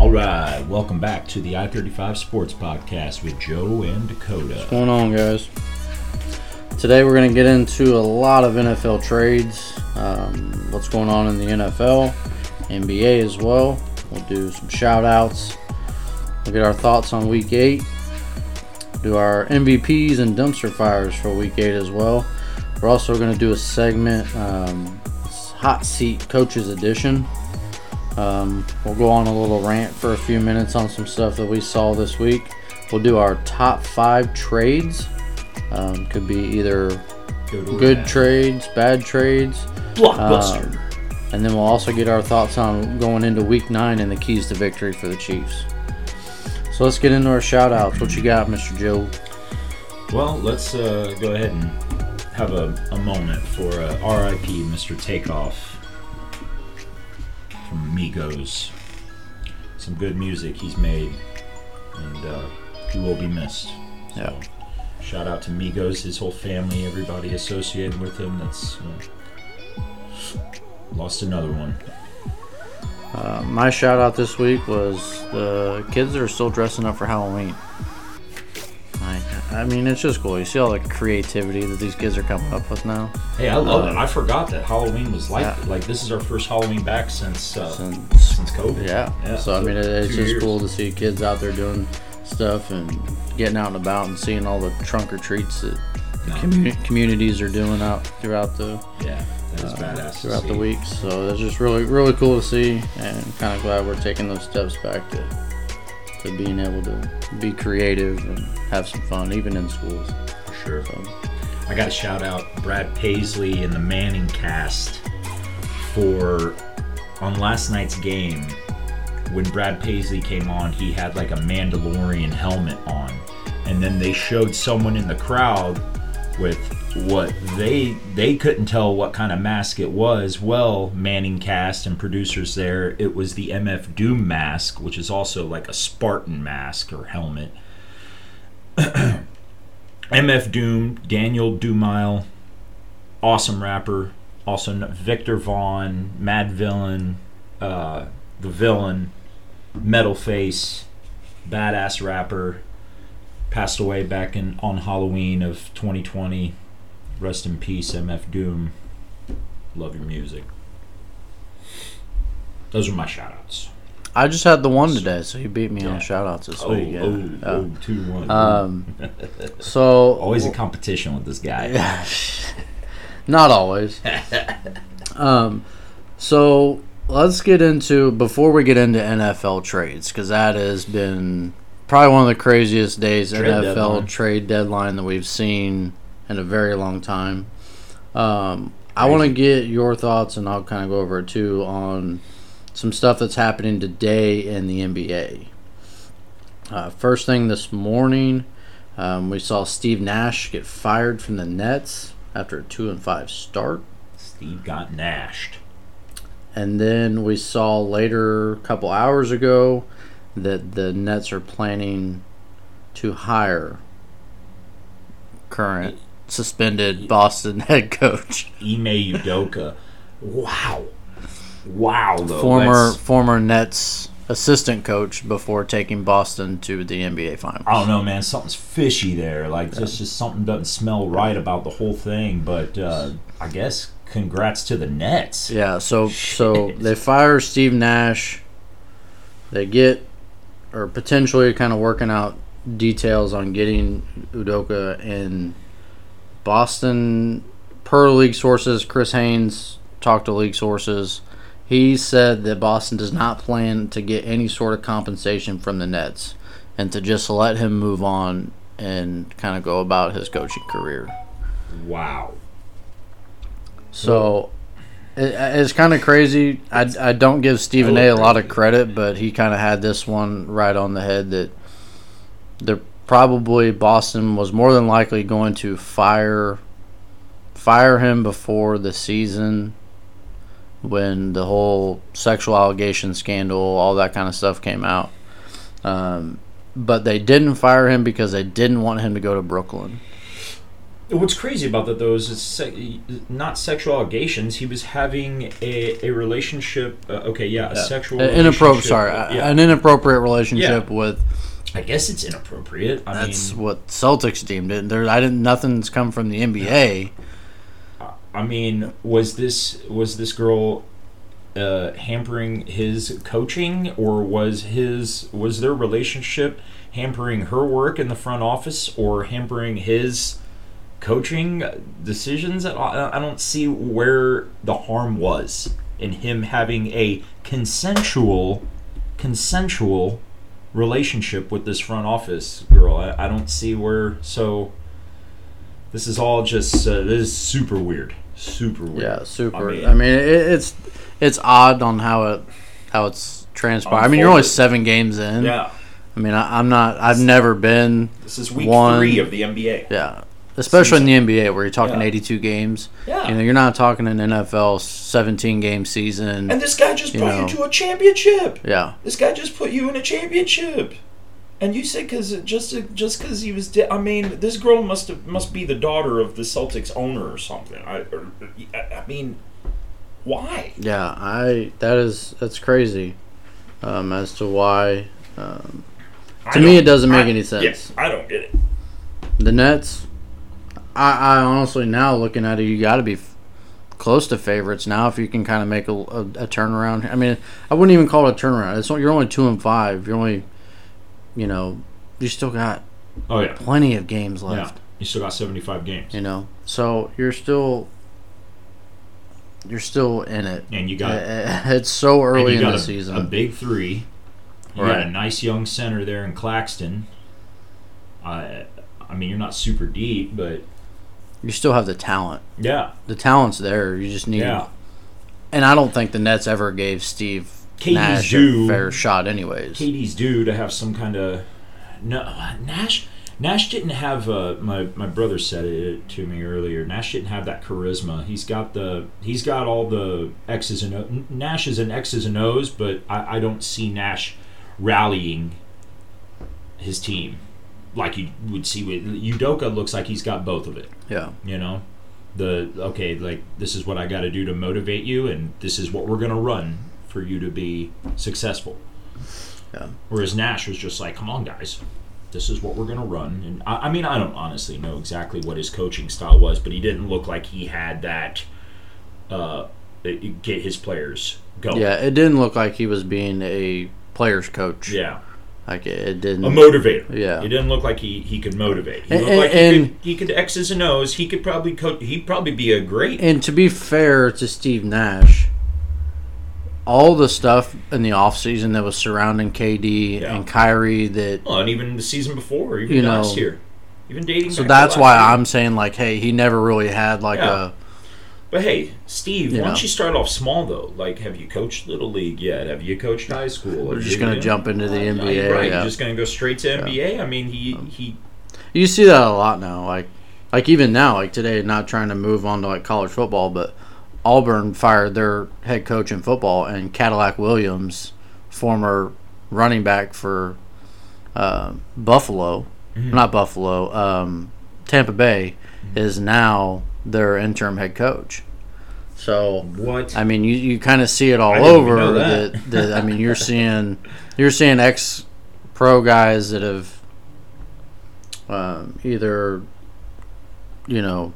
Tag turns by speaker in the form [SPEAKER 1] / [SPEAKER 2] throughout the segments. [SPEAKER 1] right, welcome back to the I 35 Sports Podcast with Joe and Dakota.
[SPEAKER 2] What's going on, guys? Today we're going to get into a lot of NFL trades, um, what's going on in the NFL, NBA as well. We'll do some shout outs, we'll get our thoughts on week eight, do our MVPs and dumpster fires for week eight as well. We're also going to do a segment, um, it's Hot Seat Coaches Edition. Um, we'll go on a little rant for a few minutes on some stuff that we saw this week. We'll do our top five trades. Um, could be either
[SPEAKER 1] Good, or
[SPEAKER 2] good
[SPEAKER 1] bad?
[SPEAKER 2] trades, bad trades,
[SPEAKER 1] Blockbuster.
[SPEAKER 2] and then we'll also get our thoughts on going into week nine and the keys to victory for the Chiefs. So let's get into our shout outs. What you got, Mr. Joe?
[SPEAKER 1] well, let's uh, go ahead and have a, a moment for uh, RIP Mr. Takeoff from Migos. Some good music he's made, and uh, he will be missed.
[SPEAKER 2] Yeah.
[SPEAKER 1] Shout out to Migos, his whole family, everybody associated with him. That's you know, lost another one.
[SPEAKER 2] Uh, my shout out this week was the kids that are still dressing up for Halloween. I, I mean, it's just cool. You see all the creativity that these kids are coming up with now.
[SPEAKER 1] Hey, I love it.
[SPEAKER 2] Um,
[SPEAKER 1] I forgot that Halloween was like
[SPEAKER 2] yeah.
[SPEAKER 1] like this is our first Halloween back since uh, since,
[SPEAKER 2] Since
[SPEAKER 1] COVID.
[SPEAKER 2] Yeah. So I mean, it, it's
[SPEAKER 1] two
[SPEAKER 2] just
[SPEAKER 1] years.
[SPEAKER 2] cool to see kids out there doing stuff and getting out and about and seeing all the trunk or treats that
[SPEAKER 1] No,
[SPEAKER 2] commu- communities are doing out throughout the
[SPEAKER 1] yeah, that is badass. to
[SPEAKER 2] Uh, throughout the
[SPEAKER 1] see.
[SPEAKER 2] week. So that's just really really cool to see, and kind of glad we're taking those steps back to to being able to be creative and have some fun, even in schools.
[SPEAKER 1] for sure.
[SPEAKER 2] So
[SPEAKER 1] I got to shout out Brad Paisley and the Manning cast for on last night's game when Brad Paisley came on, he had like a Mandalorian helmet on, and then they showed someone in the crowd with what they they couldn't tell what kind of mask it was. Well, Manning cast and producers there, it was the MF Doom mask, which is also like a Spartan mask or helmet. MF Doom, Daniel Dumile, awesome rapper. Also, kn- Victor Vaughn, Mad Villain, uh, the villain, Metal Face, badass rapper, passed away back in on Halloween of 2020. Rest in peace, MF Doom. Love your music. Those are my shout outs.
[SPEAKER 2] I just had the one today, so you beat me
[SPEAKER 1] Yeah.
[SPEAKER 2] on shout outs this
[SPEAKER 1] Oh,
[SPEAKER 2] week. Yeah.
[SPEAKER 1] oh,
[SPEAKER 2] Yeah.
[SPEAKER 1] oh, two, one.
[SPEAKER 2] Um, so
[SPEAKER 1] Always a competition with this guy.
[SPEAKER 2] Not always. um, so let's get into before we get into NFL trades because that has been probably one of the craziest days
[SPEAKER 1] Trade
[SPEAKER 2] NFL
[SPEAKER 1] deadline.
[SPEAKER 2] trade deadline that we've seen in a very long time. Um, I want to get your thoughts, and I'll kind of go over it too on some stuff that's happening today in the NBA. Uh, first thing this morning, um, we saw Steve Nash get fired from the Nets after a two and five start.
[SPEAKER 1] Steve got nashed.
[SPEAKER 2] And then we saw later, a couple hours ago, that the Nets are planning to hire current suspended Boston head coach,
[SPEAKER 1] Ime Udoka. Wow. Wow, though.
[SPEAKER 2] former
[SPEAKER 1] That's-
[SPEAKER 2] former Nets assistant coach, before taking Boston to the NBA Finals.
[SPEAKER 1] I don't know, man. Something's fishy there. Like, just, just something doesn't smell right about the whole thing. But uh, I guess congrats to the Nets.
[SPEAKER 2] Yeah, so so
[SPEAKER 1] Shit.
[SPEAKER 2] they fire Steve Nash. They get or potentially kind of working out details on getting Udoka and Boston per league sources, Chris Haynes talked to league sources. He said that Boston does not plan to get any sort of compensation from the Nets and to just let him move on and kind of go about his coaching career.
[SPEAKER 1] Wow.
[SPEAKER 2] So it, it's kind of crazy. I, I don't give Stephen A a lot of credit, but he kind of had this one right on the head that they're probably Boston was more than likely going to fire fire him before the season when the whole sexual allegation scandal, all that kind of stuff came out. Um, but they didn't fire him because they didn't want him to go to Brooklyn.
[SPEAKER 1] What's crazy about that though is it's se- not sexual allegations. He was having a, a relationship. Uh, okay, yeah, a sexual
[SPEAKER 2] An inappropriate,
[SPEAKER 1] relationship.
[SPEAKER 2] Uh, sorry,
[SPEAKER 1] yeah.
[SPEAKER 2] a- an inappropriate relationship with.
[SPEAKER 1] I guess it's inappropriate. I
[SPEAKER 2] That's
[SPEAKER 1] mean,
[SPEAKER 2] what Celtics deemed it. There, I didn't. Nothing's come from the NBA.
[SPEAKER 1] I mean, was this was this girl uh, hampering his coaching, or was his was their relationship hampering her work in the front office, or hampering his coaching decisions? I- I, I don't see where the harm was in him having a consensual consensual relationship with this front office girl. I, I don't see where so. This is all just uh, this is super weird, super weird.
[SPEAKER 2] Yeah, super. I
[SPEAKER 1] I
[SPEAKER 2] mean,
[SPEAKER 1] mean-
[SPEAKER 2] it, it's it's odd on how it how it's transpired. I mean, you're only
[SPEAKER 1] Unfolded.
[SPEAKER 2] seven games in.
[SPEAKER 1] yeah.
[SPEAKER 2] I mean, I, I'm not. I've never been.
[SPEAKER 1] This is week
[SPEAKER 2] One-
[SPEAKER 1] three of the NBA.
[SPEAKER 2] Yeah, especially in the NBA where you're talking
[SPEAKER 1] Yeah.
[SPEAKER 2] 82 games.
[SPEAKER 1] Yeah.
[SPEAKER 2] You know, you're not talking an NFL 17 game season.
[SPEAKER 1] and this guy just
[SPEAKER 2] You
[SPEAKER 1] put
[SPEAKER 2] know.
[SPEAKER 1] you to a championship.
[SPEAKER 2] yeah,
[SPEAKER 1] This guy just put you in a championship. And you said because just just because he was, di- I mean, this girl must have must be the daughter of the Celtics owner or something. I, or, I I mean, why?
[SPEAKER 2] yeah. I that is that's crazy. Um, as to why. Um,
[SPEAKER 1] I
[SPEAKER 2] to me,
[SPEAKER 1] don't-
[SPEAKER 2] it doesn't make
[SPEAKER 1] I-
[SPEAKER 2] any sense.
[SPEAKER 1] yeah, I don't get it.
[SPEAKER 2] The Nets, I, I honestly now looking at it, you got to be f- close to favorites now if you can kind of make a, a, a turnaround. I mean, I wouldn't even call it a turnaround. It's only, you're only two and five. You're only, you know, you still got
[SPEAKER 1] Oh yeah,
[SPEAKER 2] plenty of games left.
[SPEAKER 1] You still got seventy five games,
[SPEAKER 2] You know, so you're still, you're still in it.
[SPEAKER 1] and you
[SPEAKER 2] Uh, It's so
[SPEAKER 1] And
[SPEAKER 2] early
[SPEAKER 1] you
[SPEAKER 2] in
[SPEAKER 1] got
[SPEAKER 2] the
[SPEAKER 1] a,
[SPEAKER 2] season.
[SPEAKER 1] A big three. You got
[SPEAKER 2] Right.
[SPEAKER 1] a nice young center there in Claxton. I, I mean, you're not super deep, but
[SPEAKER 2] you still have the talent.
[SPEAKER 1] yeah,
[SPEAKER 2] The talent's there. You just need.
[SPEAKER 1] yeah.
[SPEAKER 2] And I don't think the Nets ever gave Steve
[SPEAKER 1] KD's
[SPEAKER 2] Nash a
[SPEAKER 1] due.
[SPEAKER 2] fair shot, anyways.
[SPEAKER 1] KD's due to have some kind of no Nash. Nash didn't have uh, my my brother said it to me earlier. Nash didn't have that charisma. He's got the he's got all the X's and O. Nash is an X's and O's, but I, I don't see Nash rallying his team like you would see with Udoka. Looks like he's got both of it.
[SPEAKER 2] Yeah.
[SPEAKER 1] You know, the okay, like this is what I got to do to motivate you, and this is what we're gonna run for you to be successful.
[SPEAKER 2] Yeah.
[SPEAKER 1] Whereas Nash was just like, "Come on, guys, this is what we're gonna run." And I, I mean, I don't honestly know exactly what his coaching style was, but he didn't look like he had that uh, that- get his players going.
[SPEAKER 2] Yeah, it didn't look like he was being a player's coach.
[SPEAKER 1] Yeah.
[SPEAKER 2] Like it, it didn't.
[SPEAKER 1] a motivator.
[SPEAKER 2] Yeah.
[SPEAKER 1] he didn't look like he, he could motivate. He
[SPEAKER 2] And-
[SPEAKER 1] looked like he,
[SPEAKER 2] and-
[SPEAKER 1] could, he could X's and O's. He could probably coach. He'd probably be a great
[SPEAKER 2] and to be fair to Steve Nash, all the stuff in the offseason that was surrounding KD
[SPEAKER 1] Yeah.
[SPEAKER 2] and Kyrie that
[SPEAKER 1] Well, and even the season before, even
[SPEAKER 2] You
[SPEAKER 1] last
[SPEAKER 2] know.
[SPEAKER 1] year, even dating.
[SPEAKER 2] so
[SPEAKER 1] back to
[SPEAKER 2] that's
[SPEAKER 1] last
[SPEAKER 2] why
[SPEAKER 1] year.
[SPEAKER 2] I'm saying like, hey, he never really had like
[SPEAKER 1] Yeah.
[SPEAKER 2] a
[SPEAKER 1] But hey, Steve,
[SPEAKER 2] Yeah.
[SPEAKER 1] why don't you start off small though? Like, have you coached little league yet? Have you coached high school?
[SPEAKER 2] we're
[SPEAKER 1] Have
[SPEAKER 2] just
[SPEAKER 1] you-
[SPEAKER 2] gonna jump into the
[SPEAKER 1] Uh,
[SPEAKER 2] NBA.
[SPEAKER 1] Right,
[SPEAKER 2] yeah.
[SPEAKER 1] you're just gonna go straight to NBA. I mean, he he.
[SPEAKER 2] You see that a lot now. Like, like even now, like today, not trying to move on to like college football, but Auburn fired their head coach in football, and Cadillac Williams, former running back for uh, Buffalo, not Buffalo, um, Tampa Bay, is now their interim head coach. So
[SPEAKER 1] What?
[SPEAKER 2] I mean, you, you kind of see it all
[SPEAKER 1] I didn't even
[SPEAKER 2] over.
[SPEAKER 1] know that.
[SPEAKER 2] That. that I mean, you're seeing you're seeing ex pro guys that have um, either you know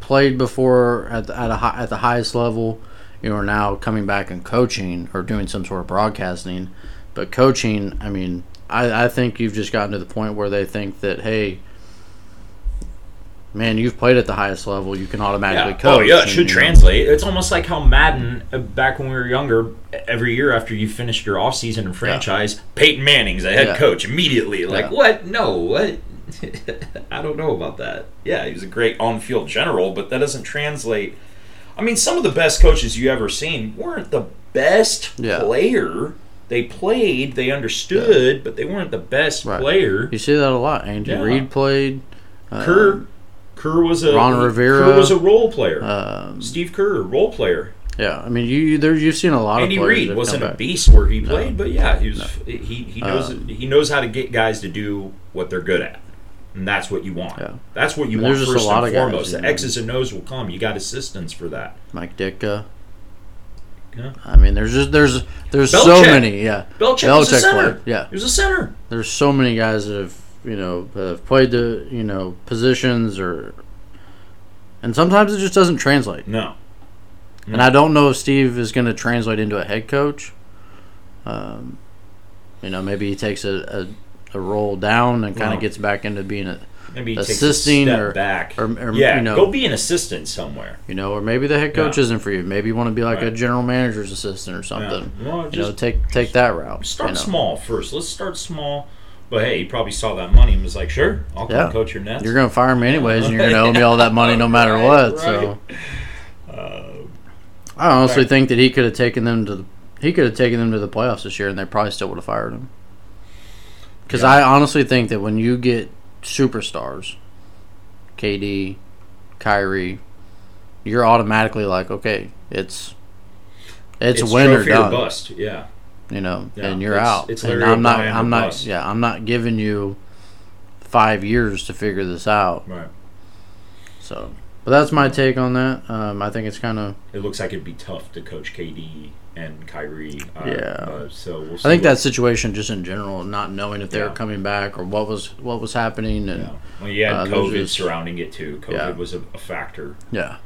[SPEAKER 2] played before at the, at a hi- at the highest level, you know, are now coming back and coaching or doing some sort of broadcasting. But coaching, I mean, I, I think you've just gotten to the point where they think that hey. Man, you've played at the highest level. You can automatically
[SPEAKER 1] Yeah.
[SPEAKER 2] coach.
[SPEAKER 1] Oh yeah, it
[SPEAKER 2] and,
[SPEAKER 1] should
[SPEAKER 2] you know,
[SPEAKER 1] translate. It's almost like how Madden uh, back when we were younger. Every year after you finished your offseason in franchise, Peyton Manning's a head
[SPEAKER 2] Yeah.
[SPEAKER 1] coach immediately. Like
[SPEAKER 2] Yeah.
[SPEAKER 1] what? No, what? I don't know about that. Yeah, he was a great on-field general, but that doesn't translate. I mean, some of the best coaches you ever seen weren't the best
[SPEAKER 2] Yeah.
[SPEAKER 1] player. They played, they understood, but they weren't the best
[SPEAKER 2] Right.
[SPEAKER 1] player.
[SPEAKER 2] You see that a lot. Andy
[SPEAKER 1] Yeah.
[SPEAKER 2] Reid played. uh,
[SPEAKER 1] Kerr, Kerr was a
[SPEAKER 2] Ron Rivera,
[SPEAKER 1] Kerr was a role player.
[SPEAKER 2] Um,
[SPEAKER 1] Steve Kerr, role player.
[SPEAKER 2] yeah, I mean, you you- there you've seen a lot
[SPEAKER 1] Andy
[SPEAKER 2] of players. that
[SPEAKER 1] Reid
[SPEAKER 2] have
[SPEAKER 1] wasn't
[SPEAKER 2] come
[SPEAKER 1] a
[SPEAKER 2] back. Um,
[SPEAKER 1] beast where he played, but yeah, he was. He he knows he knows how to get guys to do what they're good at. and that's what you want.
[SPEAKER 2] Yeah.
[SPEAKER 1] That's what you
[SPEAKER 2] And
[SPEAKER 1] want
[SPEAKER 2] there's just a
[SPEAKER 1] first
[SPEAKER 2] lot of
[SPEAKER 1] and
[SPEAKER 2] guys,
[SPEAKER 1] foremost.
[SPEAKER 2] you
[SPEAKER 1] the
[SPEAKER 2] know.
[SPEAKER 1] X's and O's will come. You got assistance for that.
[SPEAKER 2] Mike Ditka.
[SPEAKER 1] Yeah.
[SPEAKER 2] I mean, there's just there's there's so
[SPEAKER 1] Belichick.
[SPEAKER 2] many. Yeah,
[SPEAKER 1] Belichick, was a
[SPEAKER 2] Belichick
[SPEAKER 1] center.
[SPEAKER 2] played, yeah.
[SPEAKER 1] he was a center.
[SPEAKER 2] there's so many guys that have you know that have played the you know positions or, and sometimes it just doesn't translate.
[SPEAKER 1] No, Mm.
[SPEAKER 2] And I don't know if Steve is going to translate into a head coach. Um, you know, maybe he takes a, a, a roll down and kind of
[SPEAKER 1] No.
[SPEAKER 2] gets back into being a,
[SPEAKER 1] maybe he
[SPEAKER 2] Assisting
[SPEAKER 1] takes a step
[SPEAKER 2] or-
[SPEAKER 1] back.
[SPEAKER 2] or, or
[SPEAKER 1] yeah,
[SPEAKER 2] you know,
[SPEAKER 1] go be an assistant somewhere.
[SPEAKER 2] you know, or maybe the head coach
[SPEAKER 1] Yeah.
[SPEAKER 2] isn't for you. Maybe you want to be like a
[SPEAKER 1] Right.
[SPEAKER 2] general manager's assistant or something.
[SPEAKER 1] Yeah. Well,
[SPEAKER 2] You know,
[SPEAKER 1] just
[SPEAKER 2] take take that route.
[SPEAKER 1] start
[SPEAKER 2] you know.
[SPEAKER 1] small first. Let's start small. But hey, he probably saw that money and was like, "Sure, I'll come
[SPEAKER 2] Yeah.
[SPEAKER 1] coach your Nets."
[SPEAKER 2] You're going to fire me anyways, and you're going to owe me all that money no matter
[SPEAKER 1] Right,
[SPEAKER 2] what.
[SPEAKER 1] right.
[SPEAKER 2] So
[SPEAKER 1] uh,
[SPEAKER 2] I honestly
[SPEAKER 1] Right.
[SPEAKER 2] think that he could have taken them to the he could have taken them to the playoffs this year, and they probably still would have fired him. Because
[SPEAKER 1] Yeah.
[SPEAKER 2] I honestly think that when you get superstars, KD, Kyrie, you're automatically like, okay, it's it's, win or
[SPEAKER 1] trophy
[SPEAKER 2] done,
[SPEAKER 1] bust. Yeah,
[SPEAKER 2] you know,
[SPEAKER 1] Yeah,
[SPEAKER 2] and you're
[SPEAKER 1] it's-
[SPEAKER 2] out.
[SPEAKER 1] it's
[SPEAKER 2] and
[SPEAKER 1] Larry
[SPEAKER 2] I'm not,
[SPEAKER 1] O'Brien or
[SPEAKER 2] I'm not,
[SPEAKER 1] bust.
[SPEAKER 2] yeah, I'm not giving you five years to figure this out.
[SPEAKER 1] right.
[SPEAKER 2] So, but that's my take on that. Um, I think it's kind of
[SPEAKER 1] It looks like it'd be tough to coach KD and Kyrie. Uh,
[SPEAKER 2] Yeah.
[SPEAKER 1] uh, so we'll. See
[SPEAKER 2] I think
[SPEAKER 1] what-
[SPEAKER 2] that situation, just in general, not knowing if they were
[SPEAKER 1] Yeah.
[SPEAKER 2] coming back or what was what was happening, and
[SPEAKER 1] Yeah. Well, you had
[SPEAKER 2] Uh, those
[SPEAKER 1] COVID
[SPEAKER 2] is-
[SPEAKER 1] surrounding it too. COVID
[SPEAKER 2] Yeah.
[SPEAKER 1] was a, a factor.
[SPEAKER 2] yeah.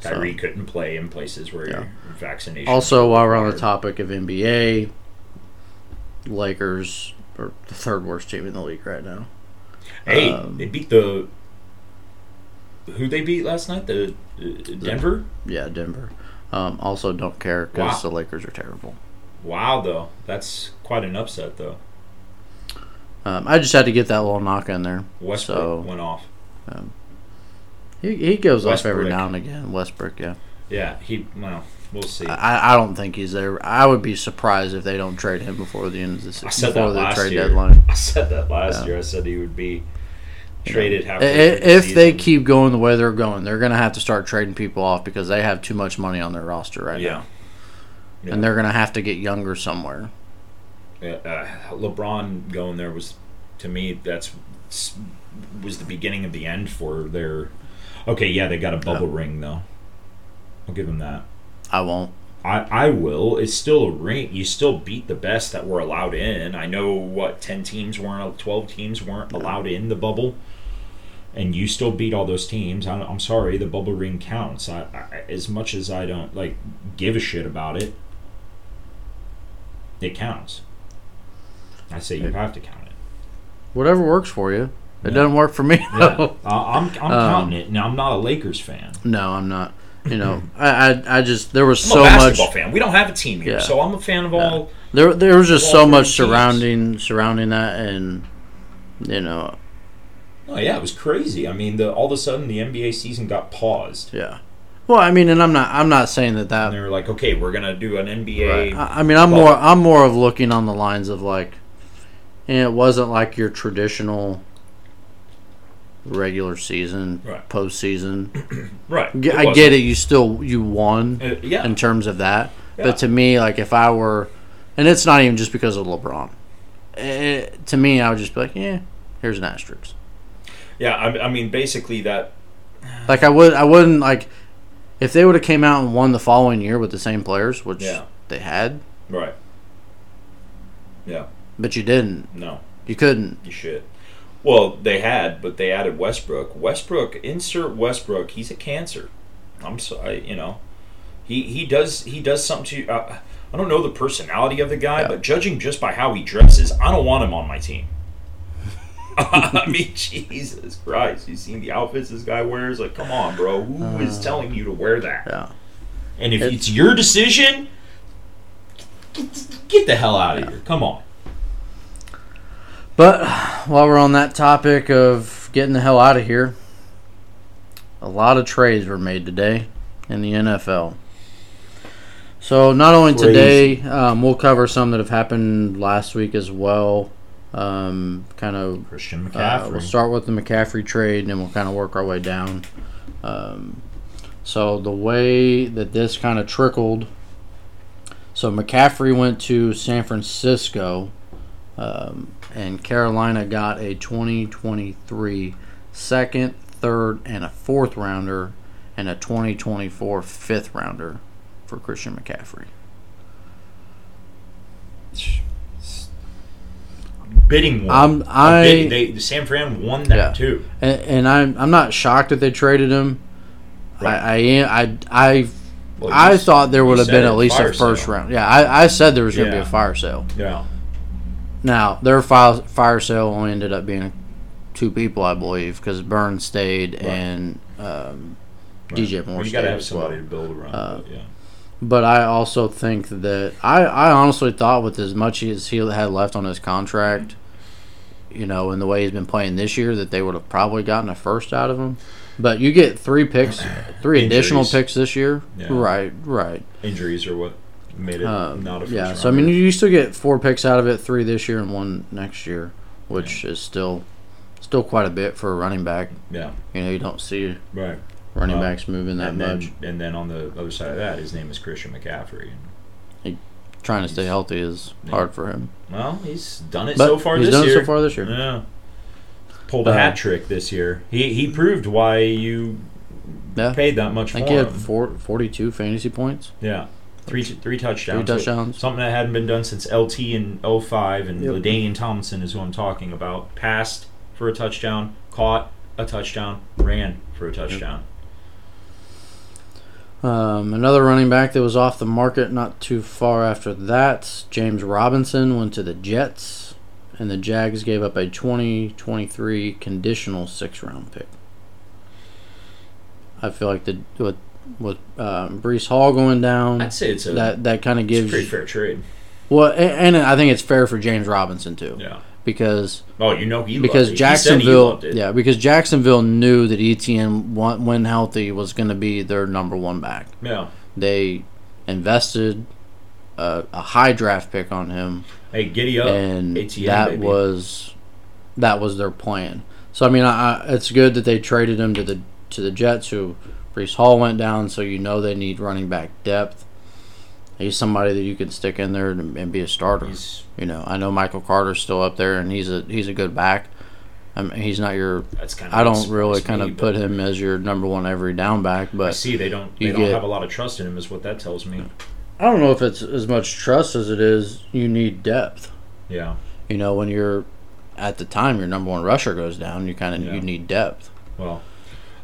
[SPEAKER 2] So-
[SPEAKER 1] Kyrie couldn't play in places where
[SPEAKER 2] Yeah.
[SPEAKER 1] vaccination.
[SPEAKER 2] Also, while we're on the
[SPEAKER 1] required.
[SPEAKER 2] topic of NBA, Lakers are the third worst team in the league right now.
[SPEAKER 1] Hey,
[SPEAKER 2] Um,
[SPEAKER 1] they beat the. Who they beat last night? The uh, Denver.
[SPEAKER 2] Yeah, Denver. Um, also, don't care because
[SPEAKER 1] Wow.
[SPEAKER 2] the Lakers are terrible.
[SPEAKER 1] Wow, though that's quite an upset, though.
[SPEAKER 2] Um, I just had to get that little knock in there.
[SPEAKER 1] Westbrook
[SPEAKER 2] So-
[SPEAKER 1] went off.
[SPEAKER 2] He, he goes off every
[SPEAKER 1] Westbrook.
[SPEAKER 2] now and again. Westbrook, yeah.
[SPEAKER 1] Yeah, he. Well, we'll see. I,
[SPEAKER 2] I, I don't think he's there. I would be surprised if they don't trade him before the end of the se-
[SPEAKER 1] said
[SPEAKER 2] before
[SPEAKER 1] that
[SPEAKER 2] the
[SPEAKER 1] last
[SPEAKER 2] trade
[SPEAKER 1] year.
[SPEAKER 2] deadline.
[SPEAKER 1] said that last
[SPEAKER 2] Yeah.
[SPEAKER 1] year. I said he would be traded
[SPEAKER 2] I-
[SPEAKER 1] halfway through the
[SPEAKER 2] If they
[SPEAKER 1] season.
[SPEAKER 2] keep going the way they're going, they're going to have to start trading people off because they have too much money on their roster right
[SPEAKER 1] yeah.
[SPEAKER 2] now,
[SPEAKER 1] Yeah.
[SPEAKER 2] and they're going to have to get younger somewhere.
[SPEAKER 1] uh, uh, LeBron going there was, to me, that's was the beginning of the end for their. Okay, yeah, they got a bubble ring though. I'll give them that.
[SPEAKER 2] I won't.
[SPEAKER 1] I, I will. It's still a ring. You still beat the best that were allowed in. I know what ten teams weren't, twelve teams weren't allowed in the bubble, and you still beat all those teams. I, I'm sorry, the bubble ring counts. I, I, as much as I don't like give a shit about it, it counts. I say you have to count it.
[SPEAKER 2] Whatever works for you. It
[SPEAKER 1] Yeah.
[SPEAKER 2] doesn't work for me.
[SPEAKER 1] Yeah,
[SPEAKER 2] though.
[SPEAKER 1] I, I'm I'm
[SPEAKER 2] Um,
[SPEAKER 1] counting it. Now I'm not a Lakers fan.
[SPEAKER 2] no, I'm not. You know, I, I, I just there was
[SPEAKER 1] I'm
[SPEAKER 2] so
[SPEAKER 1] a
[SPEAKER 2] much
[SPEAKER 1] basketball fan. We don't have a team here,
[SPEAKER 2] Yeah.
[SPEAKER 1] so I'm a fan of all.
[SPEAKER 2] there there was just so
[SPEAKER 1] Well,
[SPEAKER 2] much
[SPEAKER 1] teams.
[SPEAKER 2] surrounding surrounding that, and you know,
[SPEAKER 1] Oh yeah, it was crazy. I mean, the all of a sudden the NBA season got paused.
[SPEAKER 2] yeah. Well, I mean, and I'm not I'm not saying that that
[SPEAKER 1] And they were like, okay, we're gonna do an NBA.
[SPEAKER 2] Right. I, I mean, I'm
[SPEAKER 1] bubble.
[SPEAKER 2] more I'm more of looking on the lines of like, and it wasn't like your traditional regular season,
[SPEAKER 1] Right.
[SPEAKER 2] postseason.
[SPEAKER 1] Right.
[SPEAKER 2] G- I get it. You still you won
[SPEAKER 1] wasn't. Uh, yeah.
[SPEAKER 2] in terms of that,
[SPEAKER 1] Yeah.
[SPEAKER 2] but to me, like if I were, and it's not even just because of LeBron. Eh, to me, I would just be like, yeah, here's an asterisk.
[SPEAKER 1] yeah. I, I mean, basically that.
[SPEAKER 2] Like I would I wouldn't like if they would have came out and won the following year with the same players, which
[SPEAKER 1] Yeah.
[SPEAKER 2] they had,
[SPEAKER 1] Right. Yeah.
[SPEAKER 2] but you didn't.
[SPEAKER 1] No.
[SPEAKER 2] You couldn't.
[SPEAKER 1] You should. Well, they had, but they added Westbrook. Westbrook, insert Westbrook. He's a cancer. I'm sorry, you know. He he does he does something to you. Uh, I don't know the personality of the guy,
[SPEAKER 2] Yeah.
[SPEAKER 1] but judging just by how he dresses, I don't want him on my team. I mean, Jesus Christ! You seen the outfits this guy wears? Like, come on, bro. Who is telling you to wear that?
[SPEAKER 2] Uh. yeah.
[SPEAKER 1] And if it's, your decision, get the hell out of here. Come on.
[SPEAKER 2] But while we're on that topic of getting the hell out of here, a lot of trades were made today in the NFL. So not only today, um, we'll cover some that have happened last week as well. Um, kind of,
[SPEAKER 1] Christian
[SPEAKER 2] uh, we'll start with the McCaffrey trade, and then we'll kind of work our way down. Um, so the way that this kind of trickled, so McCaffrey went to San Francisco Um, and Carolina got a 2023 second, third, and a fourth rounder, and a 2024 fifth rounder for Christian McCaffrey.
[SPEAKER 1] Bidding war.
[SPEAKER 2] I'm-
[SPEAKER 1] A
[SPEAKER 2] I-
[SPEAKER 1] bid- they, San Fran won that
[SPEAKER 2] Yeah.
[SPEAKER 1] too.
[SPEAKER 2] And, and I'm I'm not shocked that they traded him.
[SPEAKER 1] Right.
[SPEAKER 2] I, I am I I
[SPEAKER 1] Well,
[SPEAKER 2] I
[SPEAKER 1] you-
[SPEAKER 2] thought there
[SPEAKER 1] you
[SPEAKER 2] would have
[SPEAKER 1] said
[SPEAKER 2] been
[SPEAKER 1] it,
[SPEAKER 2] at least
[SPEAKER 1] fire
[SPEAKER 2] a first
[SPEAKER 1] sale.
[SPEAKER 2] round. Yeah, I, I said there was going to
[SPEAKER 1] Yeah.
[SPEAKER 2] be a fire sale.
[SPEAKER 1] Yeah.
[SPEAKER 2] Now their file, fire sale only ended up being two people, I believe, because Burns stayed and um, DJ
[SPEAKER 1] Well,
[SPEAKER 2] Moore
[SPEAKER 1] you
[SPEAKER 2] stayed
[SPEAKER 1] got to have
[SPEAKER 2] as well. Uh,
[SPEAKER 1] somebody to build around. but yeah.
[SPEAKER 2] But I also think that I, I honestly thought with as much as he had left on his contract, you know, and the way he's been playing this year, that they would have probably gotten a first out of him. But you get three picks, three additional
[SPEAKER 1] Injuries.
[SPEAKER 2] picks this year.
[SPEAKER 1] Yeah.
[SPEAKER 2] Right, right.
[SPEAKER 1] Injuries are what made it
[SPEAKER 2] Um,
[SPEAKER 1] not a first
[SPEAKER 2] yeah, so I mean, you, you still get four picks out of it, three this year and one next year, which is still still quite a bit for a running back.
[SPEAKER 1] yeah,
[SPEAKER 2] You know, you don't see
[SPEAKER 1] right.
[SPEAKER 2] running
[SPEAKER 1] Well,
[SPEAKER 2] backs moving that
[SPEAKER 1] and
[SPEAKER 2] much.
[SPEAKER 1] then, and then on the other side of that, his name is Christian McCaffrey.
[SPEAKER 2] Trying to stay healthy is
[SPEAKER 1] Yeah.
[SPEAKER 2] hard for him.
[SPEAKER 1] Well, he's done it
[SPEAKER 2] But
[SPEAKER 1] so far
[SPEAKER 2] he's
[SPEAKER 1] this
[SPEAKER 2] done it
[SPEAKER 1] year.
[SPEAKER 2] so far this year.
[SPEAKER 1] Yeah. Pulled a
[SPEAKER 2] Uh,
[SPEAKER 1] hat trick this year. He he proved why you
[SPEAKER 2] Yeah.
[SPEAKER 1] paid that much
[SPEAKER 2] I think
[SPEAKER 1] for
[SPEAKER 2] he had
[SPEAKER 1] him.
[SPEAKER 2] four, 42 fantasy points.
[SPEAKER 1] Yeah. Three three
[SPEAKER 2] Three
[SPEAKER 1] touchdowns.
[SPEAKER 2] touchdowns.
[SPEAKER 1] Something that hadn't been done since LT in 05 and
[SPEAKER 2] Yep.
[SPEAKER 1] LaDainian Thompson is who I'm talking about. Passed for a touchdown, caught a touchdown, ran for a touchdown.
[SPEAKER 2] Um, another running back that was off the market not too far after that, James Robinson, went to the Jets, and the Jags gave up a 2023 conditional six round pick. I feel like the with with um, Brees Hall going down,
[SPEAKER 1] I'd say it's a,
[SPEAKER 2] that that kind of
[SPEAKER 1] it's a
[SPEAKER 2] gives
[SPEAKER 1] pretty fair trade.
[SPEAKER 2] well, a- and, I think it's fair for James Robinson too,
[SPEAKER 1] Yeah.
[SPEAKER 2] because
[SPEAKER 1] Oh, you know he
[SPEAKER 2] because
[SPEAKER 1] loved it. he said he
[SPEAKER 2] Jacksonville,
[SPEAKER 1] loved it.
[SPEAKER 2] yeah, because Jacksonville knew that ETN wa- when healthy was going to be their number one back.
[SPEAKER 1] yeah.
[SPEAKER 2] They invested a, a high draft pick on him,
[SPEAKER 1] Hey, giddy up,
[SPEAKER 2] and
[SPEAKER 1] ATM,
[SPEAKER 2] that
[SPEAKER 1] baby.
[SPEAKER 2] was that was their plan. So I mean, I, I, it's good that they traded him to the to the Jets, who Brees Hall went down, so you know they need running back depth. He's somebody that you can stick in there and, and be a starter.
[SPEAKER 1] He's
[SPEAKER 2] You know, I know Michael Carter's still up there, and he's a he's a good back. I mean, he's not your.
[SPEAKER 1] that's kind of.
[SPEAKER 2] I don't really kind of put him as your number one every down back,
[SPEAKER 1] I
[SPEAKER 2] but
[SPEAKER 1] see they don't. They
[SPEAKER 2] you
[SPEAKER 1] don't
[SPEAKER 2] get-
[SPEAKER 1] have a lot of trust in him, is what that tells me.
[SPEAKER 2] I don't know if it's as much trust as it is you need depth.
[SPEAKER 1] Yeah.
[SPEAKER 2] You know, when you're at the time your number one rusher goes down, you kind of
[SPEAKER 1] Yeah.
[SPEAKER 2] you need depth.
[SPEAKER 1] Well,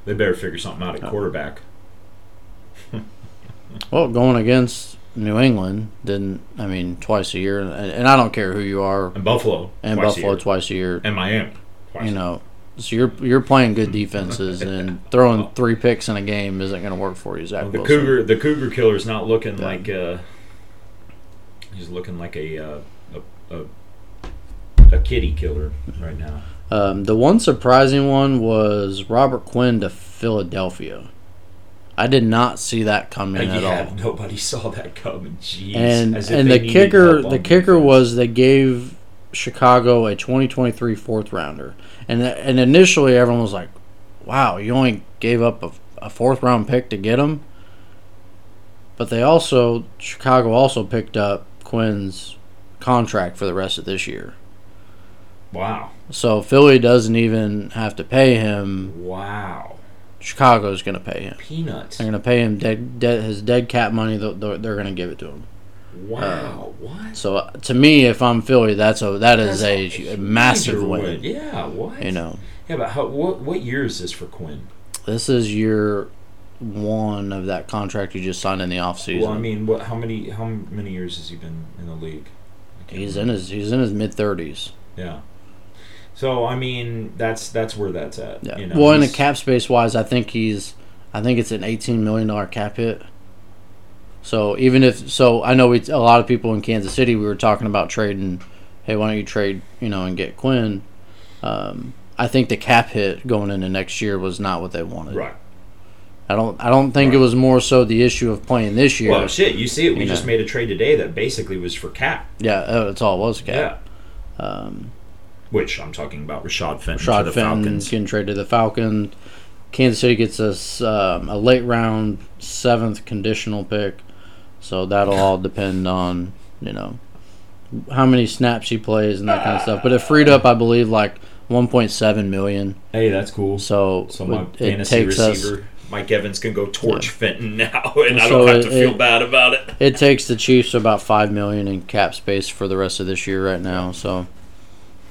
[SPEAKER 1] they better figure something out at quarterback.
[SPEAKER 2] Well, going against New England, then I mean twice a year, and, and I don't care who you are,
[SPEAKER 1] And Buffalo.
[SPEAKER 2] and
[SPEAKER 1] twice a
[SPEAKER 2] Buffalo
[SPEAKER 1] year.
[SPEAKER 2] twice a year.
[SPEAKER 1] And Miami. Twice.
[SPEAKER 2] you know. So you're you're playing good defenses, and throwing three picks in a game isn't going to work for you, Zach
[SPEAKER 1] the
[SPEAKER 2] Wilson.
[SPEAKER 1] Cougar. The Cougar Killer's not looking
[SPEAKER 2] Yeah.
[SPEAKER 1] like. Uh, he's looking like a, uh, a a a kitty killer right now.
[SPEAKER 2] Um, the one surprising one was Robert Quinn to Philadelphia. I did not see that coming at
[SPEAKER 1] yeah,
[SPEAKER 2] all.
[SPEAKER 1] nobody saw that coming. Jeez.
[SPEAKER 2] And
[SPEAKER 1] As if
[SPEAKER 2] and
[SPEAKER 1] they
[SPEAKER 2] the
[SPEAKER 1] needed
[SPEAKER 2] kicker
[SPEAKER 1] help on
[SPEAKER 2] the kicker
[SPEAKER 1] defense.
[SPEAKER 2] was they gave Chicago a 2023 fourth rounder, and that- and initially everyone was like, "Wow, you only gave up a, a fourth round pick to get him." But they also Chicago also picked up Quinn's contract for the rest of this year,
[SPEAKER 1] wow,
[SPEAKER 2] so Philly doesn't even have to pay him.
[SPEAKER 1] wow,
[SPEAKER 2] Chicago's going to pay him.
[SPEAKER 1] peanuts.
[SPEAKER 2] They're gonna pay him dead, dead his dead cap money. They're, they're they're gonna give it to him.
[SPEAKER 1] Wow, what?
[SPEAKER 2] So uh, to me, if I'm Philly, that's a that is a,
[SPEAKER 1] That's
[SPEAKER 2] a massive
[SPEAKER 1] major
[SPEAKER 2] win.
[SPEAKER 1] Yeah, what?
[SPEAKER 2] You know,
[SPEAKER 1] Yeah, but how, what what year is this for Quinn?
[SPEAKER 2] this is year one of that contract you just signed in the offseason.
[SPEAKER 1] Well, I mean, what? How many how many years has he been in the league? I can't
[SPEAKER 2] he's
[SPEAKER 1] remember.
[SPEAKER 2] in his he's in his mid thirties.
[SPEAKER 1] Yeah. So I mean, that's that's where that's at.
[SPEAKER 2] Yeah.
[SPEAKER 1] You know,
[SPEAKER 2] well, in a
[SPEAKER 1] he's-
[SPEAKER 2] cap space wise, I think he's I think it's an eighteen million dollar cap hit. So even if so, I know we a lot of people in Kansas City we were talking about trading. Hey, why don't you trade? You know, and get Quinn. Um, I think the cap hit going into next year was not what they wanted.
[SPEAKER 1] Right.
[SPEAKER 2] I don't. I don't think it
[SPEAKER 1] Right.
[SPEAKER 2] was more so the issue of playing this year.
[SPEAKER 1] Well, shit. You see it. We
[SPEAKER 2] You
[SPEAKER 1] just
[SPEAKER 2] know.
[SPEAKER 1] made a trade today that basically was for cap.
[SPEAKER 2] yeah, uh, that's all it was.
[SPEAKER 1] Yeah.
[SPEAKER 2] Cap. Um,
[SPEAKER 1] Which I'm talking about Rashad Fenton to
[SPEAKER 2] Rashad
[SPEAKER 1] the
[SPEAKER 2] Fenton
[SPEAKER 1] Falcons.
[SPEAKER 2] getting traded to the Falcons. Kansas City gets us um, a late round seventh conditional pick, so that'll all depend on you know how many snaps he plays and that kind of stuff. But it freed up, I believe, like 1.7 million.
[SPEAKER 3] Hey, that's cool.
[SPEAKER 2] So,
[SPEAKER 3] So my
[SPEAKER 2] it, it
[SPEAKER 3] fantasy
[SPEAKER 2] takes us.
[SPEAKER 3] receiver, Mike Evans, can go torch Fenton now, and I
[SPEAKER 2] So
[SPEAKER 3] don't have
[SPEAKER 2] it-
[SPEAKER 3] to feel
[SPEAKER 2] it-
[SPEAKER 3] bad about it.
[SPEAKER 2] It takes the Chiefs about five million in cap space for the rest of this year right now. So,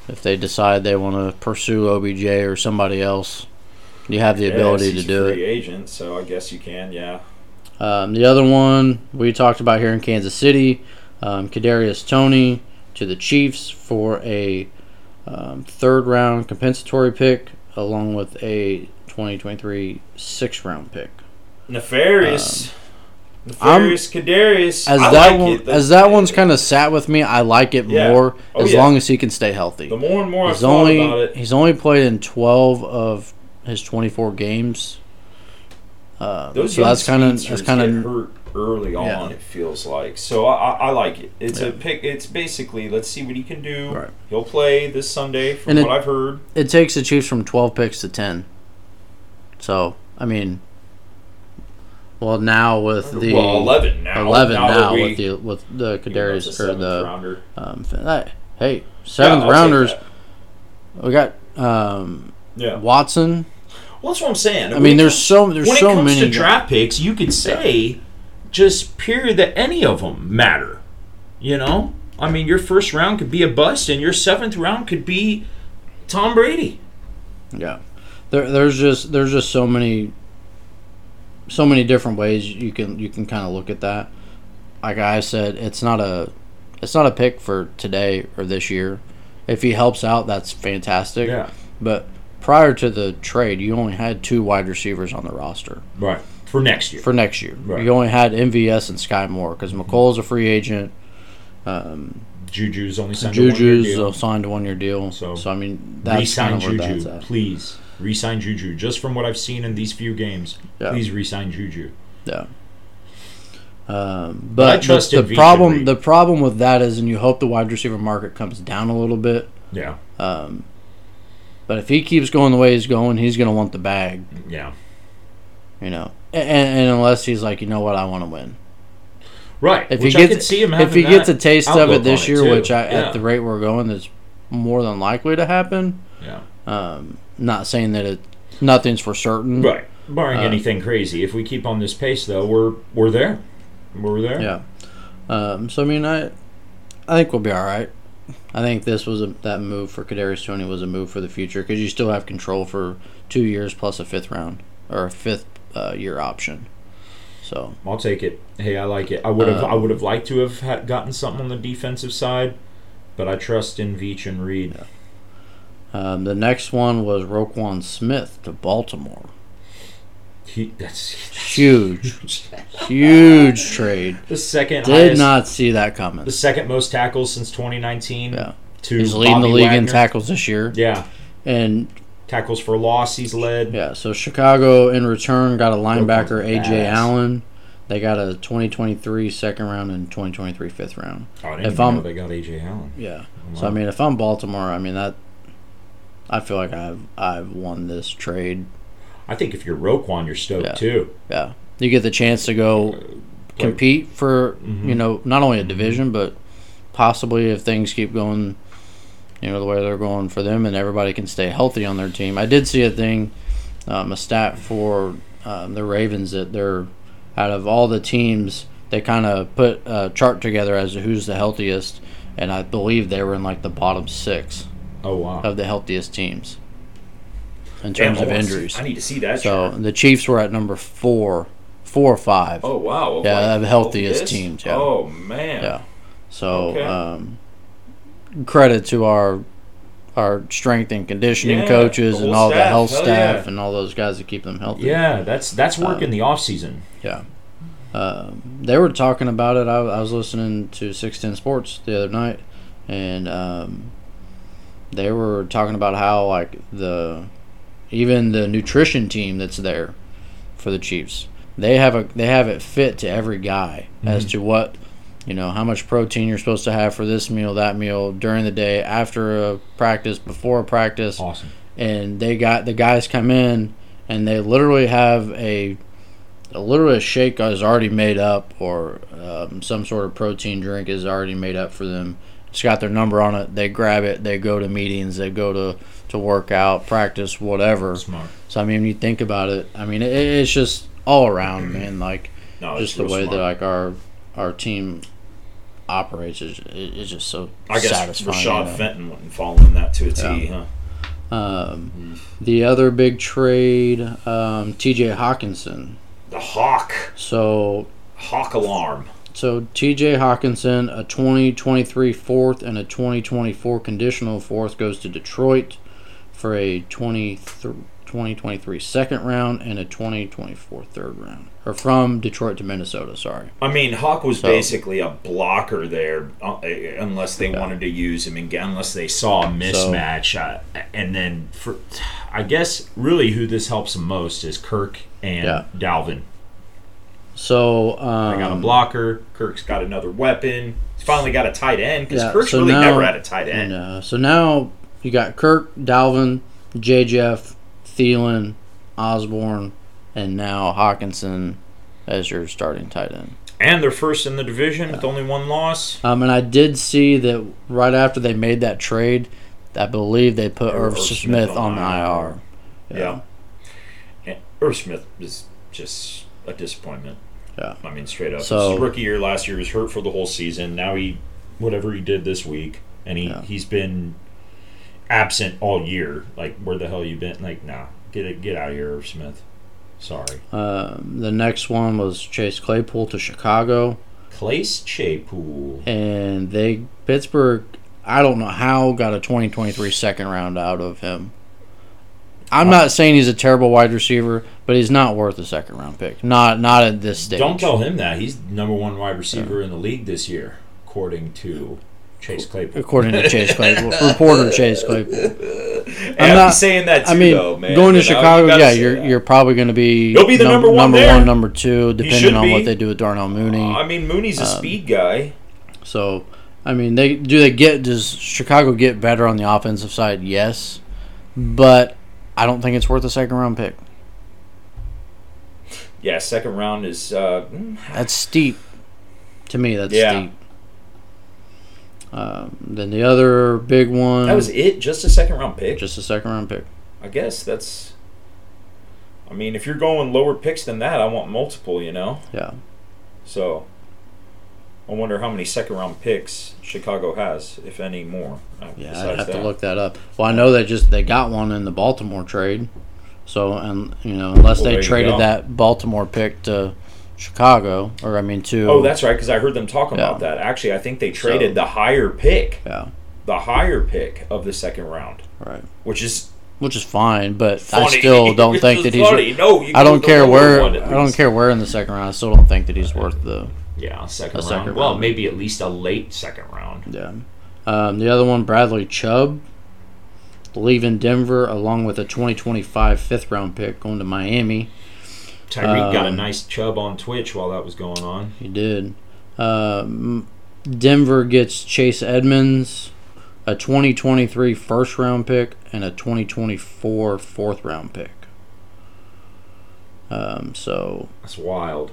[SPEAKER 2] if they decide they want to pursue OBJ or somebody else, you have the ability to do it.
[SPEAKER 1] free agent, so I guess you can. Yeah,
[SPEAKER 2] Um, the other one we talked about here in Kansas City, um, Kadarius Tony to the Chiefs for a um, third round compensatory pick, along with a 2023 six round pick.
[SPEAKER 1] nefarious.
[SPEAKER 2] Um, I'm-
[SPEAKER 1] nefarious Kadarius.
[SPEAKER 2] As
[SPEAKER 1] I
[SPEAKER 2] that
[SPEAKER 1] like
[SPEAKER 2] one,
[SPEAKER 1] it. The-
[SPEAKER 2] as that one's kind of sat with me, I like it
[SPEAKER 1] Yeah.
[SPEAKER 2] more
[SPEAKER 1] Oh,
[SPEAKER 2] as
[SPEAKER 1] yeah.
[SPEAKER 2] long as he can stay healthy.
[SPEAKER 1] The more and more I've
[SPEAKER 2] He's
[SPEAKER 1] thought
[SPEAKER 2] only
[SPEAKER 1] about it,
[SPEAKER 2] he's only played in 12 of his 24 games. Uh,
[SPEAKER 1] those
[SPEAKER 2] so
[SPEAKER 1] young
[SPEAKER 2] that's kind of that's
[SPEAKER 1] speedsters
[SPEAKER 2] kind
[SPEAKER 1] get
[SPEAKER 2] of
[SPEAKER 1] hurt early
[SPEAKER 2] Yeah.
[SPEAKER 1] on. It feels like so. I, I, I like it. It's
[SPEAKER 2] Yeah.
[SPEAKER 1] a pick. It's basically let's see what he can do.
[SPEAKER 2] Right.
[SPEAKER 1] He'll play this Sunday, from
[SPEAKER 2] And it-
[SPEAKER 1] what I've heard.
[SPEAKER 2] it takes the Chiefs from 12 picks to 10. So, I mean, well, now with the
[SPEAKER 1] well, eleven now.
[SPEAKER 2] 11
[SPEAKER 1] now, that
[SPEAKER 2] now
[SPEAKER 1] we-
[SPEAKER 2] with the with
[SPEAKER 1] you
[SPEAKER 2] the
[SPEAKER 1] know, it's a
[SPEAKER 2] Kadarius or
[SPEAKER 1] seventh
[SPEAKER 2] the
[SPEAKER 1] rounder.
[SPEAKER 2] um, that- hey
[SPEAKER 1] Yeah, I'll
[SPEAKER 2] seventh
[SPEAKER 1] take
[SPEAKER 2] rounders.
[SPEAKER 1] that.
[SPEAKER 2] We got um,
[SPEAKER 1] Yeah.
[SPEAKER 2] Watson.
[SPEAKER 1] Well, that's what I'm saying.
[SPEAKER 2] I mean, there's so there's
[SPEAKER 3] when
[SPEAKER 2] so
[SPEAKER 3] it comes
[SPEAKER 2] many.
[SPEAKER 3] to draft picks, you could say just period that any of them matter. You know, I mean, your first round could be a bust, and your seventh round could be Tom Brady.
[SPEAKER 2] Yeah, there, there's just there's just so many, so many different ways you can you can kind of look at that. Like I said, it's not a, it's not a pick for today or this year. If he helps out, that's fantastic.
[SPEAKER 1] Yeah.
[SPEAKER 2] But prior to the trade, you only had two wide receivers on the roster
[SPEAKER 3] Right for next year.
[SPEAKER 2] for next year.
[SPEAKER 3] Right. Mm-hmm.
[SPEAKER 2] You only had MVS and Sky Moore because McColl's a free agent.
[SPEAKER 3] Juju's only signed a one-year
[SPEAKER 2] Juju's
[SPEAKER 3] deal.
[SPEAKER 2] uh, signed a one year deal.
[SPEAKER 3] So,
[SPEAKER 2] So, I mean, that's
[SPEAKER 3] Resign
[SPEAKER 2] kind of where that's
[SPEAKER 3] Juju,
[SPEAKER 2] at.
[SPEAKER 3] please. Resign Juju. Just from what I've seen in these few games,
[SPEAKER 2] Yeah.
[SPEAKER 3] please resign Juju.
[SPEAKER 2] Yeah. Um,
[SPEAKER 3] I
[SPEAKER 2] but the-
[SPEAKER 3] trust
[SPEAKER 2] the,
[SPEAKER 3] in Vita
[SPEAKER 2] problem
[SPEAKER 3] Reed.
[SPEAKER 2] the problem with that is, and you hope the wide receiver market comes down a little bit.
[SPEAKER 3] Yeah,
[SPEAKER 2] But if he keeps going the way he's going, he's going to want the bag,
[SPEAKER 3] yeah.
[SPEAKER 2] you know. A- And, and unless he's like, you know what, I want to win.
[SPEAKER 3] Right.
[SPEAKER 2] If
[SPEAKER 3] which
[SPEAKER 2] he
[SPEAKER 3] I could
[SPEAKER 2] gets
[SPEAKER 3] see him having
[SPEAKER 2] if he
[SPEAKER 3] that
[SPEAKER 2] gets a taste of
[SPEAKER 3] outlook
[SPEAKER 2] it this
[SPEAKER 3] on
[SPEAKER 2] year,
[SPEAKER 3] too.
[SPEAKER 2] which I,
[SPEAKER 3] yeah.
[SPEAKER 2] at the rate we're going, is more than likely to happen.
[SPEAKER 3] yeah.
[SPEAKER 2] Um, not saying that it nothing's for certain.
[SPEAKER 3] Right. Barring
[SPEAKER 2] Uh,
[SPEAKER 3] anything crazy, if we keep on this pace, though, we're we're there. We're there.
[SPEAKER 2] Yeah. Um, so I mean, I, I think we'll be all right. I think this was a, that move for Kadarius Tony was a move for the future because you still have control for two years plus a fifth round or a fifth uh, year option. So
[SPEAKER 3] I'll take it. Hey, I like it. I would have.
[SPEAKER 2] Uh,
[SPEAKER 3] I would have liked to have had gotten something on the defensive side, but I trust in Veach and Reed.
[SPEAKER 2] um, the next one was Roquan Smith to Baltimore.
[SPEAKER 3] He, that's
[SPEAKER 2] Huge, huge trade.
[SPEAKER 3] the second
[SPEAKER 2] Did
[SPEAKER 3] highest.
[SPEAKER 2] not see that coming.
[SPEAKER 3] the second most tackles since 2019.
[SPEAKER 2] Yeah.
[SPEAKER 3] To
[SPEAKER 2] He's leading the
[SPEAKER 3] Bobby
[SPEAKER 2] league in
[SPEAKER 3] Wagner.
[SPEAKER 2] tackles this year,
[SPEAKER 3] Yeah.
[SPEAKER 2] and
[SPEAKER 3] Tackles for loss. He's led.
[SPEAKER 2] Yeah, so Chicago in return got a linebacker
[SPEAKER 3] Roquan's
[SPEAKER 2] AJ
[SPEAKER 3] ass.
[SPEAKER 2] Allen. They got a 2023 second round and 2023 fifth round.
[SPEAKER 3] Oh, I didn't
[SPEAKER 2] If
[SPEAKER 3] even
[SPEAKER 2] I'm-
[SPEAKER 3] know they got AJ Allen.
[SPEAKER 2] Yeah. So I mean, if I'm Baltimore, I mean that I feel like I've I've won this trade.
[SPEAKER 3] I think if you're Roquan, you're stoked
[SPEAKER 2] Yeah.
[SPEAKER 3] too.
[SPEAKER 2] Yeah. You get the chance to go compete for, you know, not only a division but possibly if things keep going you know the way they're going for them and everybody can stay healthy on their team. I did see a thing um, a stat for um, the Ravens that they're out of all the teams they kind of put a chart together as to who's the healthiest, and I believe they were in like the bottom six
[SPEAKER 3] Oh wow.
[SPEAKER 2] of the healthiest teams in Uh,
[SPEAKER 1] Damn,
[SPEAKER 2] terms
[SPEAKER 1] I
[SPEAKER 2] of
[SPEAKER 1] wanna see-
[SPEAKER 2] injuries.
[SPEAKER 1] I need to see that.
[SPEAKER 2] So
[SPEAKER 1] chart.
[SPEAKER 2] the Chiefs were at number four, four or five.
[SPEAKER 1] Oh wow.
[SPEAKER 2] Yeah,
[SPEAKER 1] like,
[SPEAKER 2] the healthiest
[SPEAKER 1] this?
[SPEAKER 2] teams, yeah.
[SPEAKER 1] Oh man.
[SPEAKER 2] Yeah. So
[SPEAKER 1] Okay.
[SPEAKER 2] um, credit to our our strength and conditioning
[SPEAKER 1] Yeah,
[SPEAKER 2] coaches
[SPEAKER 1] the
[SPEAKER 2] and
[SPEAKER 1] whole
[SPEAKER 2] all the
[SPEAKER 1] staff,
[SPEAKER 2] health
[SPEAKER 1] hell
[SPEAKER 2] staff
[SPEAKER 1] yeah.
[SPEAKER 2] and all those guys that keep them healthy.
[SPEAKER 3] Yeah, that's that's work
[SPEAKER 2] Um,
[SPEAKER 3] in the off season.
[SPEAKER 2] Yeah. Um, they were talking about it. I, I was listening to 610 Sports the other night, and um, they were talking about how, like, the even the nutrition team that's there for the Chiefs, they have a they have it fit to every guy as to what you know how much protein you're supposed to have for this meal, that meal during the day, after a practice, before a practice,
[SPEAKER 3] Awesome.
[SPEAKER 2] and they got the guys come in and they literally have a a literally a shake is already made up or um, some sort of protein drink is already made up for them It's got their number on it. They grab it. They go to meetings. They go to to work out, practice, whatever.
[SPEAKER 3] Smart.
[SPEAKER 2] So I mean, when you think about it, I mean, it, it's just all around,
[SPEAKER 1] Mm-hmm.
[SPEAKER 2] man. Like
[SPEAKER 1] No,
[SPEAKER 2] just the way that like our our team operates is is is just so
[SPEAKER 1] I guess
[SPEAKER 2] satisfying. you
[SPEAKER 1] Rashad
[SPEAKER 2] know?
[SPEAKER 1] Fenton went and following that to a T,
[SPEAKER 2] Yeah.
[SPEAKER 1] huh?
[SPEAKER 2] Um, the other big trade, um, T.J. Hawkinson.
[SPEAKER 1] The hawk,
[SPEAKER 2] So
[SPEAKER 1] hawk alarm.
[SPEAKER 2] so T.J. Hawkinson, a 2023 fourth and a 2024 conditional fourth goes to Detroit for a 20 2023 second round and a 2024 third round, or from Detroit to Minnesota. Sorry.
[SPEAKER 1] I mean, Hawk was
[SPEAKER 2] So-
[SPEAKER 1] basically a blocker there, uh, eh, unless they wanted to use him, and unless they saw a
[SPEAKER 3] mismatch. uh, and then, for, I guess really who this helps the most is Kirk and
[SPEAKER 2] Yeah.
[SPEAKER 3] Dalvin.
[SPEAKER 2] So um,
[SPEAKER 3] They got a blocker.
[SPEAKER 1] Kirk's got another weapon. He's finally got a tight end because
[SPEAKER 2] Yeah,
[SPEAKER 1] Kirk's
[SPEAKER 2] so
[SPEAKER 1] really
[SPEAKER 2] now-
[SPEAKER 1] never had a tight end.
[SPEAKER 2] And, uh, so now you got Kirk, Dalvin, JJF, Thielen, Osborne, and now Hawkinson as your starting tight end.
[SPEAKER 1] And they're first in the division with only one loss.
[SPEAKER 2] Um, and I did see that right after they made that trade, I believe they put Irv Smith, on the IR.
[SPEAKER 1] Yeah. Um, And Irv Smith is just a disappointment.
[SPEAKER 2] Yeah.
[SPEAKER 1] I mean, straight up.
[SPEAKER 2] So-
[SPEAKER 1] His rookie year last year he was hurt for the whole season. Now he, whatever he did this week, and he,
[SPEAKER 2] Yeah.
[SPEAKER 3] He's been absent all year. Like, where the hell you been? Like, nah, get it, get out of here, Irv Smith. Sorry.
[SPEAKER 2] Um, the next one was Chase Claypool to Chicago,
[SPEAKER 3] Place Chapul.
[SPEAKER 2] and they Pittsburgh. I don't know how got a 2023 second round out of him. I'm not saying he's a terrible wide receiver, but he's not worth a second round pick. Not not at this stage.
[SPEAKER 3] Don't tell him that. He's number one wide receiver in the league this year, according to Chase Claypool.
[SPEAKER 2] according to Chase Claypool, reporter Chase Claypool.
[SPEAKER 1] And
[SPEAKER 2] I'm
[SPEAKER 1] I'm
[SPEAKER 2] not-
[SPEAKER 1] saying that too,
[SPEAKER 2] I mean,
[SPEAKER 1] though, man.
[SPEAKER 2] going to
[SPEAKER 1] You know,
[SPEAKER 2] Chicago,
[SPEAKER 1] you gotta
[SPEAKER 2] yeah,
[SPEAKER 1] say
[SPEAKER 2] you're
[SPEAKER 1] that.
[SPEAKER 2] you're probably going to be
[SPEAKER 1] He'll be the number one
[SPEAKER 2] number
[SPEAKER 1] there.
[SPEAKER 2] one, number two,
[SPEAKER 1] should
[SPEAKER 2] depending on
[SPEAKER 1] be. Uh,
[SPEAKER 2] what they do with Darnell Mooney.
[SPEAKER 1] I mean, Mooney's
[SPEAKER 2] um,
[SPEAKER 1] a speed guy.
[SPEAKER 2] So, I mean, they do they get does Chicago get better on the offensive side? Yes, but I don't think it's worth a second round pick.
[SPEAKER 1] Yeah, second round is. Uh, mm,
[SPEAKER 2] That's steep to me. That's
[SPEAKER 1] Yeah.
[SPEAKER 2] steep. Um, then the other big one
[SPEAKER 1] that was it. Just a second round pick.
[SPEAKER 2] Hmm. just a second round pick.
[SPEAKER 1] I guess that's. I mean, if you're going lower picks than that, I want multiple. You know.
[SPEAKER 2] Yeah.
[SPEAKER 1] So. I wonder how many second round picks Chicago has, if any more. uh,
[SPEAKER 2] Yeah, I'd
[SPEAKER 1] besides
[SPEAKER 2] have to
[SPEAKER 1] that.
[SPEAKER 2] look that up. Well, I know they just they got one in the Baltimore trade. So and you know unless
[SPEAKER 1] Well, there
[SPEAKER 2] they
[SPEAKER 1] you go.
[SPEAKER 2] traded that Baltimore pick to Chicago or I mean to
[SPEAKER 1] Oh, that's right, because I heard them talking
[SPEAKER 2] Yeah.
[SPEAKER 1] about that. Actually, I think they traded the higher pick,
[SPEAKER 2] yeah
[SPEAKER 1] the higher pick of the second round,
[SPEAKER 2] right
[SPEAKER 1] which is
[SPEAKER 2] which is fine but I
[SPEAKER 1] funny.
[SPEAKER 2] still don't
[SPEAKER 1] It's
[SPEAKER 2] think that he's
[SPEAKER 1] funny. No, you
[SPEAKER 2] I
[SPEAKER 1] go
[SPEAKER 2] don't
[SPEAKER 1] the
[SPEAKER 2] care
[SPEAKER 1] lower
[SPEAKER 2] where.
[SPEAKER 1] one at
[SPEAKER 2] I don't
[SPEAKER 1] least.
[SPEAKER 2] care where in the second round. I still don't think that he's worth the.
[SPEAKER 3] Yeah, second
[SPEAKER 2] A
[SPEAKER 3] round.
[SPEAKER 2] second
[SPEAKER 3] well,
[SPEAKER 2] round.
[SPEAKER 3] maybe at least a late second round.
[SPEAKER 2] Yeah. Um, the other one, Bradley Chubb, leaving Denver along with a 2025 fifth round pick going to Miami.
[SPEAKER 3] Tyreek got a
[SPEAKER 2] Um,
[SPEAKER 3] nice chub on Twitch while that was going on.
[SPEAKER 2] He did. Um, Denver gets Chase Edmonds, a 2023 first round pick, and a 2024 fourth round pick. Um, so
[SPEAKER 3] That's wild.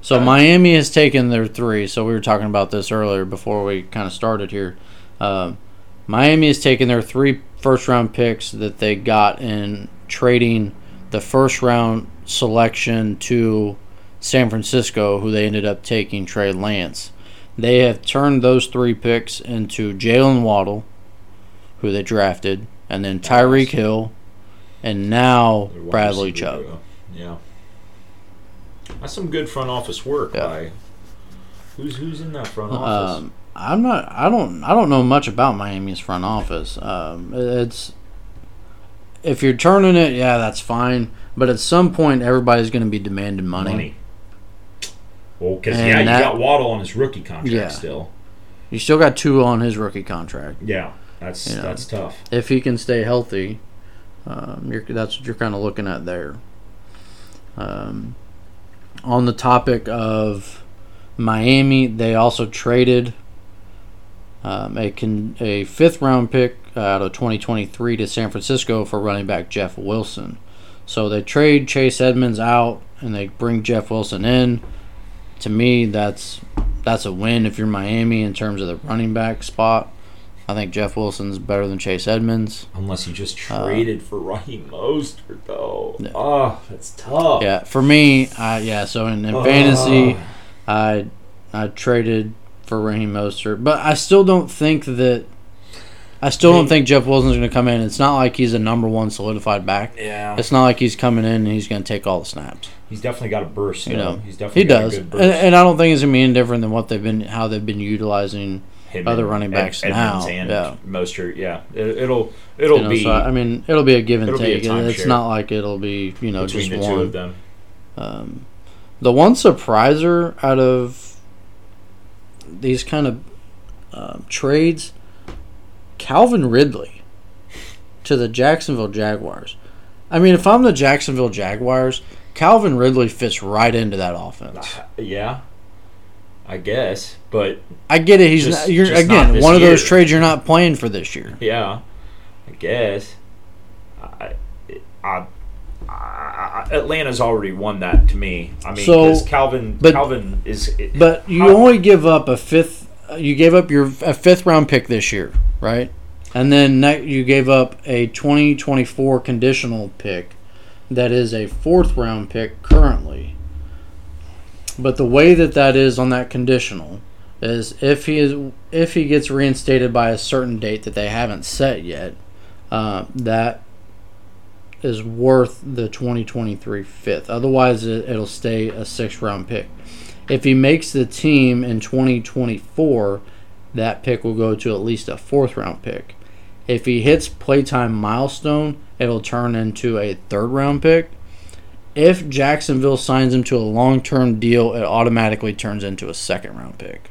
[SPEAKER 2] So Miami has taken their three. So we were talking about this earlier before we kind of started here. Um, Miami has taken their three first round picks that they got in trading the first round selection to San Francisco, who they ended up taking Trey Lance. They have turned those three picks into Jalen Waddle, who they drafted, and then Tyreek Hill, and now
[SPEAKER 3] They're wide
[SPEAKER 2] Bradley
[SPEAKER 3] receiver
[SPEAKER 2] Chubb.
[SPEAKER 3] duo. Yeah. That's some good front office work
[SPEAKER 2] Yeah.
[SPEAKER 3] by who's who's in that front office?
[SPEAKER 2] Um, I'm not. I don't. I don't know much about Miami's front office. Um, it's if you're turning it, yeah, that's fine. But at some point, everybody's going to be demanding money.
[SPEAKER 3] Money. Well, because
[SPEAKER 2] And
[SPEAKER 3] yeah, you
[SPEAKER 2] that-
[SPEAKER 3] got Waddle on his rookie contract
[SPEAKER 2] Yeah.
[SPEAKER 3] still.
[SPEAKER 2] You still got two on his rookie contract.
[SPEAKER 3] Yeah, that's
[SPEAKER 2] You know.
[SPEAKER 3] that's tough.
[SPEAKER 2] If he can stay healthy, um, you're, that's what you're kind of looking at there. Um, on the topic of Miami, they also traded um, a con- a fifth round pick out of 2023 to San Francisco for running back Jeff Wilson. So they trade Chase Edmonds out and they bring Jeff Wilson in. To me, that's that's a win if you're Miami in terms of the running back spot. I think Jeff Wilson's better than Chase Edmonds.
[SPEAKER 1] Unless you just
[SPEAKER 2] Uh,
[SPEAKER 1] traded for Raheem Mostert, though.
[SPEAKER 2] No.
[SPEAKER 3] Ah,
[SPEAKER 1] Oh, that's tough.
[SPEAKER 2] Yeah, for me, I yeah. So in, in
[SPEAKER 1] Oh.
[SPEAKER 3] Ah.
[SPEAKER 2] fantasy, I I traded for Raheem Mostert, but I still don't think that. I still don't
[SPEAKER 1] Hey.
[SPEAKER 2] think Jeff Wilson's going to come in. It's not like he's a number one solidified back.
[SPEAKER 1] Yeah.
[SPEAKER 2] It's not like he's coming in and he's going to take all the snaps.
[SPEAKER 1] He's definitely got a burst.
[SPEAKER 2] You
[SPEAKER 1] though.
[SPEAKER 2] know,
[SPEAKER 1] he's
[SPEAKER 2] He
[SPEAKER 1] definitely got
[SPEAKER 2] does,
[SPEAKER 1] a
[SPEAKER 2] and,
[SPEAKER 1] good burst.
[SPEAKER 2] and I don't think it's going to be any different than what they've been, how they've been utilizing.
[SPEAKER 1] Him
[SPEAKER 2] other
[SPEAKER 1] and
[SPEAKER 2] running
[SPEAKER 1] Ed-
[SPEAKER 2] backs
[SPEAKER 1] Edmonds
[SPEAKER 2] now,
[SPEAKER 1] and
[SPEAKER 2] yeah.
[SPEAKER 1] Mostert. Yeah, it, it'll it'll
[SPEAKER 2] you know,
[SPEAKER 1] be
[SPEAKER 2] so I mean, it'll be a give and
[SPEAKER 1] it'll be a
[SPEAKER 2] take. It's
[SPEAKER 1] timeshare.
[SPEAKER 2] not like it'll be you know
[SPEAKER 1] between
[SPEAKER 2] just
[SPEAKER 1] the
[SPEAKER 2] one.
[SPEAKER 1] two of them.
[SPEAKER 2] Um, the one surpriser out of these kind of um, trades, Calvin Ridley to the Jacksonville Jaguars. I mean, if I'm the Jacksonville Jaguars, Calvin Ridley fits right into that offense.
[SPEAKER 1] Yeah, I guess, but
[SPEAKER 2] I get it. He's
[SPEAKER 1] Just-
[SPEAKER 2] not, you're
[SPEAKER 1] just not
[SPEAKER 2] again
[SPEAKER 1] this
[SPEAKER 2] one of those
[SPEAKER 1] year.
[SPEAKER 2] trades you're not playing for this year.
[SPEAKER 1] yeah, I guess. I, I, I, Atlanta's already won that to me. I mean,
[SPEAKER 2] So-
[SPEAKER 1] 'cause Calvin,
[SPEAKER 2] but-
[SPEAKER 1] Calvin is.
[SPEAKER 2] But you
[SPEAKER 1] How-
[SPEAKER 2] only give up a fifth. You gave up your a fifth round pick this year, right? And then ne- you gave up a 2024 conditional pick that is a fourth round pick currently. But the way that that is on that conditional is if he is if he gets reinstated by a certain date that they haven't set yet, uh, that is worth the 2023 fifth. Otherwise, it, it'll stay a sixth round pick. If he makes the team in 2024, that pick will go to at least a fourth round pick. If he hits playtime milestone, it'll turn into a third round pick. If Jacksonville signs him to a long term deal, it automatically turns into a second round pick.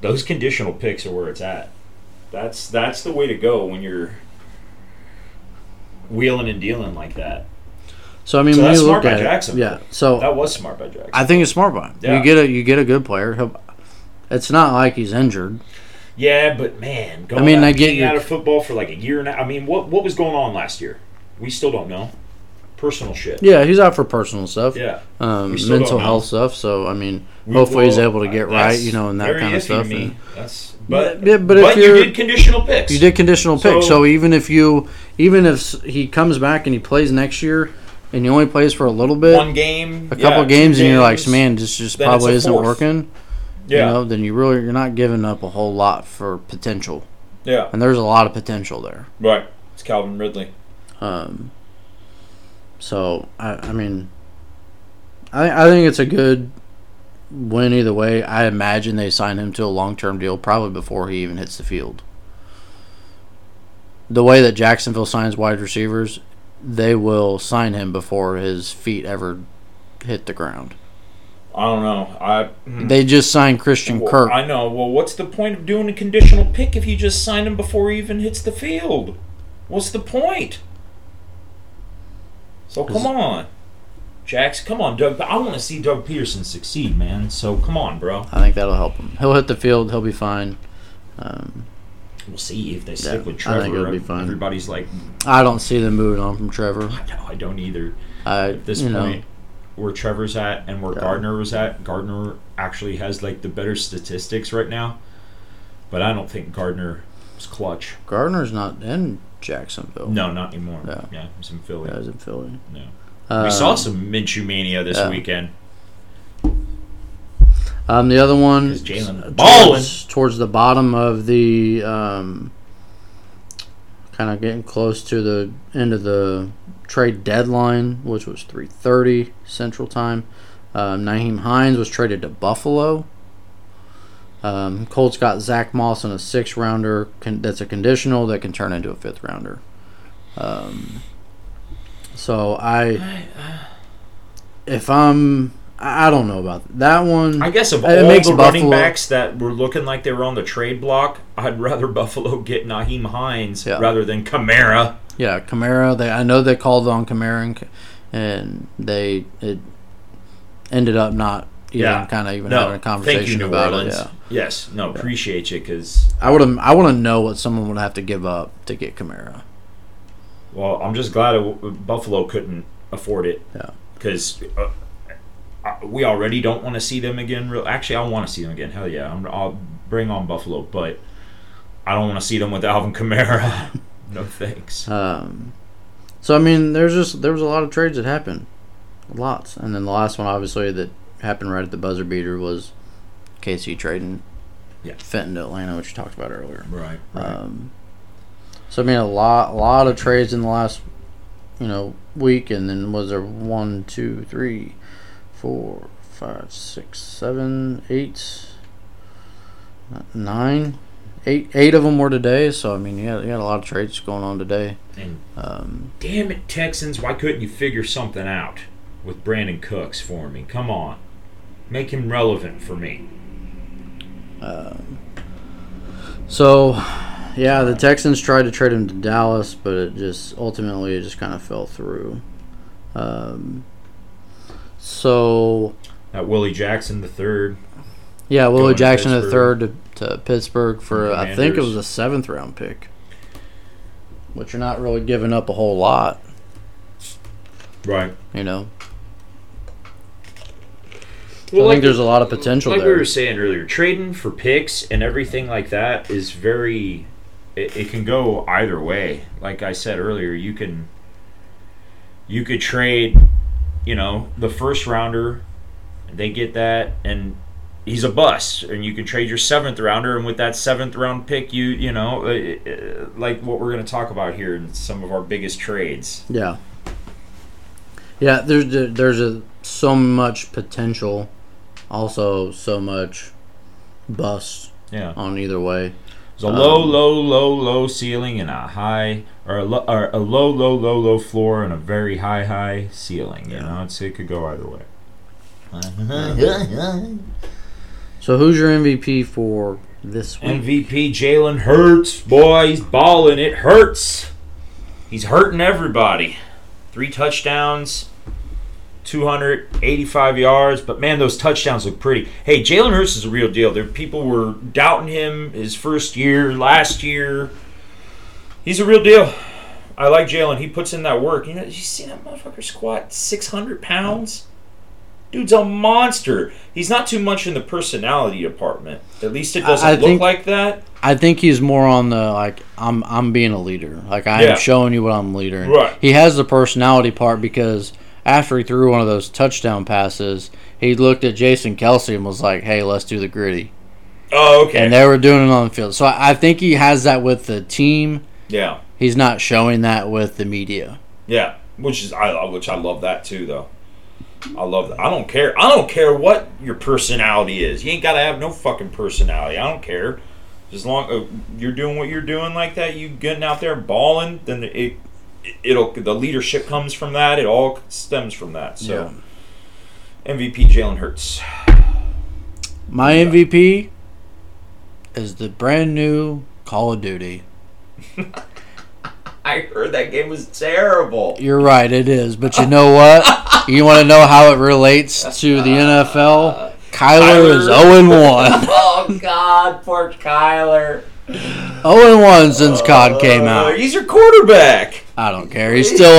[SPEAKER 1] those conditional picks are where it's at.
[SPEAKER 4] That's that's the way to go when you're
[SPEAKER 1] Wheeling and dealing like that.
[SPEAKER 2] So I mean,
[SPEAKER 4] So
[SPEAKER 2] when
[SPEAKER 4] that's
[SPEAKER 2] you look
[SPEAKER 4] smart by
[SPEAKER 2] at it,
[SPEAKER 4] Jacksonville.
[SPEAKER 2] yeah. So
[SPEAKER 4] that was smart by Jackson.
[SPEAKER 2] I think it's smart by him.
[SPEAKER 4] Yeah.
[SPEAKER 2] You get a you get a good player. He'll, it's not like he's injured.
[SPEAKER 1] Yeah, but man, going
[SPEAKER 2] I mean,
[SPEAKER 1] out,
[SPEAKER 2] I get
[SPEAKER 1] being
[SPEAKER 2] your-
[SPEAKER 1] out of football for like a year now. I mean, what what was going on last year? We still don't know. Personal shit.
[SPEAKER 2] Yeah, he's out for personal stuff,
[SPEAKER 1] Yeah.
[SPEAKER 2] um,
[SPEAKER 1] We still
[SPEAKER 2] mental
[SPEAKER 1] don't know.
[SPEAKER 2] health stuff. So I mean,
[SPEAKER 1] We-
[SPEAKER 2] hopefully he's
[SPEAKER 1] well,
[SPEAKER 2] able to get
[SPEAKER 1] uh,
[SPEAKER 2] right,
[SPEAKER 1] that's
[SPEAKER 2] you know, and that
[SPEAKER 1] very
[SPEAKER 2] kind of
[SPEAKER 1] iffy to
[SPEAKER 2] stuff.
[SPEAKER 1] me.
[SPEAKER 2] and-
[SPEAKER 1] That's but
[SPEAKER 2] Yeah,
[SPEAKER 1] but,
[SPEAKER 2] but if
[SPEAKER 1] you
[SPEAKER 2] you're-
[SPEAKER 1] did conditional picks.
[SPEAKER 2] You did conditional pick, so,
[SPEAKER 1] So-
[SPEAKER 2] even if you, even if s- he comes back and he plays next year, and he only plays for a little bit,
[SPEAKER 1] one game,
[SPEAKER 2] a couple
[SPEAKER 1] yeah,
[SPEAKER 2] games,
[SPEAKER 1] two
[SPEAKER 2] and you're like,
[SPEAKER 1] games.
[SPEAKER 2] man, this just
[SPEAKER 1] then it's
[SPEAKER 2] probably
[SPEAKER 1] a
[SPEAKER 2] isn't
[SPEAKER 1] fourth."
[SPEAKER 2] working.
[SPEAKER 4] yeah,
[SPEAKER 2] You know, then you really you're not giving up a whole lot for potential,
[SPEAKER 4] yeah,
[SPEAKER 2] and there's a lot of potential there.
[SPEAKER 4] right. It's Calvin Ridley.
[SPEAKER 2] Um, so I, I mean, I I think it's a good win either way. I imagine they sign him to a long term deal probably before he even hits the field. The way that Jacksonville signs wide receivers, they will sign him before his feet ever hit the ground.
[SPEAKER 4] I don't know. I
[SPEAKER 1] Hmm.
[SPEAKER 2] They just signed Christian
[SPEAKER 4] well,
[SPEAKER 2] Kirk.
[SPEAKER 4] I know. Well, what's the point of doing a conditional pick if you just sign him before he even hits the field? What's the point? So come on,
[SPEAKER 1] Jax, come on, Doug. I want to see Doug Peterson succeed, man. So come on, bro.
[SPEAKER 2] I think that'll help him. He'll hit the field. He'll be fine. Um,
[SPEAKER 1] We'll see if they
[SPEAKER 2] Yeah,
[SPEAKER 1] stick with
[SPEAKER 2] I
[SPEAKER 1] Trevor.
[SPEAKER 2] think it'll be fine.
[SPEAKER 1] Everybody's like,
[SPEAKER 2] I don't see them moving on from Trevor.
[SPEAKER 1] no, I don't either.
[SPEAKER 2] I,
[SPEAKER 1] At this
[SPEAKER 2] you know,
[SPEAKER 1] point, where Trevor's at and where Gardner was at, Gardner actually has like the better statistics right now. But I don't think Gardner is clutch.
[SPEAKER 2] Gardner's not in Jacksonville.
[SPEAKER 1] No, not anymore.
[SPEAKER 2] Yeah.
[SPEAKER 1] Yeah, he's in Philly.
[SPEAKER 2] guys in Philly.
[SPEAKER 1] No.
[SPEAKER 2] Uh,
[SPEAKER 1] we saw some Minshew mania this
[SPEAKER 2] yeah.
[SPEAKER 1] weekend.
[SPEAKER 2] um, the other one
[SPEAKER 1] 'Cause Jalen
[SPEAKER 2] uh,
[SPEAKER 1] ballin'.
[SPEAKER 2] towards, towards the bottom of the um, kind of getting close to the end of the trade deadline, which was three thirty Central Time. Um, Naheem Hines was traded to Buffalo. Um, Colts got Zach Moss and a six rounder. Con- that's a conditional that can turn into a fifth rounder. Um, so I,
[SPEAKER 1] uh
[SPEAKER 2] if I'm, I I don't know about that one.
[SPEAKER 1] I guess of
[SPEAKER 2] It
[SPEAKER 1] all
[SPEAKER 2] makes
[SPEAKER 1] the
[SPEAKER 2] Buffalo-
[SPEAKER 1] running backs that were looking like they were on the trade block, I'd rather Buffalo get Naheem Hines
[SPEAKER 2] Yeah.
[SPEAKER 1] rather than Kamara.
[SPEAKER 2] Yeah, Camara. They I know they called on Camara and, and they it ended up not even
[SPEAKER 1] Yeah.
[SPEAKER 2] kind of even
[SPEAKER 1] No,
[SPEAKER 2] having a
[SPEAKER 1] thank you,
[SPEAKER 2] conversation
[SPEAKER 1] New
[SPEAKER 2] about
[SPEAKER 1] Orleans.
[SPEAKER 2] it. Yeah,
[SPEAKER 1] Yes, no, appreciate you because
[SPEAKER 2] I would I want to know what someone would have to give up to get Camara.
[SPEAKER 1] Well, I'm just glad it, Buffalo couldn't afford it.
[SPEAKER 2] Yeah.
[SPEAKER 1] Because uh,
[SPEAKER 3] I- we already don't want to see them again. Real, actually, I want to see them again. Hell yeah, I'm, I'll bring on Buffalo, but I don't want to see them with Alvin Kamara. no thanks.
[SPEAKER 2] Um, so I mean, there's just there was a lot of trades that happened, lots, and then the last one obviously that happened right at the buzzer beater was KC trading
[SPEAKER 3] Yeah.
[SPEAKER 2] Fenton to Atlanta, which you talked about earlier.
[SPEAKER 3] Right.
[SPEAKER 2] Um, so I mean, a lot, a lot of trades in the last, you know, week, and then was there one, two, three, four, five, six, seven, eight, nine, eight, eight of them were today. So I mean, yeah, you had a lot of trades going on today.
[SPEAKER 3] And
[SPEAKER 2] Um,
[SPEAKER 3] damn it, Texans, why couldn't you figure something out with Brandon Cooks for me? Come on, make him relevant for me.
[SPEAKER 2] so, yeah, the Texans tried to trade him to Dallas, but it just ultimately it just kind of fell through. Um, so
[SPEAKER 3] That Willie Jackson the third.
[SPEAKER 2] Yeah,
[SPEAKER 3] going
[SPEAKER 2] Willie
[SPEAKER 3] to
[SPEAKER 2] Jackson the third
[SPEAKER 3] Pittsburgh.
[SPEAKER 2] to, to Pittsburgh for I think it
[SPEAKER 3] Commanders.
[SPEAKER 2] was a seventh round pick. But you're not really giving up a whole lot,
[SPEAKER 3] Right.
[SPEAKER 2] you know.
[SPEAKER 3] Well,
[SPEAKER 2] I
[SPEAKER 3] like,
[SPEAKER 2] think there's a lot of potential
[SPEAKER 3] like we
[SPEAKER 2] there.
[SPEAKER 3] were saying earlier, trading for picks and everything like that is very. It, it can go either way. Like I said earlier, you can. You could trade, you know, the first rounder. They get that, and he's a bust. And you can trade your seventh rounder, and with that seventh round pick, you you know, uh, uh, like what we're going to talk about here in some of our biggest trades.
[SPEAKER 2] Yeah. Yeah, there's there- there's a, so much potential, also so much bust
[SPEAKER 3] Yeah.
[SPEAKER 2] on either way.
[SPEAKER 3] It's a low, low, low, low ceiling and a high, or a, lo- or a low, low, low, low floor and a very high, high ceiling. You
[SPEAKER 2] Yeah.
[SPEAKER 3] know, it's, it could go either way.
[SPEAKER 2] So who's your MVP for this week?
[SPEAKER 3] MVP Jalen Hurts, boy, he's balling. It hurts. He's hurting everybody. Three touchdowns, 285 yards. But man, those touchdowns look pretty. Hey, Jalen Hurts is a real deal. There, people were doubting him his first year, last year. He's a real deal. I like Jalen. He puts in that work. You know, you see that motherfucker squat 600 pounds. Dude's a monster. He's not too much in the personality department. At least it doesn't
[SPEAKER 2] I
[SPEAKER 3] look
[SPEAKER 2] think-
[SPEAKER 3] like that.
[SPEAKER 2] I think he's more on the like I'm I'm being a leader. Like I
[SPEAKER 3] Yeah.
[SPEAKER 2] am showing you what I'm leading.
[SPEAKER 3] Right.
[SPEAKER 2] He has the personality part because after he threw one of those touchdown passes, he looked at Jason Kelsey and was like, "Hey, let's do the gritty."
[SPEAKER 3] Oh, okay.
[SPEAKER 2] And they were doing it on the field. So I, I think he has that with the team.
[SPEAKER 3] yeah,
[SPEAKER 2] He's not showing that with the media.
[SPEAKER 3] yeah.
[SPEAKER 1] Which is I which I love that too though. I love that. I don't care. I don't care what your personality is. You ain't gotta have no fucking personality. I don't care. As long uh, you're doing what you're doing like that, you getting out there and balling, then it it'll the leadership comes from that. It all stems from that. So MVP Jalen Hurts.
[SPEAKER 2] My MVP is the brand new Call of Duty.
[SPEAKER 1] I heard that game was terrible.
[SPEAKER 2] You're right, it is. But you know what? you want to know how it relates to the NFL? Kyler is
[SPEAKER 1] Kyler.
[SPEAKER 2] 0 1.
[SPEAKER 1] Oh God, poor Kyler.
[SPEAKER 2] 0 1 oh since COD came
[SPEAKER 1] Uh,
[SPEAKER 2] out.
[SPEAKER 1] he's your quarterback.
[SPEAKER 2] I don't care. He's still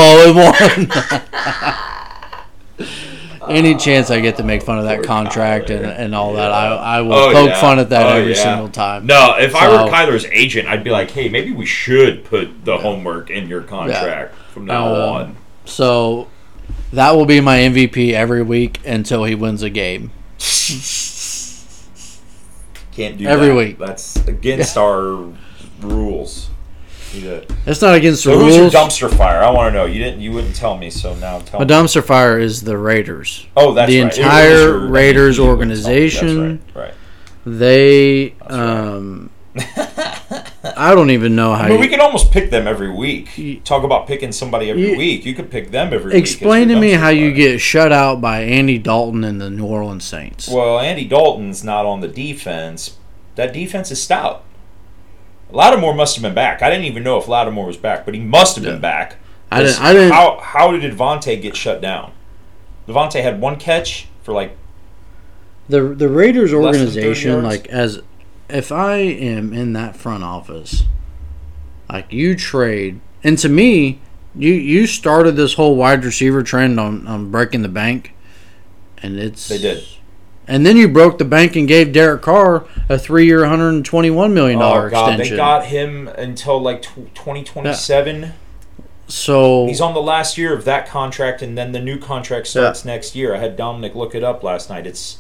[SPEAKER 2] 0 1. Any chance I get to make fun of that contract and, and all that, I, I will
[SPEAKER 1] Oh,
[SPEAKER 2] poke
[SPEAKER 1] yeah.
[SPEAKER 2] fun at that
[SPEAKER 1] Oh,
[SPEAKER 2] every
[SPEAKER 1] yeah.
[SPEAKER 2] single time.
[SPEAKER 1] No, if I were
[SPEAKER 2] So-
[SPEAKER 1] Kyler's agent, I'd be like, hey, maybe we should put the homework in your contract from now
[SPEAKER 2] Um,
[SPEAKER 1] on.
[SPEAKER 2] So that will be my MVP every week until he wins a game.
[SPEAKER 1] Can't do
[SPEAKER 2] every
[SPEAKER 1] that.
[SPEAKER 2] week.
[SPEAKER 1] That's against our rules. You did.
[SPEAKER 2] That's not against the
[SPEAKER 1] So who's your
[SPEAKER 2] rules.
[SPEAKER 1] dumpster fire? I want to know. You didn't. You wouldn't tell me. So now tell
[SPEAKER 2] My
[SPEAKER 1] me.
[SPEAKER 2] dumpster fire is the Raiders.
[SPEAKER 1] Oh, that's
[SPEAKER 2] the
[SPEAKER 1] right. It was
[SPEAKER 2] entire
[SPEAKER 1] your- you
[SPEAKER 2] Raiders
[SPEAKER 1] wouldn't tell me. That's
[SPEAKER 2] organization.
[SPEAKER 1] Right. right.
[SPEAKER 2] They, um, I don't even know how.
[SPEAKER 1] But we
[SPEAKER 2] you,
[SPEAKER 1] can almost pick them every
[SPEAKER 2] You-
[SPEAKER 1] week. Talk about picking somebody every
[SPEAKER 2] You-
[SPEAKER 1] week. You could pick them every week. as
[SPEAKER 2] explain
[SPEAKER 1] your
[SPEAKER 2] to me
[SPEAKER 1] dumpster
[SPEAKER 2] how you
[SPEAKER 1] fire.
[SPEAKER 2] get shut out by Andy Dalton and the New Orleans Saints.
[SPEAKER 1] Well, Andy Dalton's not on the defense. That defense is stout. Lattimore must have been back. I didn't even know if Lattimore was back, but he must have been
[SPEAKER 2] Yeah.
[SPEAKER 1] back.
[SPEAKER 2] I didn't. I didn't.
[SPEAKER 1] How how did Devontae get shut down? Devontae had one catch for like
[SPEAKER 2] the the Raiders
[SPEAKER 1] than 30
[SPEAKER 2] organization,
[SPEAKER 1] yards?
[SPEAKER 2] like as if I am in that front office, like you trade, and to me, you you started this whole wide receiver trend on on breaking the bank. and it's
[SPEAKER 1] They did.
[SPEAKER 2] And then you broke the bank and gave Derek Carr a three-year, 121 million dollar
[SPEAKER 1] Oh God,
[SPEAKER 2] extension.
[SPEAKER 1] they got him until like twenty twenty seven.
[SPEAKER 2] so
[SPEAKER 1] He's on the last year of that contract, and then the new contract starts next year. I had Dominic look it up last night. It's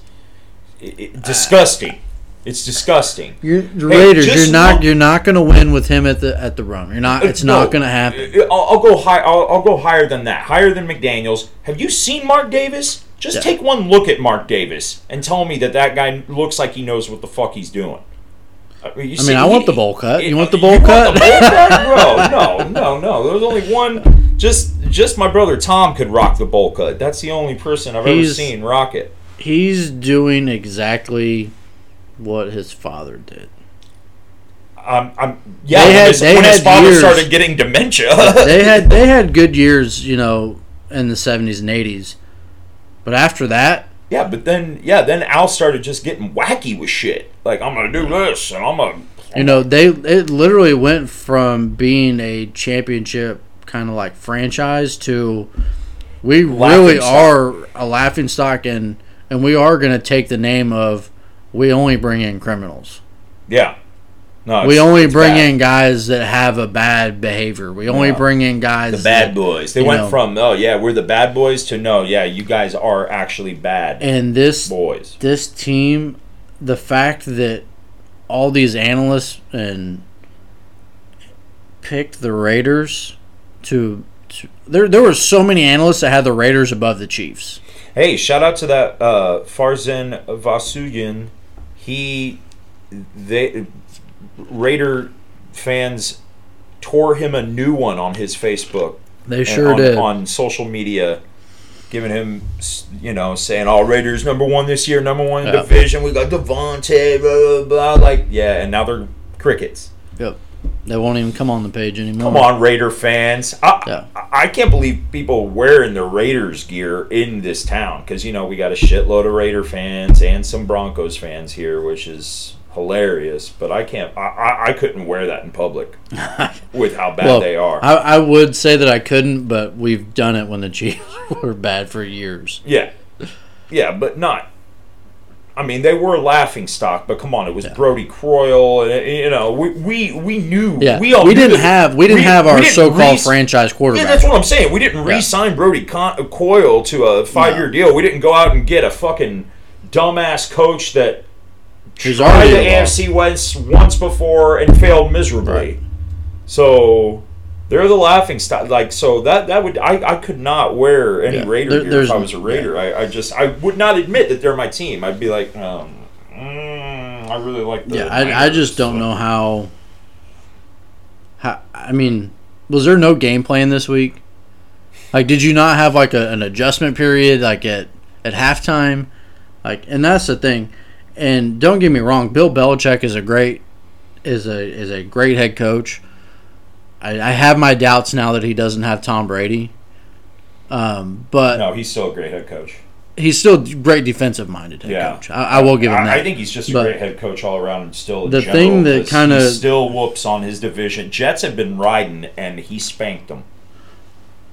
[SPEAKER 1] it, it- disgusting. It's disgusting.
[SPEAKER 2] you're, the
[SPEAKER 1] Hey,
[SPEAKER 2] Raiders,
[SPEAKER 1] just
[SPEAKER 2] you're not
[SPEAKER 1] look-
[SPEAKER 2] you're not going to win with him at the at the run. You're not. It's
[SPEAKER 1] No.
[SPEAKER 2] not going to happen.
[SPEAKER 1] I- I'll, I'll go high. I'll, I'll go higher than that. Higher than McDaniel's. Have you seen Mark Davis? Just
[SPEAKER 2] Yeah.
[SPEAKER 1] take one look at Mark Davis and tell me that that guy looks like he knows what the fuck he's doing. I mean, you
[SPEAKER 2] I
[SPEAKER 1] see-
[SPEAKER 2] mean, I want the
[SPEAKER 1] he-
[SPEAKER 2] bowl cut. You
[SPEAKER 1] it-
[SPEAKER 2] want the bowl
[SPEAKER 1] want the
[SPEAKER 2] cut?
[SPEAKER 1] bowl cut? Bro, no, no, no. There was only one. Just, just my brother Tom could rock the bowl cut. That's the only person I've ever
[SPEAKER 2] He's-
[SPEAKER 1] seen rock it.
[SPEAKER 2] He's doing exactly what his father did.
[SPEAKER 1] Um, I'm, yeah,
[SPEAKER 2] They
[SPEAKER 1] when
[SPEAKER 2] had-
[SPEAKER 1] his,
[SPEAKER 2] they
[SPEAKER 1] when his
[SPEAKER 2] had
[SPEAKER 1] father
[SPEAKER 2] years.
[SPEAKER 1] started getting dementia.
[SPEAKER 2] They had they had good years, you know, in the 70s and 80s, but after that,
[SPEAKER 1] yeah, but then, yeah, then Al started just getting wacky with shit. Like I'm gonna do this, and I'm gonna.
[SPEAKER 2] You know, they it literally went from being a championship kind of like franchise to we really
[SPEAKER 1] Laughingstock.
[SPEAKER 2] are a laughing stock and and we are going to take the name of we only bring in criminals.
[SPEAKER 1] Yeah. No,
[SPEAKER 2] we
[SPEAKER 1] it's-
[SPEAKER 2] only
[SPEAKER 1] it's
[SPEAKER 2] bring
[SPEAKER 1] bad.
[SPEAKER 2] in guys that have a bad behavior. We only
[SPEAKER 1] Yeah.
[SPEAKER 2] bring in guys
[SPEAKER 1] the bad
[SPEAKER 2] that,
[SPEAKER 1] boys. They
[SPEAKER 2] you
[SPEAKER 1] went
[SPEAKER 2] know.
[SPEAKER 1] from oh yeah, we're the bad boys to no, yeah, you guys are actually bad
[SPEAKER 2] and this
[SPEAKER 1] boys.
[SPEAKER 2] this team, the fact that all these analysts and picked the Raiders to, to there there were so many analysts that had the Raiders above the Chiefs.
[SPEAKER 1] Hey, shout out to that uh, Farzan Vasuyan. He, they, Raider fans tore him a new one on his Facebook.
[SPEAKER 2] They
[SPEAKER 1] and
[SPEAKER 2] sure
[SPEAKER 1] on,
[SPEAKER 2] did.
[SPEAKER 1] on social media, giving him, s- you know, saying, "All Raiders number one this year, number one in
[SPEAKER 2] Yeah.
[SPEAKER 1] division. We got Devontae, blah blah blah." Like, yeah, and now they're crickets.
[SPEAKER 2] Yep. They won't even come on the page anymore.
[SPEAKER 1] Come on, Raider fans. I,
[SPEAKER 2] Yeah.
[SPEAKER 1] I- I can't believe people wearing the Raiders gear in this town because, you know, we got a shitload of Raider fans and some Broncos fans here, which is hilarious. But I can't, I, I, I couldn't wear that in public with how bad
[SPEAKER 2] Well,
[SPEAKER 1] they are.
[SPEAKER 2] I, I would say that I couldn't, but we've done it when the Chiefs were bad for years.
[SPEAKER 1] yeah. Yeah, but not. I mean, they were laughing stock, but come on, it was Brody Croyle, and uh, you know, we we, we knew.
[SPEAKER 2] Yeah, we,
[SPEAKER 1] we all knew
[SPEAKER 2] didn't
[SPEAKER 1] that-
[SPEAKER 2] have we didn't
[SPEAKER 1] we-
[SPEAKER 2] have
[SPEAKER 1] we
[SPEAKER 2] our
[SPEAKER 1] didn't
[SPEAKER 2] so-called
[SPEAKER 1] res-
[SPEAKER 2] franchise
[SPEAKER 1] Yeah,
[SPEAKER 2] quarterback.
[SPEAKER 1] that's what I'm saying. We didn't re-sign Brody Con- Coyle to a five-year deal. We didn't go out and get a fucking dumbass coach that
[SPEAKER 2] He's
[SPEAKER 1] tried
[SPEAKER 2] already
[SPEAKER 1] the
[SPEAKER 2] a loss.
[SPEAKER 1] AFC West once before and failed miserably.
[SPEAKER 2] Right.
[SPEAKER 1] So they're the laughing stock. Like so that that would I, I could not wear any
[SPEAKER 2] Yeah,
[SPEAKER 1] Raider
[SPEAKER 2] there-
[SPEAKER 1] gear if
[SPEAKER 2] there's-
[SPEAKER 1] I was a Raider. I, I just I would not admit that they're my team. I'd be like, um, mm, I really like. The
[SPEAKER 2] Yeah, I, I just don't know how. How I mean, was there no game plan this week? Like, did you not have like a, an adjustment period like at at halftime? Like, and that's the thing. And don't get me wrong, Bill Belichick is a great is a is a great head coach. I, I have my doubts now that he doesn't have Tom Brady, um, but
[SPEAKER 1] No, he's still a great head coach.
[SPEAKER 2] he's still great defensive minded head
[SPEAKER 1] Yeah.
[SPEAKER 2] coach. I, I will give him that.
[SPEAKER 1] I, I think he's just a
[SPEAKER 2] But-
[SPEAKER 1] great head coach all around, and still in
[SPEAKER 2] The
[SPEAKER 1] general,
[SPEAKER 2] thing that
[SPEAKER 1] he
[SPEAKER 2] kinda-
[SPEAKER 1] still whoops on his division. Jets have been riding, and he spanked them.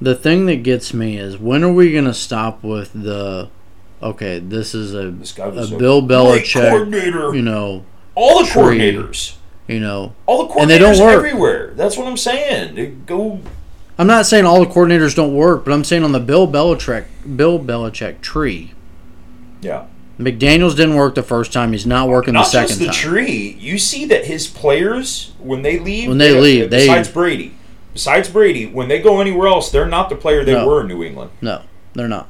[SPEAKER 2] The thing that gets me is when are we gonna stop with the okay, this is a,
[SPEAKER 1] This guy
[SPEAKER 2] a
[SPEAKER 1] was a
[SPEAKER 2] Uh, Bill
[SPEAKER 1] great
[SPEAKER 2] Belichick
[SPEAKER 1] coordinator.
[SPEAKER 2] you know
[SPEAKER 1] all the
[SPEAKER 2] tree.
[SPEAKER 1] coordinators,
[SPEAKER 2] you know
[SPEAKER 1] all the coordinators
[SPEAKER 2] And they don't work.
[SPEAKER 1] everywhere. That's what I'm saying. They go
[SPEAKER 2] I'm not saying all the coordinators don't work, but I'm saying on the Bill Belichick Bill Belichick tree.
[SPEAKER 1] yeah.
[SPEAKER 2] McDaniels didn't work the first time, he's not working
[SPEAKER 1] Not
[SPEAKER 2] the second
[SPEAKER 1] just the
[SPEAKER 2] time.
[SPEAKER 1] tree. You see that his players when they leave,
[SPEAKER 2] When they leave, they-
[SPEAKER 1] besides Brady, besides Brady, when they go anywhere else, they're not the player they
[SPEAKER 2] No.
[SPEAKER 1] were in New England.
[SPEAKER 2] No, they're not.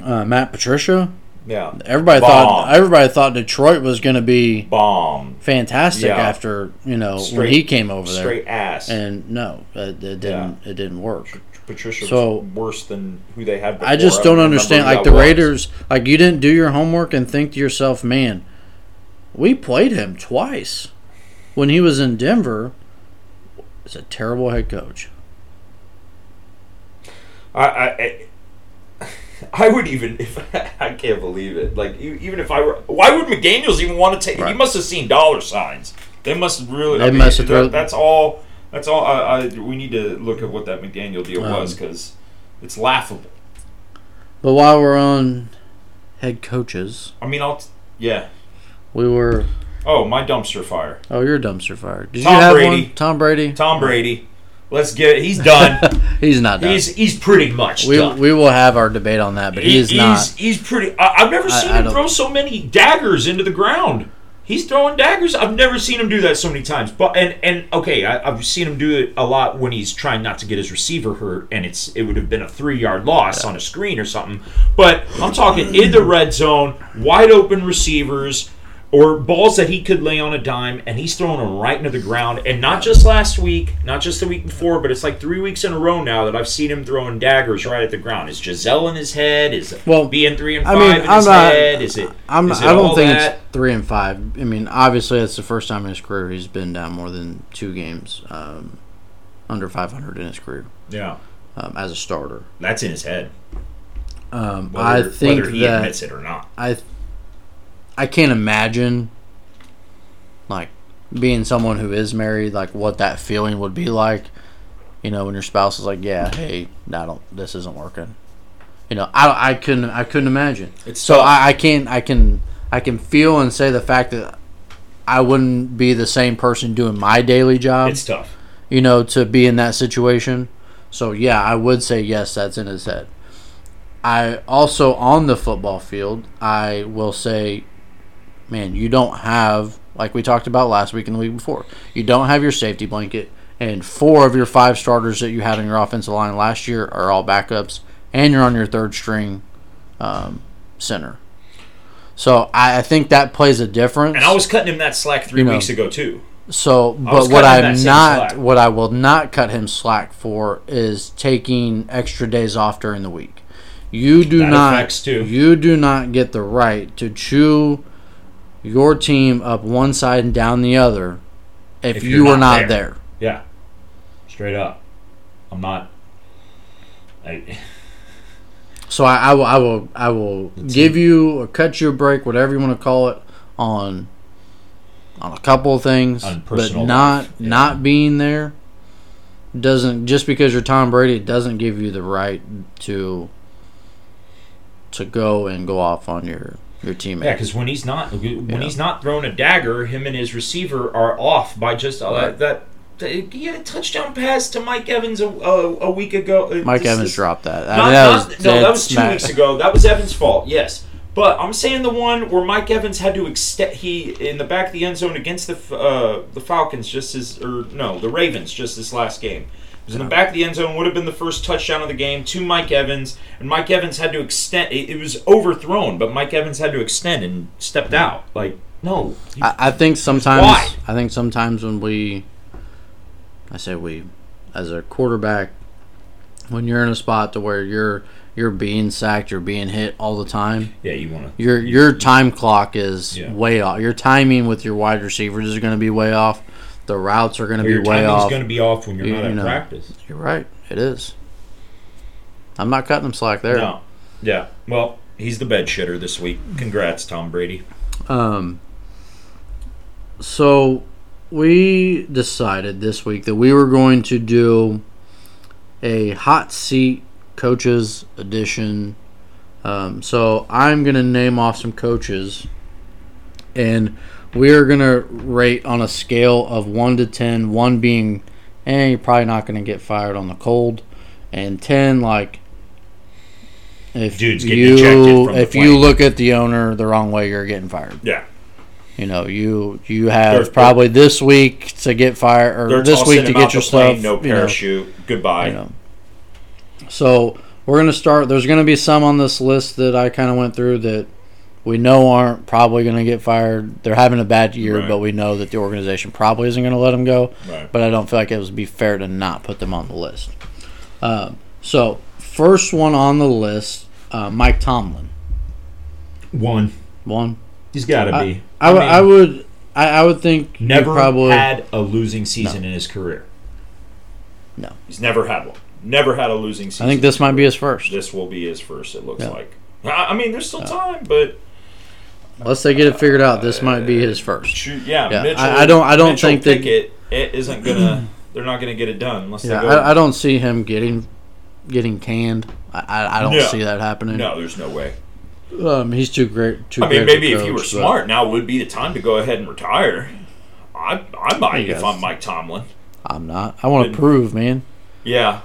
[SPEAKER 2] Uh, Matt Patricia.
[SPEAKER 1] Yeah,
[SPEAKER 2] Everybody
[SPEAKER 1] Bomb.
[SPEAKER 2] thought everybody thought Detroit was gonna be
[SPEAKER 1] bomb,
[SPEAKER 2] fantastic
[SPEAKER 1] Yeah.
[SPEAKER 2] after, you know, when
[SPEAKER 1] Straight-
[SPEAKER 2] he came over there.
[SPEAKER 1] straight ass.
[SPEAKER 2] and no, it, it didn't. It didn't work.
[SPEAKER 1] Patricia
[SPEAKER 2] So-
[SPEAKER 1] was worse than who they had. Before.
[SPEAKER 2] I just don't
[SPEAKER 1] remember
[SPEAKER 2] understand.
[SPEAKER 1] who
[SPEAKER 2] Like
[SPEAKER 1] that
[SPEAKER 2] the
[SPEAKER 1] was.
[SPEAKER 2] Raiders, like you didn't do your homework and think to yourself, "Man, we played him twice when he was in Denver." It's a terrible head coach.
[SPEAKER 1] I, I, I- I would even if I can't believe it. Like e- even if I were, why would McDaniel's even want to take? He
[SPEAKER 2] Right.
[SPEAKER 1] must have seen dollar signs. They must really.
[SPEAKER 2] They must have
[SPEAKER 1] that-
[SPEAKER 2] thrown-
[SPEAKER 1] That's all. That's all.
[SPEAKER 2] Um,
[SPEAKER 1] I, I we need to look at what that McDaniel deal was 'cause was because it's laughable.
[SPEAKER 2] But while we're on head coaches,
[SPEAKER 1] I mean, I'll. T- yeah.
[SPEAKER 2] we were.
[SPEAKER 1] Oh, my dumpster fire.
[SPEAKER 2] Oh, you're a dumpster fire. Did
[SPEAKER 1] Tom
[SPEAKER 2] you have
[SPEAKER 1] Brady.
[SPEAKER 2] one? Tom Brady.
[SPEAKER 1] Tom Brady. Let's get. He's done.
[SPEAKER 2] He's not done.
[SPEAKER 1] he's he's pretty much
[SPEAKER 2] we,
[SPEAKER 1] done.
[SPEAKER 2] we will have our debate on that, but he, is
[SPEAKER 1] he's,
[SPEAKER 2] not.
[SPEAKER 1] He's pretty. I, I've never
[SPEAKER 2] I-
[SPEAKER 1] seen
[SPEAKER 2] I
[SPEAKER 1] him
[SPEAKER 2] don't-
[SPEAKER 1] throw so many daggers into the ground. He's throwing daggers. I've never seen him do that so many times. But and and okay, I, I've seen him do it a lot when he's trying not to get his receiver hurt, and it's it would have been a three yard loss on a screen or something. But I'm talking in the red zone, wide open receivers. Or balls that he could lay on a dime, and he's throwing them right into the ground. And not just last week, not just the week before, but it's like three weeks in a row now that I've seen him throwing daggers right at the ground. Is Giselle in his head? Is
[SPEAKER 2] Well,
[SPEAKER 1] being three and
[SPEAKER 2] I
[SPEAKER 1] five
[SPEAKER 2] mean,
[SPEAKER 1] in
[SPEAKER 2] I'm
[SPEAKER 1] his
[SPEAKER 2] not-
[SPEAKER 1] head? Is it?
[SPEAKER 2] I'm,
[SPEAKER 1] is it
[SPEAKER 2] I don't
[SPEAKER 1] all
[SPEAKER 2] think
[SPEAKER 1] that?
[SPEAKER 2] it's three and five. I mean, obviously, that's the first time in his career he's been down more than two games um, under 500 in his career
[SPEAKER 1] Yeah,
[SPEAKER 2] um, as a starter.
[SPEAKER 1] that's in his head.
[SPEAKER 2] Um,
[SPEAKER 1] Whether,
[SPEAKER 2] I think
[SPEAKER 1] whether he
[SPEAKER 2] that
[SPEAKER 1] admits it or not.
[SPEAKER 2] I I can't imagine like being someone who is married, like what that feeling would be like. You know, when your spouse is like, "Yeah, hey, I don't, this isn't working." You know, I, I couldn't I couldn't imagine.
[SPEAKER 1] It's
[SPEAKER 2] so
[SPEAKER 1] tough.
[SPEAKER 2] I, I can I can I can feel and say the fact that I wouldn't be the same person doing my daily job.
[SPEAKER 1] It's tough.
[SPEAKER 2] you know, to be in that situation. So yeah, I would say yes, that's in his head. I also on the football field, I will say, man, you don't have like we talked about last week and the week before. You don't have your safety blanket, and four of your five starters that you had on your offensive line last year are all backups, and you're on your third string um, center. So I, I think that plays a difference.
[SPEAKER 1] And I was cutting him that slack three
[SPEAKER 2] You know.
[SPEAKER 1] weeks ago too.
[SPEAKER 2] So,
[SPEAKER 1] was
[SPEAKER 2] but what
[SPEAKER 1] cutting him that
[SPEAKER 2] I'm
[SPEAKER 1] same
[SPEAKER 2] not,
[SPEAKER 1] slack.
[SPEAKER 2] what I will not cut him slack for is taking extra days off during the week. You do
[SPEAKER 1] That
[SPEAKER 2] not,
[SPEAKER 1] affects too.
[SPEAKER 2] you do not get the right to chew your team up one side and down the other if,
[SPEAKER 1] If you're
[SPEAKER 2] you are
[SPEAKER 1] not
[SPEAKER 2] not there.
[SPEAKER 1] Yeah, straight up. I'm not. I,
[SPEAKER 2] So I, I will, I will, I will give you or cut you a break, whatever you want to call it, on on a couple of things,
[SPEAKER 1] On
[SPEAKER 2] but
[SPEAKER 1] personal
[SPEAKER 2] not
[SPEAKER 1] life, yeah.
[SPEAKER 2] not being there doesn't just because you're Tom Brady it doesn't give you the right to to go and go off on your your teammate.
[SPEAKER 1] yeah, because when he's not when
[SPEAKER 2] Yeah.
[SPEAKER 1] he's not throwing a dagger, him and his receiver are off by just uh, that.
[SPEAKER 2] Right.
[SPEAKER 1] that- He had a touchdown pass to Mike Evans a, a, a week ago. Uh,
[SPEAKER 2] Mike
[SPEAKER 1] this-
[SPEAKER 2] Evans
[SPEAKER 1] this-
[SPEAKER 2] dropped that. I
[SPEAKER 1] Not,
[SPEAKER 2] mean, that
[SPEAKER 1] not-
[SPEAKER 2] was
[SPEAKER 1] no,
[SPEAKER 2] dead
[SPEAKER 1] that was two
[SPEAKER 2] smack.
[SPEAKER 1] weeks ago. That was Evans' fault. Yes, but I'm saying the one where Mike Evans had to extend he in the back of the end zone against the F- uh, the Falcons just as or no the Ravens just this last game. It was in the back of the end zone would have been the first touchdown of the game to Mike Evans, and Mike Evans had to extend. It, it was overthrown, but Mike Evans had to extend and stepped out. Like no, you-
[SPEAKER 2] I, I think sometimes
[SPEAKER 1] Why?
[SPEAKER 2] I think sometimes when we I say we as a quarterback when you're in a spot to where you're you're being sacked, you're being hit all the time.
[SPEAKER 1] yeah, you want to.
[SPEAKER 2] Your your time clock is
[SPEAKER 1] Yeah.
[SPEAKER 2] way off. Your timing with your wide receivers is going to be way off. The routes are going to be
[SPEAKER 1] Your
[SPEAKER 2] way
[SPEAKER 1] timing's
[SPEAKER 2] off.
[SPEAKER 1] going to be off when you're
[SPEAKER 2] You-
[SPEAKER 1] not
[SPEAKER 2] you
[SPEAKER 1] at
[SPEAKER 2] know.
[SPEAKER 1] practice.
[SPEAKER 2] You're right. It is. I'm not cutting them slack there.
[SPEAKER 1] No, yeah. Well, he's the bed shitter this week. Congrats, Tom Brady.
[SPEAKER 2] Um, so we decided this week that we were going to do a hot seat coaches edition. Um, so I'm going to name off some coaches and we're going to rate on a scale of 1 to 10, 1 being, eh, you're probably not going to get fired on the cold, and 10, like, if
[SPEAKER 1] Dude's getting ejected
[SPEAKER 2] you
[SPEAKER 1] from the
[SPEAKER 2] if you
[SPEAKER 1] plane.
[SPEAKER 2] look at the owner the wrong way, you're getting fired.
[SPEAKER 1] Yeah.
[SPEAKER 2] You know, you you have
[SPEAKER 1] They're-
[SPEAKER 2] probably this week to get fired or
[SPEAKER 1] They're
[SPEAKER 2] this
[SPEAKER 1] tossing
[SPEAKER 2] week to
[SPEAKER 1] him
[SPEAKER 2] get
[SPEAKER 1] out
[SPEAKER 2] your
[SPEAKER 1] the plane,
[SPEAKER 2] stuff.
[SPEAKER 1] No
[SPEAKER 2] you know,
[SPEAKER 1] parachute. Goodbye.
[SPEAKER 2] you know. So we're gonna start. There's gonna be some on this list that I kind of went through that we know aren't probably gonna get fired. They're having a bad year,
[SPEAKER 1] Right.
[SPEAKER 2] but we know that the organization probably isn't gonna let them go.
[SPEAKER 1] Right.
[SPEAKER 2] But I don't feel like it would be fair to not put them on the list. Uh, so first one on the list, uh, Mike Tomlin.
[SPEAKER 1] One.
[SPEAKER 2] One.
[SPEAKER 1] He's got to
[SPEAKER 2] I,
[SPEAKER 1] be.
[SPEAKER 2] I, would-
[SPEAKER 1] mean,
[SPEAKER 2] I would. I, I would think you
[SPEAKER 1] never
[SPEAKER 2] probably
[SPEAKER 1] had a losing season in his career.
[SPEAKER 2] No.
[SPEAKER 1] He's never had one. Never had a losing season.
[SPEAKER 2] I think this might be his first.
[SPEAKER 1] This will be his first. It looks
[SPEAKER 2] Yeah.
[SPEAKER 1] like. I I mean, there's still time, but
[SPEAKER 2] Unless they get it figured out, this might be his first.
[SPEAKER 1] shoot, yeah,
[SPEAKER 2] Yeah,
[SPEAKER 1] Mitchell.
[SPEAKER 2] I- I don't- I don't
[SPEAKER 1] Mitchell
[SPEAKER 2] think that-
[SPEAKER 1] Pickett, it isn't gonna. They're not gonna get it done unless
[SPEAKER 2] Yeah,
[SPEAKER 1] they go.
[SPEAKER 2] I, I don't see him getting getting canned. I, I, I don't
[SPEAKER 5] No.
[SPEAKER 2] see that happening.
[SPEAKER 5] No, there's no way.
[SPEAKER 2] Um, he's too great. Too
[SPEAKER 5] I mean,
[SPEAKER 2] great of a
[SPEAKER 5] maybe if you were
[SPEAKER 2] coach, but-
[SPEAKER 5] smart, now would be the time to go ahead and retire. I I might if
[SPEAKER 2] guess.
[SPEAKER 5] I'm Mike Tomlin.
[SPEAKER 2] I'm not. I want
[SPEAKER 5] But-
[SPEAKER 2] to prove, man.
[SPEAKER 5] Yeah,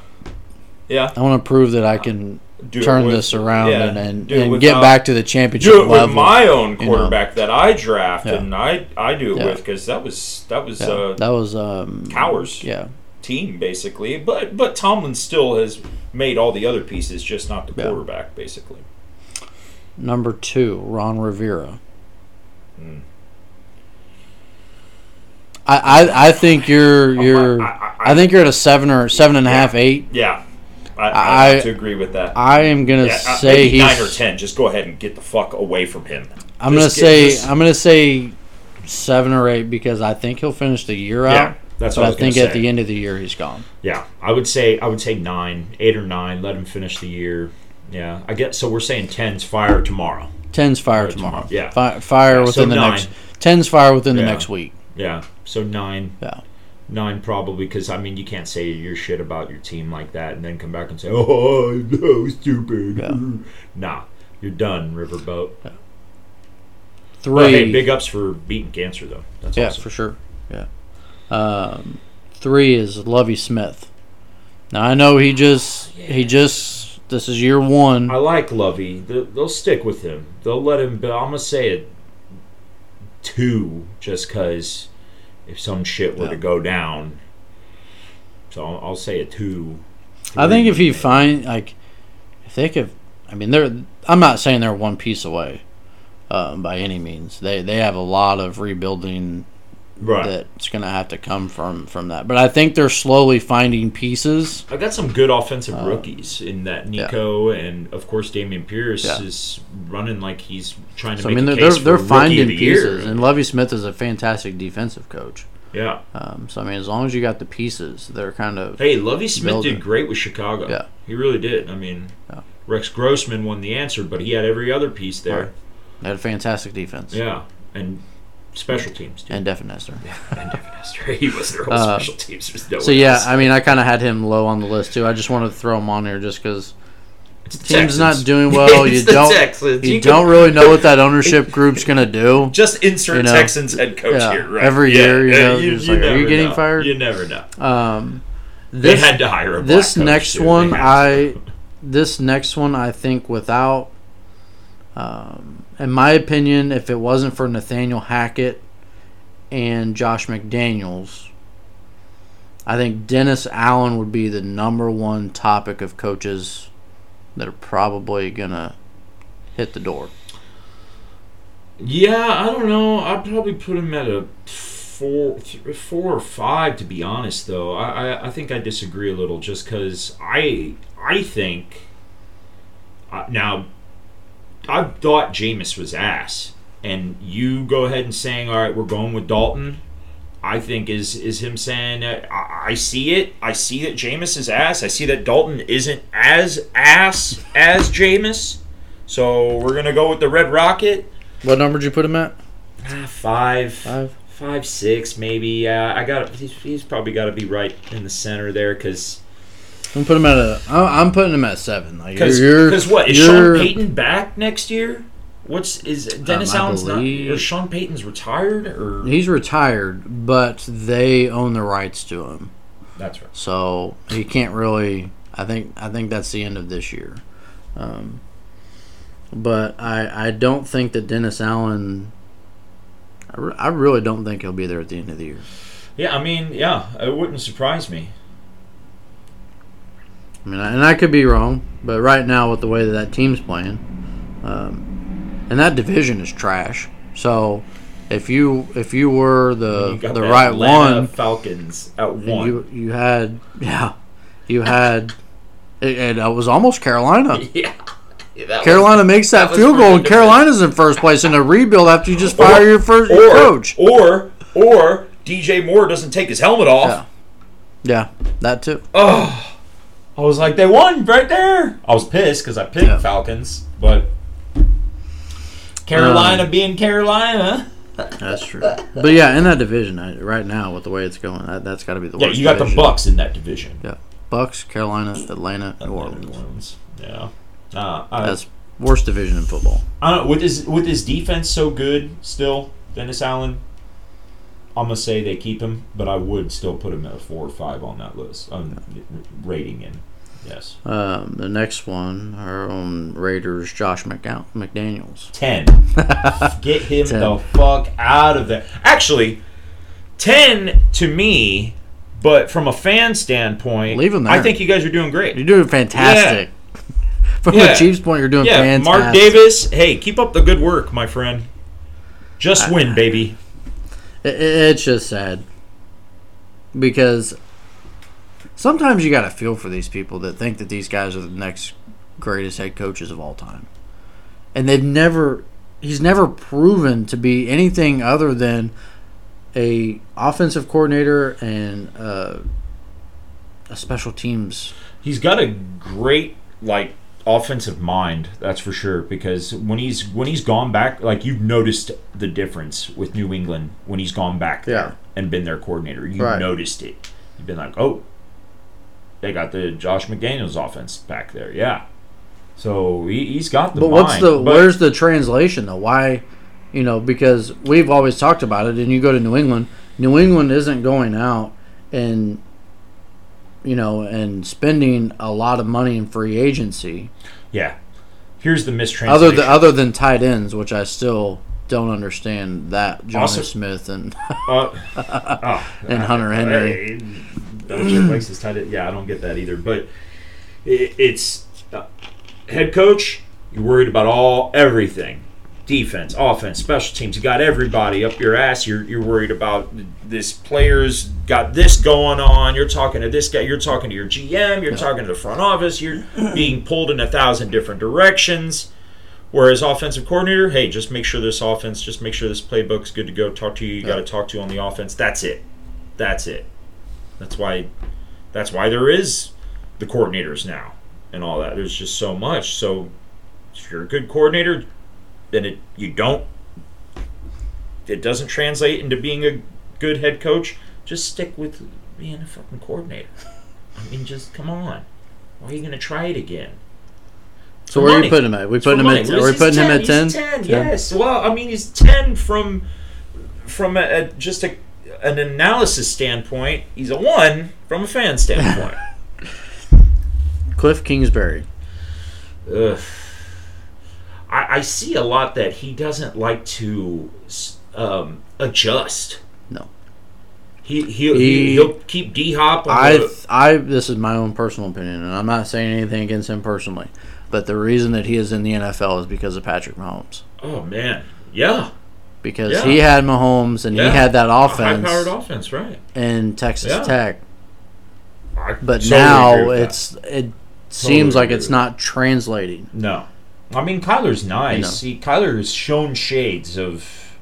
[SPEAKER 5] yeah.
[SPEAKER 2] I want to prove that I can
[SPEAKER 5] Do it
[SPEAKER 2] turn
[SPEAKER 5] with-
[SPEAKER 2] this around
[SPEAKER 5] yeah,
[SPEAKER 2] and, and,
[SPEAKER 5] do it
[SPEAKER 2] and
[SPEAKER 5] without-
[SPEAKER 2] get back to the championship
[SPEAKER 5] do it
[SPEAKER 2] level.
[SPEAKER 5] with my own
[SPEAKER 2] know.
[SPEAKER 5] quarterback that I draft,
[SPEAKER 2] Yeah.
[SPEAKER 5] and I I do it
[SPEAKER 2] Yeah.
[SPEAKER 5] with because that was that was
[SPEAKER 2] Yeah,
[SPEAKER 5] uh,
[SPEAKER 2] that was um,
[SPEAKER 5] Cowers'
[SPEAKER 2] Yeah,
[SPEAKER 5] team basically. But but Tomlin still has made all the other pieces, just not the
[SPEAKER 2] Yeah.
[SPEAKER 5] quarterback basically.
[SPEAKER 2] number two, Ron Rivera.
[SPEAKER 1] Hmm.
[SPEAKER 2] I, I I think you're you're.
[SPEAKER 5] I-
[SPEAKER 2] I,
[SPEAKER 5] I- I-
[SPEAKER 2] think you're at a seven or seven and a half, eight.
[SPEAKER 5] Yeah, I, I, have
[SPEAKER 2] I-
[SPEAKER 5] to agree with that.
[SPEAKER 2] I am gonna
[SPEAKER 5] Yeah,
[SPEAKER 1] uh,
[SPEAKER 5] I-
[SPEAKER 2] say
[SPEAKER 5] maybe
[SPEAKER 2] he's.
[SPEAKER 5] nine or ten. Just go ahead and get the fuck away from him.
[SPEAKER 2] I'm gonna
[SPEAKER 5] Just get-
[SPEAKER 2] say
[SPEAKER 5] just-
[SPEAKER 2] I'm gonna say seven or eight because I think he'll finish the year out.
[SPEAKER 1] Yeah, that's
[SPEAKER 2] but
[SPEAKER 1] what I
[SPEAKER 2] I,
[SPEAKER 1] was gonna
[SPEAKER 2] think at
[SPEAKER 1] say.
[SPEAKER 2] the end of the year he's gone.
[SPEAKER 1] Yeah, I would say I would say nine, eight or nine. Let him finish the year. Yeah, I guess so. We're saying tens fire tomorrow.
[SPEAKER 2] Ten's fire
[SPEAKER 1] tomorrow,
[SPEAKER 2] tomorrow.
[SPEAKER 1] yeah.
[SPEAKER 2] Fi- fire
[SPEAKER 1] Yeah, so
[SPEAKER 2] within the
[SPEAKER 1] nine.
[SPEAKER 2] next. Ten's fire within
[SPEAKER 1] Yeah.
[SPEAKER 2] the next week.
[SPEAKER 1] Yeah, so nine,
[SPEAKER 2] Yeah.
[SPEAKER 1] nine probably because I mean you can't say your shit about your team like that and then come back and say oh that was stupid. nah, you're done, Riverboat.
[SPEAKER 2] Three.
[SPEAKER 1] But hey, big ups for beating cancer though. That's
[SPEAKER 2] yeah,
[SPEAKER 1] awesome.
[SPEAKER 2] for sure. Yeah. Um, three is Lovey Smith. Now I know he just he just this is year one.
[SPEAKER 1] I like Lovey. They'll, they'll stick with him. They'll let him. But I'm gonna say it two, just because if some shit were to
[SPEAKER 2] Yeah.
[SPEAKER 1] go down, so I'll, I'll say a two.
[SPEAKER 2] I think if he
[SPEAKER 1] three.
[SPEAKER 2] find like if they could, I mean they're I'm not saying they're one piece away um, by any means. They they have a lot of rebuilding
[SPEAKER 1] right,
[SPEAKER 2] that's going to have to come from from that. But I think they're slowly finding pieces.
[SPEAKER 1] I got some good offensive
[SPEAKER 2] Uh,
[SPEAKER 1] rookies in that
[SPEAKER 2] yeah.
[SPEAKER 1] Nico and of course Damian Pierce
[SPEAKER 2] Yeah.
[SPEAKER 1] is running like he's trying to
[SPEAKER 2] So I
[SPEAKER 1] make
[SPEAKER 2] mean
[SPEAKER 1] a
[SPEAKER 2] they're
[SPEAKER 1] case
[SPEAKER 2] they're, they're
[SPEAKER 1] for rookie
[SPEAKER 2] finding
[SPEAKER 1] of the
[SPEAKER 2] pieces,
[SPEAKER 1] year.
[SPEAKER 2] and Lovey Smith is a fantastic defensive coach.
[SPEAKER 1] Yeah.
[SPEAKER 2] Um, so I mean as long as you got the pieces, they're kind of
[SPEAKER 1] Hey, Lovey Smith
[SPEAKER 2] Building.
[SPEAKER 1] did great with Chicago.
[SPEAKER 2] Yeah.
[SPEAKER 1] He really did. I mean,
[SPEAKER 2] Yeah.
[SPEAKER 1] Rex Grossman won the answer, but he had every other piece there.
[SPEAKER 2] Right. they had a fantastic defense.
[SPEAKER 1] Yeah, and special teams too.
[SPEAKER 2] And Devin Hester.
[SPEAKER 1] and Devin Hester, he was their whole
[SPEAKER 2] Uh,
[SPEAKER 1] special teams. There's no
[SPEAKER 2] So
[SPEAKER 1] one
[SPEAKER 2] yeah,
[SPEAKER 1] else.
[SPEAKER 2] I mean, I kind of had him low on the list too. I just wanted to throw him on here just because
[SPEAKER 1] It's the
[SPEAKER 2] team's
[SPEAKER 5] Texans.
[SPEAKER 2] not doing well.
[SPEAKER 5] It's
[SPEAKER 2] you
[SPEAKER 5] the
[SPEAKER 2] don't
[SPEAKER 5] Texans.
[SPEAKER 2] you,
[SPEAKER 5] You
[SPEAKER 2] don't
[SPEAKER 5] can-
[SPEAKER 2] really know what that ownership group's gonna do.
[SPEAKER 5] Just insert
[SPEAKER 2] You know,
[SPEAKER 5] Texans head coach
[SPEAKER 2] yeah,
[SPEAKER 5] here, right?
[SPEAKER 2] every
[SPEAKER 5] Yeah,
[SPEAKER 2] year, you
[SPEAKER 5] yeah,
[SPEAKER 2] know, you're just like, are
[SPEAKER 5] never
[SPEAKER 2] you getting
[SPEAKER 5] know.
[SPEAKER 2] fired?
[SPEAKER 1] You never know.
[SPEAKER 2] Um,
[SPEAKER 1] They
[SPEAKER 2] this
[SPEAKER 1] had to hire a black
[SPEAKER 2] this
[SPEAKER 1] coach,
[SPEAKER 2] next
[SPEAKER 1] too. They
[SPEAKER 2] one,
[SPEAKER 1] had to.
[SPEAKER 2] I this next one, I think without, um, in my opinion, if it wasn't for Nathaniel Hackett and Josh McDaniels, I think Dennis Allen would be the number one topic of coaches that are probably gonna hit the door.
[SPEAKER 1] Yeah, I don't know. I'd probably put him at a four, th- four or five, to be honest. Though I, I, I think I disagree a little, just because I, I think. Uh, now, I thought Jameis was ass, and you go ahead and saying, "All right, we're going with Dalton." I think is is him saying, uh, I, "I see it. I see that Jameis is ass. I see that Dalton isn't as ass as Jameis." So we're gonna go with the Red Rocket.
[SPEAKER 2] What number did you put him at?
[SPEAKER 1] Ah, Five,
[SPEAKER 2] Five.
[SPEAKER 1] five, six, maybe. Uh, I got. He's, he's probably got to be right in the center there, because
[SPEAKER 2] I'm putting him at a. I'm I'm putting him at seven. Like
[SPEAKER 1] because
[SPEAKER 2] you're,
[SPEAKER 1] what is
[SPEAKER 2] you're- Um,
[SPEAKER 1] Sean Payton back next year? What's is Dennis
[SPEAKER 2] I
[SPEAKER 1] Allen's not? Or
[SPEAKER 2] believe-
[SPEAKER 1] Sean Payton's retired, or
[SPEAKER 2] He's retired, but they own the rights to him.
[SPEAKER 1] that's right.
[SPEAKER 2] So he can't really. I think I think that's the end of this year. Um, but I I don't think that Dennis Allen. I, re- I really don't think he'll be there at the end of the year.
[SPEAKER 1] Yeah, I mean, yeah, it wouldn't surprise me.
[SPEAKER 2] I mean, and I could be wrong, but right now with the way that that team's playing, um, and that division is trash. So if you if you were the
[SPEAKER 1] You got
[SPEAKER 2] the
[SPEAKER 1] that
[SPEAKER 2] right
[SPEAKER 1] Atlanta
[SPEAKER 2] one,
[SPEAKER 1] Falcons at
[SPEAKER 2] And
[SPEAKER 1] one.
[SPEAKER 2] You you had yeah, you had it, it, uh, was almost Carolina.
[SPEAKER 1] yeah, that
[SPEAKER 2] Carolina makes that,
[SPEAKER 1] was
[SPEAKER 2] field
[SPEAKER 1] pretty
[SPEAKER 2] goal, and
[SPEAKER 1] different.
[SPEAKER 2] Carolina's in first place in a rebuild after you just fire your first
[SPEAKER 5] or,
[SPEAKER 2] your coach.
[SPEAKER 5] Or or DJ Moore doesn't take his helmet off.
[SPEAKER 2] Yeah. Yeah, that too.
[SPEAKER 5] Oh, I was like, they won right there.
[SPEAKER 1] I was pissed because I picked
[SPEAKER 2] Yeah.
[SPEAKER 1] Falcons, but Carolina
[SPEAKER 2] Um,
[SPEAKER 1] being Carolina.
[SPEAKER 2] That's true. But yeah, in that division I, right now with the way it's going, that, that's got to be the
[SPEAKER 1] Yeah,
[SPEAKER 2] worst.
[SPEAKER 1] you got the
[SPEAKER 2] division.
[SPEAKER 1] Bucks in that division.
[SPEAKER 2] Yeah. Bucks, Carolina, Atlanta, New Orleans.
[SPEAKER 1] Yeah. Uh, I,
[SPEAKER 2] That's worst division in football.
[SPEAKER 1] I don't know, with his with his defense so good still, Dennis Allen. I'm gonna say they keep him, but I would still put him at a four or five on that list. Um, rating in, yes,
[SPEAKER 2] Um, the next one, our own Raiders, Josh McDow- McDaniels.
[SPEAKER 1] ten. Get him
[SPEAKER 2] Ten.
[SPEAKER 1] the fuck out of there. Actually, ten to me, but from a fan standpoint,
[SPEAKER 2] Leave him
[SPEAKER 1] I
[SPEAKER 2] there.
[SPEAKER 1] think you guys are doing great.
[SPEAKER 2] You're doing fantastic. From
[SPEAKER 1] Yeah.
[SPEAKER 2] a Chiefs point, you're doing
[SPEAKER 1] yeah,
[SPEAKER 2] fantastic.
[SPEAKER 1] Mark Davis. Hey, keep up the good work, my friend. Just win, baby.
[SPEAKER 2] It, it- it's just sad because sometimes you got to feel for these people that think that these guys are the next greatest head coaches of all time, and they've never. He's never proven to be anything other than a offensive coordinator and uh, a special teams.
[SPEAKER 1] He's got a great like offensive mind, that's for sure. Because when he's when he's gone back, like you've noticed the difference with New England when he's gone back there
[SPEAKER 2] Yeah.
[SPEAKER 1] and been their coordinator. You
[SPEAKER 2] Right.
[SPEAKER 1] noticed it. You've been like, oh, they got the Josh McDaniels offense back there. Yeah. So he, he's got the.
[SPEAKER 2] But what's
[SPEAKER 1] mind,
[SPEAKER 2] the
[SPEAKER 1] but-
[SPEAKER 2] where's the translation though? Why, you know, because we've always talked about it, and you go to New England. New England isn't going out and you know and spending a lot of money in free agency
[SPEAKER 1] yeah? Here's the mistranslation.
[SPEAKER 2] other than other than tight ends, which I still don't understand that John
[SPEAKER 1] Also-
[SPEAKER 2] Smith and
[SPEAKER 1] Uh, oh,
[SPEAKER 2] And Hunter Henry.
[SPEAKER 1] I- Belichick likes his tight end. Yeah, I don't get that either. But it, it's uh, head coach. You're worried about all everything, defense, offense, special teams. You got everybody up your ass. You're you're worried about this player's got this going on. You're talking to this guy. You're talking to your GM. You're talking to the front office. You're being pulled in a thousand different directions. Whereas offensive coordinator, hey, just make sure this offense, just make sure this playbook's good to go. Talk to you, you got to talk to on the offense. That's it. That's it. That's why. That's why there is the coordinators now and all that. There's just so much. So if you're a good coordinator, then it you don't. It doesn't translate into being a good head coach. Just stick with being a fucking coordinator. I mean, just come on. Why are you gonna try it again?
[SPEAKER 2] so where are
[SPEAKER 1] money.
[SPEAKER 2] you putting him at? We putting him
[SPEAKER 1] Money.
[SPEAKER 2] at
[SPEAKER 1] Well,
[SPEAKER 2] are we
[SPEAKER 1] he's
[SPEAKER 2] putting him
[SPEAKER 1] 10.
[SPEAKER 2] at ten?
[SPEAKER 1] He's 10, Yes. Well, I mean, he's ten from from a, a- just a, an analysis standpoint. He's a one from a fan standpoint.
[SPEAKER 2] Cliff Kingsbury.
[SPEAKER 1] Ugh. I, I see a lot that he doesn't like to s- um, adjust.
[SPEAKER 2] No.
[SPEAKER 1] He he'll,
[SPEAKER 2] He-
[SPEAKER 1] he, will keep D Hop.
[SPEAKER 2] I, I, this is my own personal opinion, and I'm not saying anything against him personally, but the reason that he is in the NFL is because of Patrick Mahomes,
[SPEAKER 1] oh man, yeah,
[SPEAKER 2] because
[SPEAKER 1] Yeah.
[SPEAKER 2] he had Mahomes and
[SPEAKER 1] Yeah.
[SPEAKER 2] he had that
[SPEAKER 1] high powered
[SPEAKER 2] offense
[SPEAKER 1] offense, right?
[SPEAKER 2] in Texas
[SPEAKER 1] Yeah.
[SPEAKER 2] Tech,
[SPEAKER 1] I
[SPEAKER 2] but
[SPEAKER 1] totally agree
[SPEAKER 2] now
[SPEAKER 1] with that.
[SPEAKER 2] it's it seems like
[SPEAKER 1] agree
[SPEAKER 2] it's
[SPEAKER 1] with
[SPEAKER 2] not translating.
[SPEAKER 1] No. I mean, Kyler's nice.
[SPEAKER 2] You know.
[SPEAKER 1] He, Kyler's shown shades of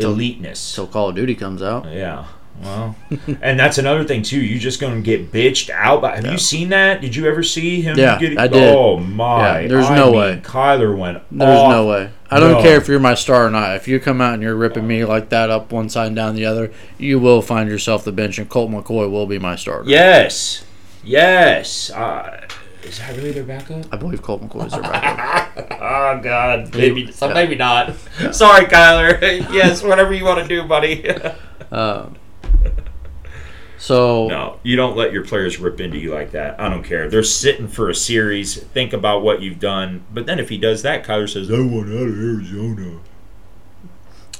[SPEAKER 1] eliteness.
[SPEAKER 2] Till Call of Duty comes out,
[SPEAKER 1] Yeah. Well, and that's another thing too. You just gonna get bitched out. By, have
[SPEAKER 2] Yeah.
[SPEAKER 1] you seen that? Did you ever see him?
[SPEAKER 2] Yeah,
[SPEAKER 1] get,
[SPEAKER 2] I did.
[SPEAKER 1] Oh my!
[SPEAKER 2] Yeah, there's
[SPEAKER 1] I
[SPEAKER 2] no
[SPEAKER 1] mean,
[SPEAKER 2] way.
[SPEAKER 1] Kyler went.
[SPEAKER 2] there's
[SPEAKER 1] off.
[SPEAKER 2] no way. I don't
[SPEAKER 1] No.
[SPEAKER 2] care if you're my star or not. If you come out and you're ripping me like that up one side and down the other, you will find yourself the bench, and Colt McCoy will be my starter.
[SPEAKER 1] Yes. Yes. Uh, is that really their backup?
[SPEAKER 2] I believe Colt McCoy is their backup.
[SPEAKER 1] Oh God, maybe so, maybe not. Sorry, Kyler. yes, whatever you want to do, buddy.
[SPEAKER 2] So
[SPEAKER 1] No, you don't let your players rip into you like that. I don't care. They're sitting for a series. Think about what you've done. But then if he does that, Kyler says, "I want out of Arizona."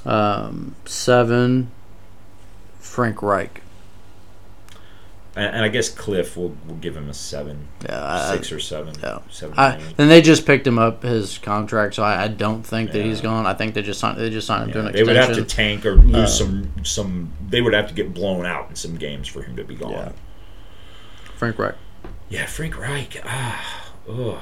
[SPEAKER 2] Um, seven, Frank Reich.
[SPEAKER 1] And, and I guess Cliff will will give him a seven,
[SPEAKER 2] Yeah, I,
[SPEAKER 1] six or seven,
[SPEAKER 2] Uh, yeah.
[SPEAKER 1] seven.
[SPEAKER 2] I,
[SPEAKER 1] range.
[SPEAKER 2] and they just picked him up his contract, so I, I don't think that he's
[SPEAKER 1] Yeah.
[SPEAKER 2] gone. I think they just signed. They just signed him to an
[SPEAKER 1] they
[SPEAKER 2] extension. Uh,
[SPEAKER 1] would have to tank or lose some some. They would have to get blown out in some games for him to be gone.
[SPEAKER 2] Yeah.
[SPEAKER 1] Yeah,
[SPEAKER 2] Frank
[SPEAKER 1] Uh,
[SPEAKER 2] Reich.
[SPEAKER 1] Frank Reich. Ah, ugh.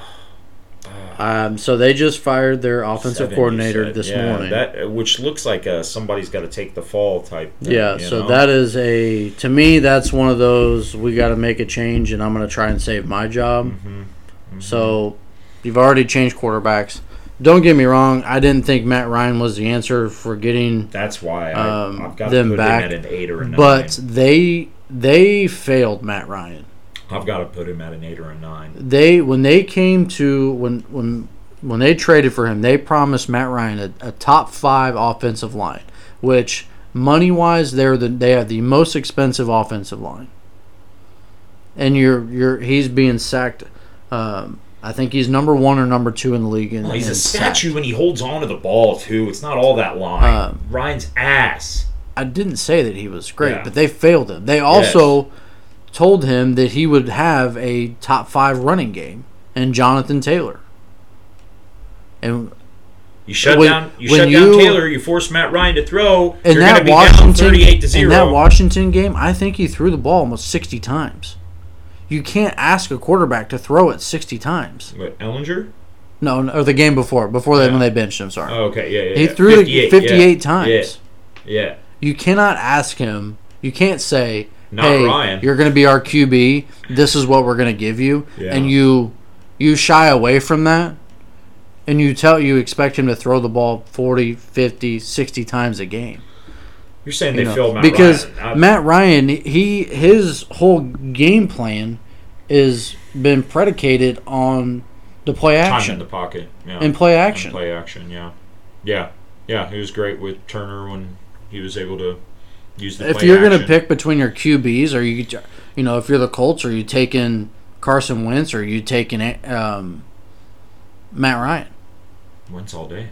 [SPEAKER 2] Um, so they just fired their offensive
[SPEAKER 1] Seven, you
[SPEAKER 2] coordinator
[SPEAKER 1] said.
[SPEAKER 2] this
[SPEAKER 1] Yeah,
[SPEAKER 2] morning.
[SPEAKER 1] That which looks like uh, somebody's got to take the fall type. thing,
[SPEAKER 2] yeah,
[SPEAKER 1] you
[SPEAKER 2] so
[SPEAKER 1] know?
[SPEAKER 2] that is a to me that's one of those we got to make a change, and I'm going to try and save my job.
[SPEAKER 1] Mm-hmm,
[SPEAKER 2] So you've already changed quarterbacks. Don't get me wrong. I didn't think Matt Ryan was the answer for getting
[SPEAKER 1] That's why I,
[SPEAKER 2] um,
[SPEAKER 1] I've got
[SPEAKER 2] them
[SPEAKER 1] to put
[SPEAKER 2] back,
[SPEAKER 1] him at an eight or a nine.
[SPEAKER 2] but they they failed Matt Ryan.
[SPEAKER 1] I've got to put him at an eight or a nine.
[SPEAKER 2] They when they came to when when when they traded for him, they promised Matt Ryan a, a top five offensive line, which money wise they're the they have the most expensive offensive line. And you're you're he's being sacked. Um, I think he's number one or number two in the league. In,
[SPEAKER 1] Oh, he's
[SPEAKER 2] in
[SPEAKER 1] a
[SPEAKER 2] sacks.
[SPEAKER 1] statue and he holds on to the ball too. It's not all that line.
[SPEAKER 2] Um,
[SPEAKER 1] Ryan's ass.
[SPEAKER 2] I didn't say that he was great,
[SPEAKER 1] Yeah.
[SPEAKER 2] but they failed him. They also told him that he would have a top five running game and Jonathan Taylor. And
[SPEAKER 1] You shut
[SPEAKER 2] When-
[SPEAKER 1] down. You
[SPEAKER 2] when
[SPEAKER 1] shut
[SPEAKER 2] you-
[SPEAKER 1] down Taylor. You force Matt Ryan to throw.
[SPEAKER 2] in
[SPEAKER 1] you're
[SPEAKER 2] that
[SPEAKER 1] gonna be down
[SPEAKER 2] Washington
[SPEAKER 1] thirty-eight to
[SPEAKER 2] in
[SPEAKER 1] zero.
[SPEAKER 2] that Washington game, I think he threw the ball almost sixty times. You can't ask a quarterback to throw it sixty times.
[SPEAKER 1] What, Ellinger?
[SPEAKER 2] No, no, or the game before, before that
[SPEAKER 1] Yeah.
[SPEAKER 2] when they benched him. Sorry,
[SPEAKER 1] Oh, okay, yeah, yeah.
[SPEAKER 2] he
[SPEAKER 1] yeah.
[SPEAKER 2] threw it
[SPEAKER 1] yeah,
[SPEAKER 2] fifty-eight times.
[SPEAKER 1] Yeah, yeah.
[SPEAKER 2] You cannot ask him. You can't say,
[SPEAKER 1] Not
[SPEAKER 2] "Hey,
[SPEAKER 1] Ryan.
[SPEAKER 2] you're going to be our QB. This is what we're going to give you,"
[SPEAKER 1] Yeah.
[SPEAKER 2] and you you shy away from that, and you tell you expect him to throw the ball 40, 50, 60 times a game.
[SPEAKER 1] You're saying
[SPEAKER 2] you
[SPEAKER 1] they
[SPEAKER 2] know,
[SPEAKER 1] failed Matt
[SPEAKER 2] because
[SPEAKER 1] Ryan. I-
[SPEAKER 2] Matt Ryan, he his whole game plan is been predicated on the play
[SPEAKER 1] time in
[SPEAKER 2] action
[SPEAKER 1] the pocket. Yeah.
[SPEAKER 2] and play
[SPEAKER 1] And
[SPEAKER 2] action.
[SPEAKER 1] Play action. Yeah. Yeah. Yeah. He was great with Turner when he was able to use the.
[SPEAKER 2] if
[SPEAKER 1] play
[SPEAKER 2] you're going to
[SPEAKER 1] action.
[SPEAKER 2] pick between your QBs, are you, you know, if you're the Colts, are you taking Carson Wentz or are you taking um, Matt Ryan?
[SPEAKER 1] Wentz all day.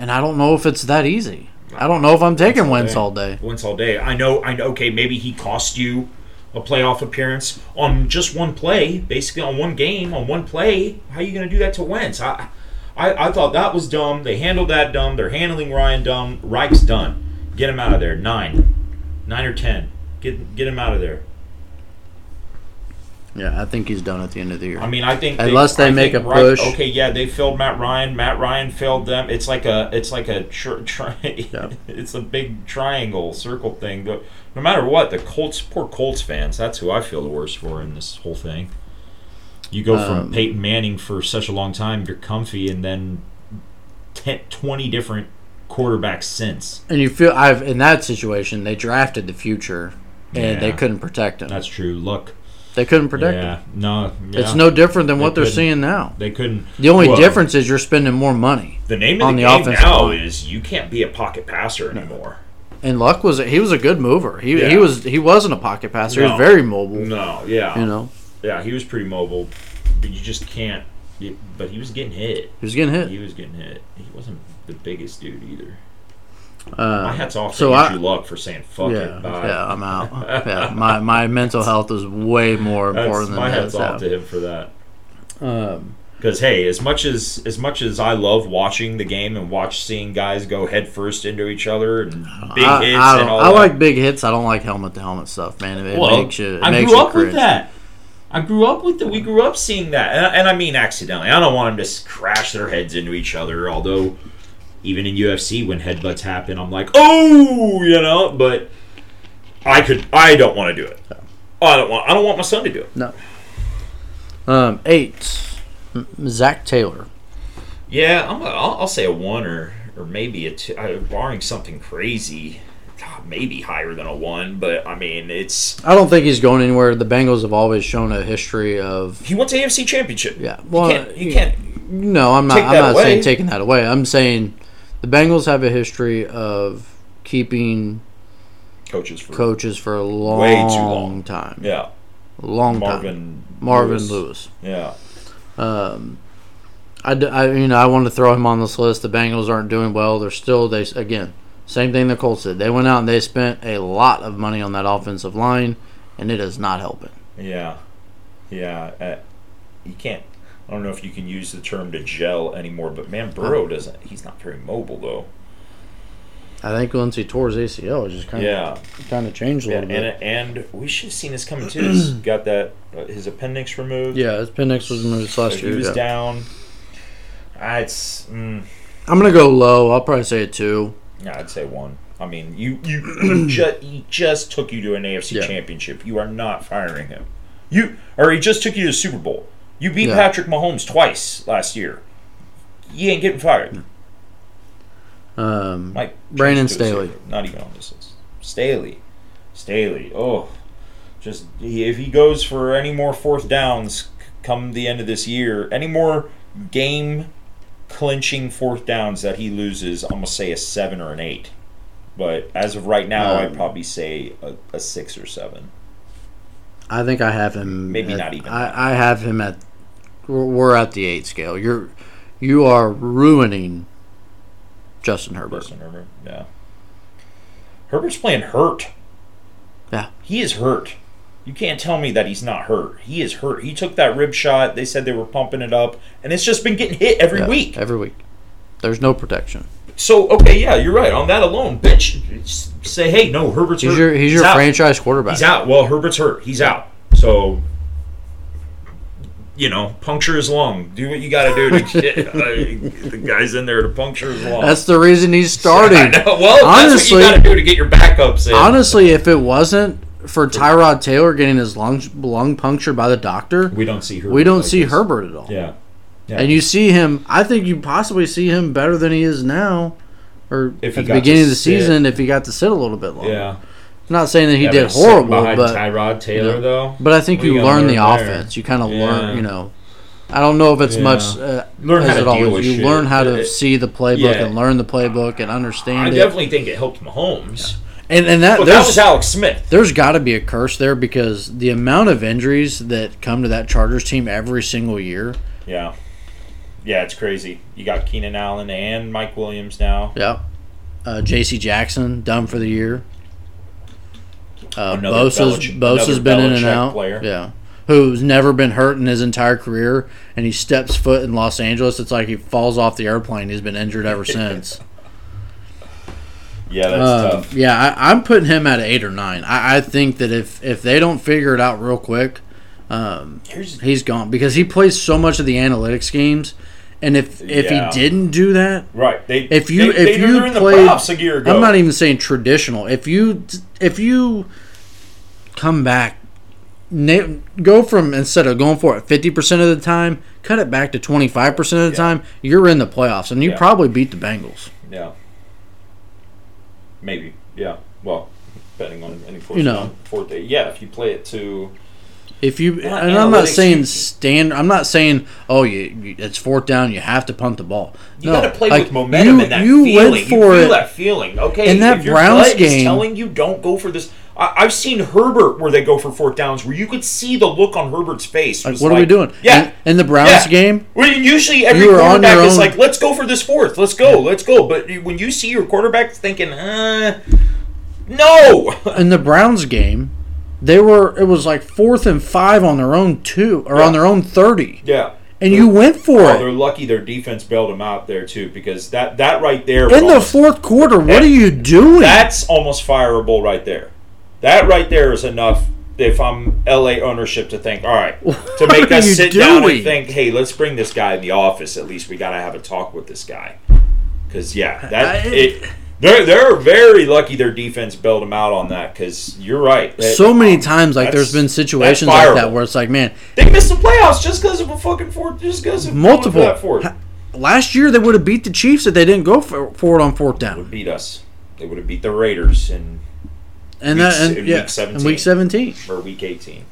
[SPEAKER 2] And I don't know if it's that easy. I don't know if I'm taking Wentz all day.
[SPEAKER 1] Wentz all day. I know. I know. Okay, maybe he cost you a playoff appearance on just one play, basically on one game, on one play. How you going to do that to Wentz? I, I, I thought that was dumb. They handled that dumb. They're handling Ryan dumb. Reich's done. Get him out of there. Nine, nine or ten. Get get him out of there.
[SPEAKER 2] Yeah, I think he's done at the end of the year.
[SPEAKER 1] I mean, I think
[SPEAKER 2] Unless they
[SPEAKER 1] I
[SPEAKER 2] make
[SPEAKER 1] think
[SPEAKER 2] a
[SPEAKER 1] Reich-
[SPEAKER 2] push.
[SPEAKER 1] okay, yeah, they failed Matt Ryan. Matt Ryan failed them. It's like a it's like a tri- tri- it's a big triangle circle thing. But no matter what, the Colts poor Colts fans. That's who I feel the worst for in this whole thing. You go from
[SPEAKER 2] Um,
[SPEAKER 1] Peyton Manning for such a long time, you're comfy, and then 10, 20 different quarterbacks since.
[SPEAKER 2] and you feel I've in that situation they drafted the future and they
[SPEAKER 1] Yeah.
[SPEAKER 2] couldn't protect him.
[SPEAKER 1] That's true. Luck.
[SPEAKER 2] they couldn't protect him.
[SPEAKER 1] yeah. No. Yeah.
[SPEAKER 2] It's no different than
[SPEAKER 1] They
[SPEAKER 2] what they're
[SPEAKER 1] couldn't.
[SPEAKER 2] seeing now.
[SPEAKER 1] They couldn't.
[SPEAKER 2] The only
[SPEAKER 1] Well,
[SPEAKER 2] difference is you're spending more money.
[SPEAKER 1] The name of
[SPEAKER 2] on
[SPEAKER 1] the,
[SPEAKER 2] the
[SPEAKER 1] game
[SPEAKER 2] offensive
[SPEAKER 1] now
[SPEAKER 2] line.
[SPEAKER 1] is you can't be a pocket passer anymore.
[SPEAKER 2] And Luck was he was a good mover. He he
[SPEAKER 1] Yeah.
[SPEAKER 2] was he wasn't a pocket passer. He
[SPEAKER 1] No.
[SPEAKER 2] was very mobile.
[SPEAKER 1] No, yeah,
[SPEAKER 2] You know,
[SPEAKER 1] yeah, he was pretty mobile, but you just can't. you- But he was getting hit.
[SPEAKER 2] he was getting hit.
[SPEAKER 1] He was getting hit. He wasn't the biggest dude either. My
[SPEAKER 2] Uh,
[SPEAKER 1] hat's off to
[SPEAKER 2] so I-
[SPEAKER 1] Andrew Luck for saying fuck
[SPEAKER 2] yeah,
[SPEAKER 1] it. Bye.
[SPEAKER 2] yeah, I'm out. Yeah, my my mental health is way more
[SPEAKER 1] That's-
[SPEAKER 2] important
[SPEAKER 1] my
[SPEAKER 2] than
[SPEAKER 1] hat's off
[SPEAKER 2] that.
[SPEAKER 1] to him for that.
[SPEAKER 2] Um,
[SPEAKER 1] Because hey, as much as as much as I love watching the game and watch seeing guys go headfirst into each other and big
[SPEAKER 2] I,
[SPEAKER 1] hits
[SPEAKER 2] I, don't,
[SPEAKER 1] and all
[SPEAKER 2] I
[SPEAKER 1] that.
[SPEAKER 2] like big hits. I don't like helmet to helmet stuff, man. It, it makes you. It
[SPEAKER 1] I
[SPEAKER 2] makes
[SPEAKER 1] grew
[SPEAKER 2] you
[SPEAKER 1] up with
[SPEAKER 2] cringe.
[SPEAKER 1] that. I grew up with that. We grew up seeing that, and, and I mean accidentally. I don't want them to s- crash their heads into each other. Although, even in UFC, when headbutts happen, I'm like, oh, you know. But I could. I don't want to do it. I don't want. I don't want my son to do it.
[SPEAKER 2] Um, eight, M- Zach Taylor.
[SPEAKER 1] Yeah, I'm a, I'll, I'll say a one or or maybe a two, I, barring something crazy. God, maybe higher than a one, but I mean, it's
[SPEAKER 2] I don't think he's going anywhere. The Bengals have always shown a history of
[SPEAKER 1] he wants an AFC championship.
[SPEAKER 2] yeah. Well,
[SPEAKER 1] you can't. You
[SPEAKER 2] yeah.
[SPEAKER 1] can't.
[SPEAKER 2] No, I'm not.
[SPEAKER 1] Take
[SPEAKER 2] I'm
[SPEAKER 1] that
[SPEAKER 2] not
[SPEAKER 1] away.
[SPEAKER 2] saying taking that away. I'm saying the Bengals have a history of keeping
[SPEAKER 1] Coaches for
[SPEAKER 2] coaches for a long,
[SPEAKER 1] Way too long.
[SPEAKER 2] time.
[SPEAKER 1] yeah.
[SPEAKER 2] Long time.
[SPEAKER 1] Marvin.
[SPEAKER 2] Marvin Lewis.
[SPEAKER 1] Yeah.
[SPEAKER 2] Um, I, d- I- you know, I want to throw him on this list. The Bengals aren't doing well. They're still they again same thing the Colts did. They went out and they spent a lot of money on that offensive line, and it is not helping.
[SPEAKER 1] Yeah. Yeah. Uh, you can't. I don't know if you can use the term to gel anymore, but man, Burrow doesn't. He's not very mobile though.
[SPEAKER 2] I think once he tore his ACL, it just kind of
[SPEAKER 1] Yeah.
[SPEAKER 2] kind of changed a
[SPEAKER 1] yeah
[SPEAKER 2] little
[SPEAKER 1] and
[SPEAKER 2] bit.
[SPEAKER 1] and we should have seen this coming too. He's got that uh, his appendix removed.
[SPEAKER 2] yeah, his appendix was removed this last
[SPEAKER 1] So he
[SPEAKER 2] year.
[SPEAKER 1] was
[SPEAKER 2] yeah.
[SPEAKER 1] down. Ah, it's. Mm,
[SPEAKER 2] I'm gonna go low. I'll probably say a two.
[SPEAKER 1] yeah, I'd say one. I mean, you you just he just took you to an AFC
[SPEAKER 2] Yeah.
[SPEAKER 1] championship. You are not firing him. You or he just took you to the Super Bowl. You beat
[SPEAKER 2] Yeah.
[SPEAKER 1] Patrick Mahomes twice last year. You ain't getting fired.
[SPEAKER 2] Um,
[SPEAKER 1] Mike
[SPEAKER 2] Brandon
[SPEAKER 1] Jones to a
[SPEAKER 2] Um, Staley.
[SPEAKER 1] Super- Not even on this list. Staley. Staley. Oh, just he- if he goes for any more fourth downs c- come the end of this year, any more game clinching fourth downs that he loses, I'm gonna say a seven or an eight. But as of right now, I'd
[SPEAKER 2] Um,
[SPEAKER 1] probably say a, a six or seven.
[SPEAKER 2] I think I have him.
[SPEAKER 1] Maybe
[SPEAKER 2] at-
[SPEAKER 1] not even
[SPEAKER 2] I, I have him at. We're, we're at the eight scale. You're, you are ruining Justin Herbert.
[SPEAKER 1] Justin Herbert, yeah. Herbert's playing hurt.
[SPEAKER 2] Yeah.
[SPEAKER 1] He is hurt. You can't tell me that he's not hurt. He is hurt. He took that rib shot. They said they were pumping it up, and it's just been getting hit every
[SPEAKER 2] Yeah,
[SPEAKER 1] week.
[SPEAKER 2] Every week. There's no protection.
[SPEAKER 1] So okay, yeah, you're right. On that alone, bitch, s- say hey, no, Herbert's
[SPEAKER 2] He's
[SPEAKER 1] hurt.
[SPEAKER 2] your he's your
[SPEAKER 1] out.
[SPEAKER 2] franchise quarterback.
[SPEAKER 1] He's out. Well, Herbert's hurt. He's out. So you know, puncture his lung. Do what you got to do to get uh, the guys in there to puncture his lung.
[SPEAKER 2] That's the reason he's starting.
[SPEAKER 1] I know. Well,
[SPEAKER 2] honestly,
[SPEAKER 1] that's what you got to do to get your backups in.
[SPEAKER 2] honestly, if it wasn't for Tyrod Taylor getting his lung lung punctured by the doctor,
[SPEAKER 3] We don't see Herbert.
[SPEAKER 2] we don't
[SPEAKER 3] like
[SPEAKER 2] see
[SPEAKER 3] this.
[SPEAKER 2] Herbert at all.
[SPEAKER 3] Yeah.
[SPEAKER 2] And you see him. I think you possibly see him better than he is now, or
[SPEAKER 3] If he
[SPEAKER 2] at
[SPEAKER 3] got to
[SPEAKER 2] the beginning of the
[SPEAKER 3] sit.
[SPEAKER 2] season if he got to sit a little bit longer.
[SPEAKER 3] Yeah.
[SPEAKER 2] I'm not saying that he
[SPEAKER 3] Yeah,
[SPEAKER 2] did
[SPEAKER 3] but sitting
[SPEAKER 2] horrible,
[SPEAKER 3] behind
[SPEAKER 2] but
[SPEAKER 3] Tyrod Taylor
[SPEAKER 2] Yeah.
[SPEAKER 3] though.
[SPEAKER 2] but I think
[SPEAKER 3] What are
[SPEAKER 2] you
[SPEAKER 3] you gonna
[SPEAKER 2] learn the
[SPEAKER 3] learn there?
[SPEAKER 2] offense. You kind of
[SPEAKER 1] Yeah.
[SPEAKER 2] learn. You know, I don't know if it's
[SPEAKER 3] Yeah.
[SPEAKER 2] much. Uh,
[SPEAKER 3] Learn
[SPEAKER 2] as
[SPEAKER 3] how to
[SPEAKER 2] it
[SPEAKER 3] deal
[SPEAKER 2] always,
[SPEAKER 3] with
[SPEAKER 2] you
[SPEAKER 3] shit.
[SPEAKER 2] learn how to
[SPEAKER 1] It-
[SPEAKER 2] see the playbook
[SPEAKER 1] yeah.
[SPEAKER 2] and learn the playbook and
[SPEAKER 1] I
[SPEAKER 2] understand it.
[SPEAKER 1] definitely think it helped Mahomes.
[SPEAKER 2] and and that
[SPEAKER 1] But
[SPEAKER 2] there's
[SPEAKER 1] that was Alex Smith.
[SPEAKER 2] there's got to be a curse there because the amount of injuries that come to that Chargers team every single year.
[SPEAKER 1] Yeah. Yeah, it's crazy. You got Keenan Allen and Mike Williams now.
[SPEAKER 2] Yeah. Uh, J.C. Jackson done for the year. Uh,
[SPEAKER 1] Another
[SPEAKER 2] Bosa's
[SPEAKER 1] Belichick-
[SPEAKER 2] Bosa's
[SPEAKER 1] another
[SPEAKER 2] been in and
[SPEAKER 1] Belichick
[SPEAKER 2] out.
[SPEAKER 1] player.
[SPEAKER 2] Yeah. Who's never been hurt in his entire career, and he steps foot in Los Angeles. It's like he falls off the airplane. He's been injured ever since.
[SPEAKER 1] Yeah, that's
[SPEAKER 2] Uh,
[SPEAKER 1] tough.
[SPEAKER 2] yeah, I, I'm putting him at an eight or nine. I, I think that if if they don't figure it out real quick, um,
[SPEAKER 1] Here's
[SPEAKER 2] he's gone because he plays so much of the analytics games, and if if
[SPEAKER 1] Yeah.
[SPEAKER 2] he didn't do that,
[SPEAKER 1] right. They
[SPEAKER 2] if you
[SPEAKER 1] they,
[SPEAKER 2] if
[SPEAKER 1] they
[SPEAKER 2] you
[SPEAKER 1] were in the
[SPEAKER 2] played,
[SPEAKER 1] playoffs a year ago.
[SPEAKER 2] I'm not even saying traditional. If you if you come back, na- go from instead of going for it 50 percent of the time, cut it back to 25 percent of the
[SPEAKER 1] Yeah.
[SPEAKER 2] time. You're in the playoffs, and you
[SPEAKER 1] Yeah.
[SPEAKER 2] probably beat the Bengals.
[SPEAKER 1] yeah. Maybe. Yeah. Well, depending on any fourth
[SPEAKER 2] You know.
[SPEAKER 1] down, fourth day. Yeah, if you play it to
[SPEAKER 2] If you
[SPEAKER 1] Not
[SPEAKER 2] and I'm not
[SPEAKER 1] analytics, you-
[SPEAKER 2] saying stand. I'm not saying oh you, you it's fourth down. You have to punt the ball.
[SPEAKER 1] you
[SPEAKER 2] no,
[SPEAKER 1] got to play
[SPEAKER 2] like,
[SPEAKER 1] with momentum
[SPEAKER 2] you,
[SPEAKER 1] and that
[SPEAKER 2] you
[SPEAKER 1] feeling.
[SPEAKER 2] went
[SPEAKER 1] you feel
[SPEAKER 2] for it.
[SPEAKER 1] that feeling. Okay,
[SPEAKER 2] In that
[SPEAKER 1] if your
[SPEAKER 2] Browns
[SPEAKER 1] gut is
[SPEAKER 2] game-
[SPEAKER 1] telling you don't go for this. I, I've seen Herbert where they go for fourth downs where you could see the look on Herbert's face. It
[SPEAKER 2] Like,
[SPEAKER 1] was
[SPEAKER 2] what are we doing?
[SPEAKER 1] Yeah,
[SPEAKER 2] In, in the Browns
[SPEAKER 1] Yeah.
[SPEAKER 2] game,
[SPEAKER 1] Well, usually every
[SPEAKER 2] You were on
[SPEAKER 1] quarterback
[SPEAKER 2] your
[SPEAKER 1] is
[SPEAKER 2] own.
[SPEAKER 1] like, "Let's go for this fourth. Let's go. Let's go." But you- when you see your quarterback thinking, uh, "No,"
[SPEAKER 2] in the Browns game, they were it was like fourth and five on their own two or on their own thirty,
[SPEAKER 1] yeah.
[SPEAKER 2] and you went for
[SPEAKER 1] Oh, they're
[SPEAKER 2] it
[SPEAKER 1] lucky their defense bailed them out there too, because that that right there
[SPEAKER 2] in the
[SPEAKER 1] almost-
[SPEAKER 2] fourth quarter. What are you doing?
[SPEAKER 1] that's almost fireable right there. That right there is enough. If I'm LA ownership to think, all right, to make
[SPEAKER 2] What are
[SPEAKER 1] us
[SPEAKER 2] you
[SPEAKER 1] sit down
[SPEAKER 2] doing?
[SPEAKER 1] and think, hey, let's bring this guy in the office. At least we got to have a talk with this guy. Because yeah, that
[SPEAKER 2] I-
[SPEAKER 1] it. They're they're very lucky their defense bailed them out on that. Because you're right. That-
[SPEAKER 2] so many times, like
[SPEAKER 1] That's-
[SPEAKER 2] there's been
[SPEAKER 1] that's
[SPEAKER 2] situations like that
[SPEAKER 1] fireable.
[SPEAKER 2] where it's like, man,
[SPEAKER 1] they missed the playoffs just because of a fucking fourth. Just because of going for
[SPEAKER 2] Multiple.
[SPEAKER 1] that fourth.
[SPEAKER 2] last year they would have beat the Chiefs if they didn't go for, for it on fourth down,
[SPEAKER 1] beat us. They would have beat the Raiders in
[SPEAKER 2] and
[SPEAKER 1] weeks-
[SPEAKER 2] that
[SPEAKER 1] in
[SPEAKER 2] and, yeah,
[SPEAKER 1] week
[SPEAKER 2] in
[SPEAKER 1] 17.
[SPEAKER 2] week seventeen.
[SPEAKER 1] or week 18.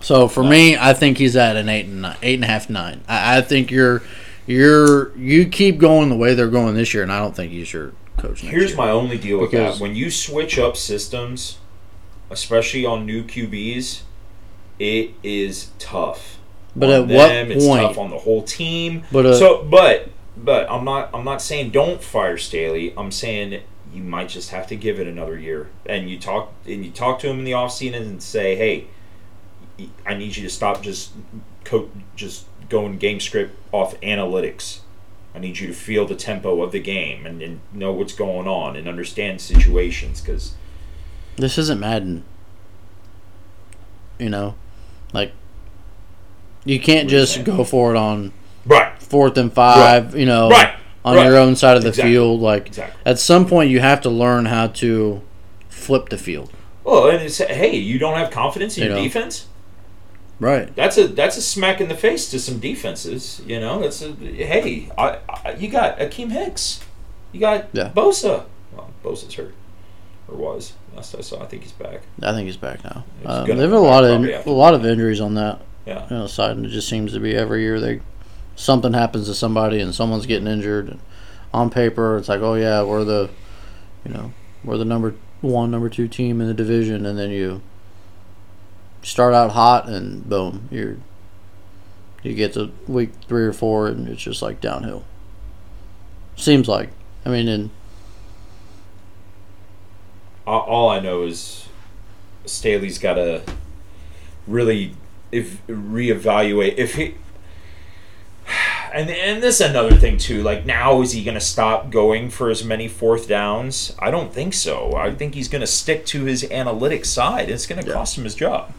[SPEAKER 2] So for me, I think he's at an eight and nine, eight and a half, nine. I, I think you're you're you keep going the way they're going this year, and I don't think he's your coach. Next
[SPEAKER 1] Here's
[SPEAKER 2] year.
[SPEAKER 1] my only deal with
[SPEAKER 2] Because-
[SPEAKER 1] that. When you switch up systems, especially on new QBs, it is tough.
[SPEAKER 2] But
[SPEAKER 1] On
[SPEAKER 2] at what
[SPEAKER 1] It's tough
[SPEAKER 2] point-
[SPEAKER 1] on the whole team.
[SPEAKER 2] But, uh,
[SPEAKER 1] so, but, but I'm not. I'm not saying don't fire Staley. I'm saying you might just have to give it another year. And you talk and you talk to him in the offseason and say, hey, I need you to stop just co- just going game script off analytics. I need you to feel the tempo of the game and, and know what's going on and understand situations because
[SPEAKER 2] This isn't Madden. You know, like you can't
[SPEAKER 1] What are you
[SPEAKER 2] just
[SPEAKER 1] saying?
[SPEAKER 2] go for it on
[SPEAKER 1] right,
[SPEAKER 2] fourth and five. You know,
[SPEAKER 1] right,
[SPEAKER 2] Oh, on
[SPEAKER 1] right.
[SPEAKER 2] your own side of the
[SPEAKER 1] Exactly.
[SPEAKER 2] field. Like
[SPEAKER 1] exactly.
[SPEAKER 2] at some point, you have to learn how to flip the field.
[SPEAKER 1] Well, and it's hey, you don't have confidence in
[SPEAKER 2] You
[SPEAKER 1] your
[SPEAKER 2] know.
[SPEAKER 1] defense.
[SPEAKER 2] Right.
[SPEAKER 1] That's a that's a smack in the face to some defenses. You know, that's a hey, I, I you got Akeem Hicks, you got
[SPEAKER 2] Yeah.
[SPEAKER 1] Bosa. Well, Bosa's hurt. or was. Last I saw, I think he's back.
[SPEAKER 2] I think he's back now.
[SPEAKER 1] He's
[SPEAKER 2] Um,
[SPEAKER 1] gonna
[SPEAKER 2] they've had a
[SPEAKER 1] come back
[SPEAKER 2] lot of
[SPEAKER 1] probably
[SPEAKER 2] a
[SPEAKER 1] after
[SPEAKER 2] lot of injuries on that
[SPEAKER 1] Yeah.
[SPEAKER 2] you know, side, and it just seems to be every year they something happens to somebody and someone's getting injured. And on paper, it's like, oh yeah, we're the you know we're the number one, number two team in the division, and then you start out hot and boom, you're you get to week three or four, and it's just like downhill. Seems like, I mean, and
[SPEAKER 1] all, all I know is Staley's got to really if reevaluate if he. And, and this is another thing too. Like now, is he going to stop going for as many fourth downs? I don't think so. I think he's going to stick to his analytic side. It's going to
[SPEAKER 2] Yeah.
[SPEAKER 1] cost him his job.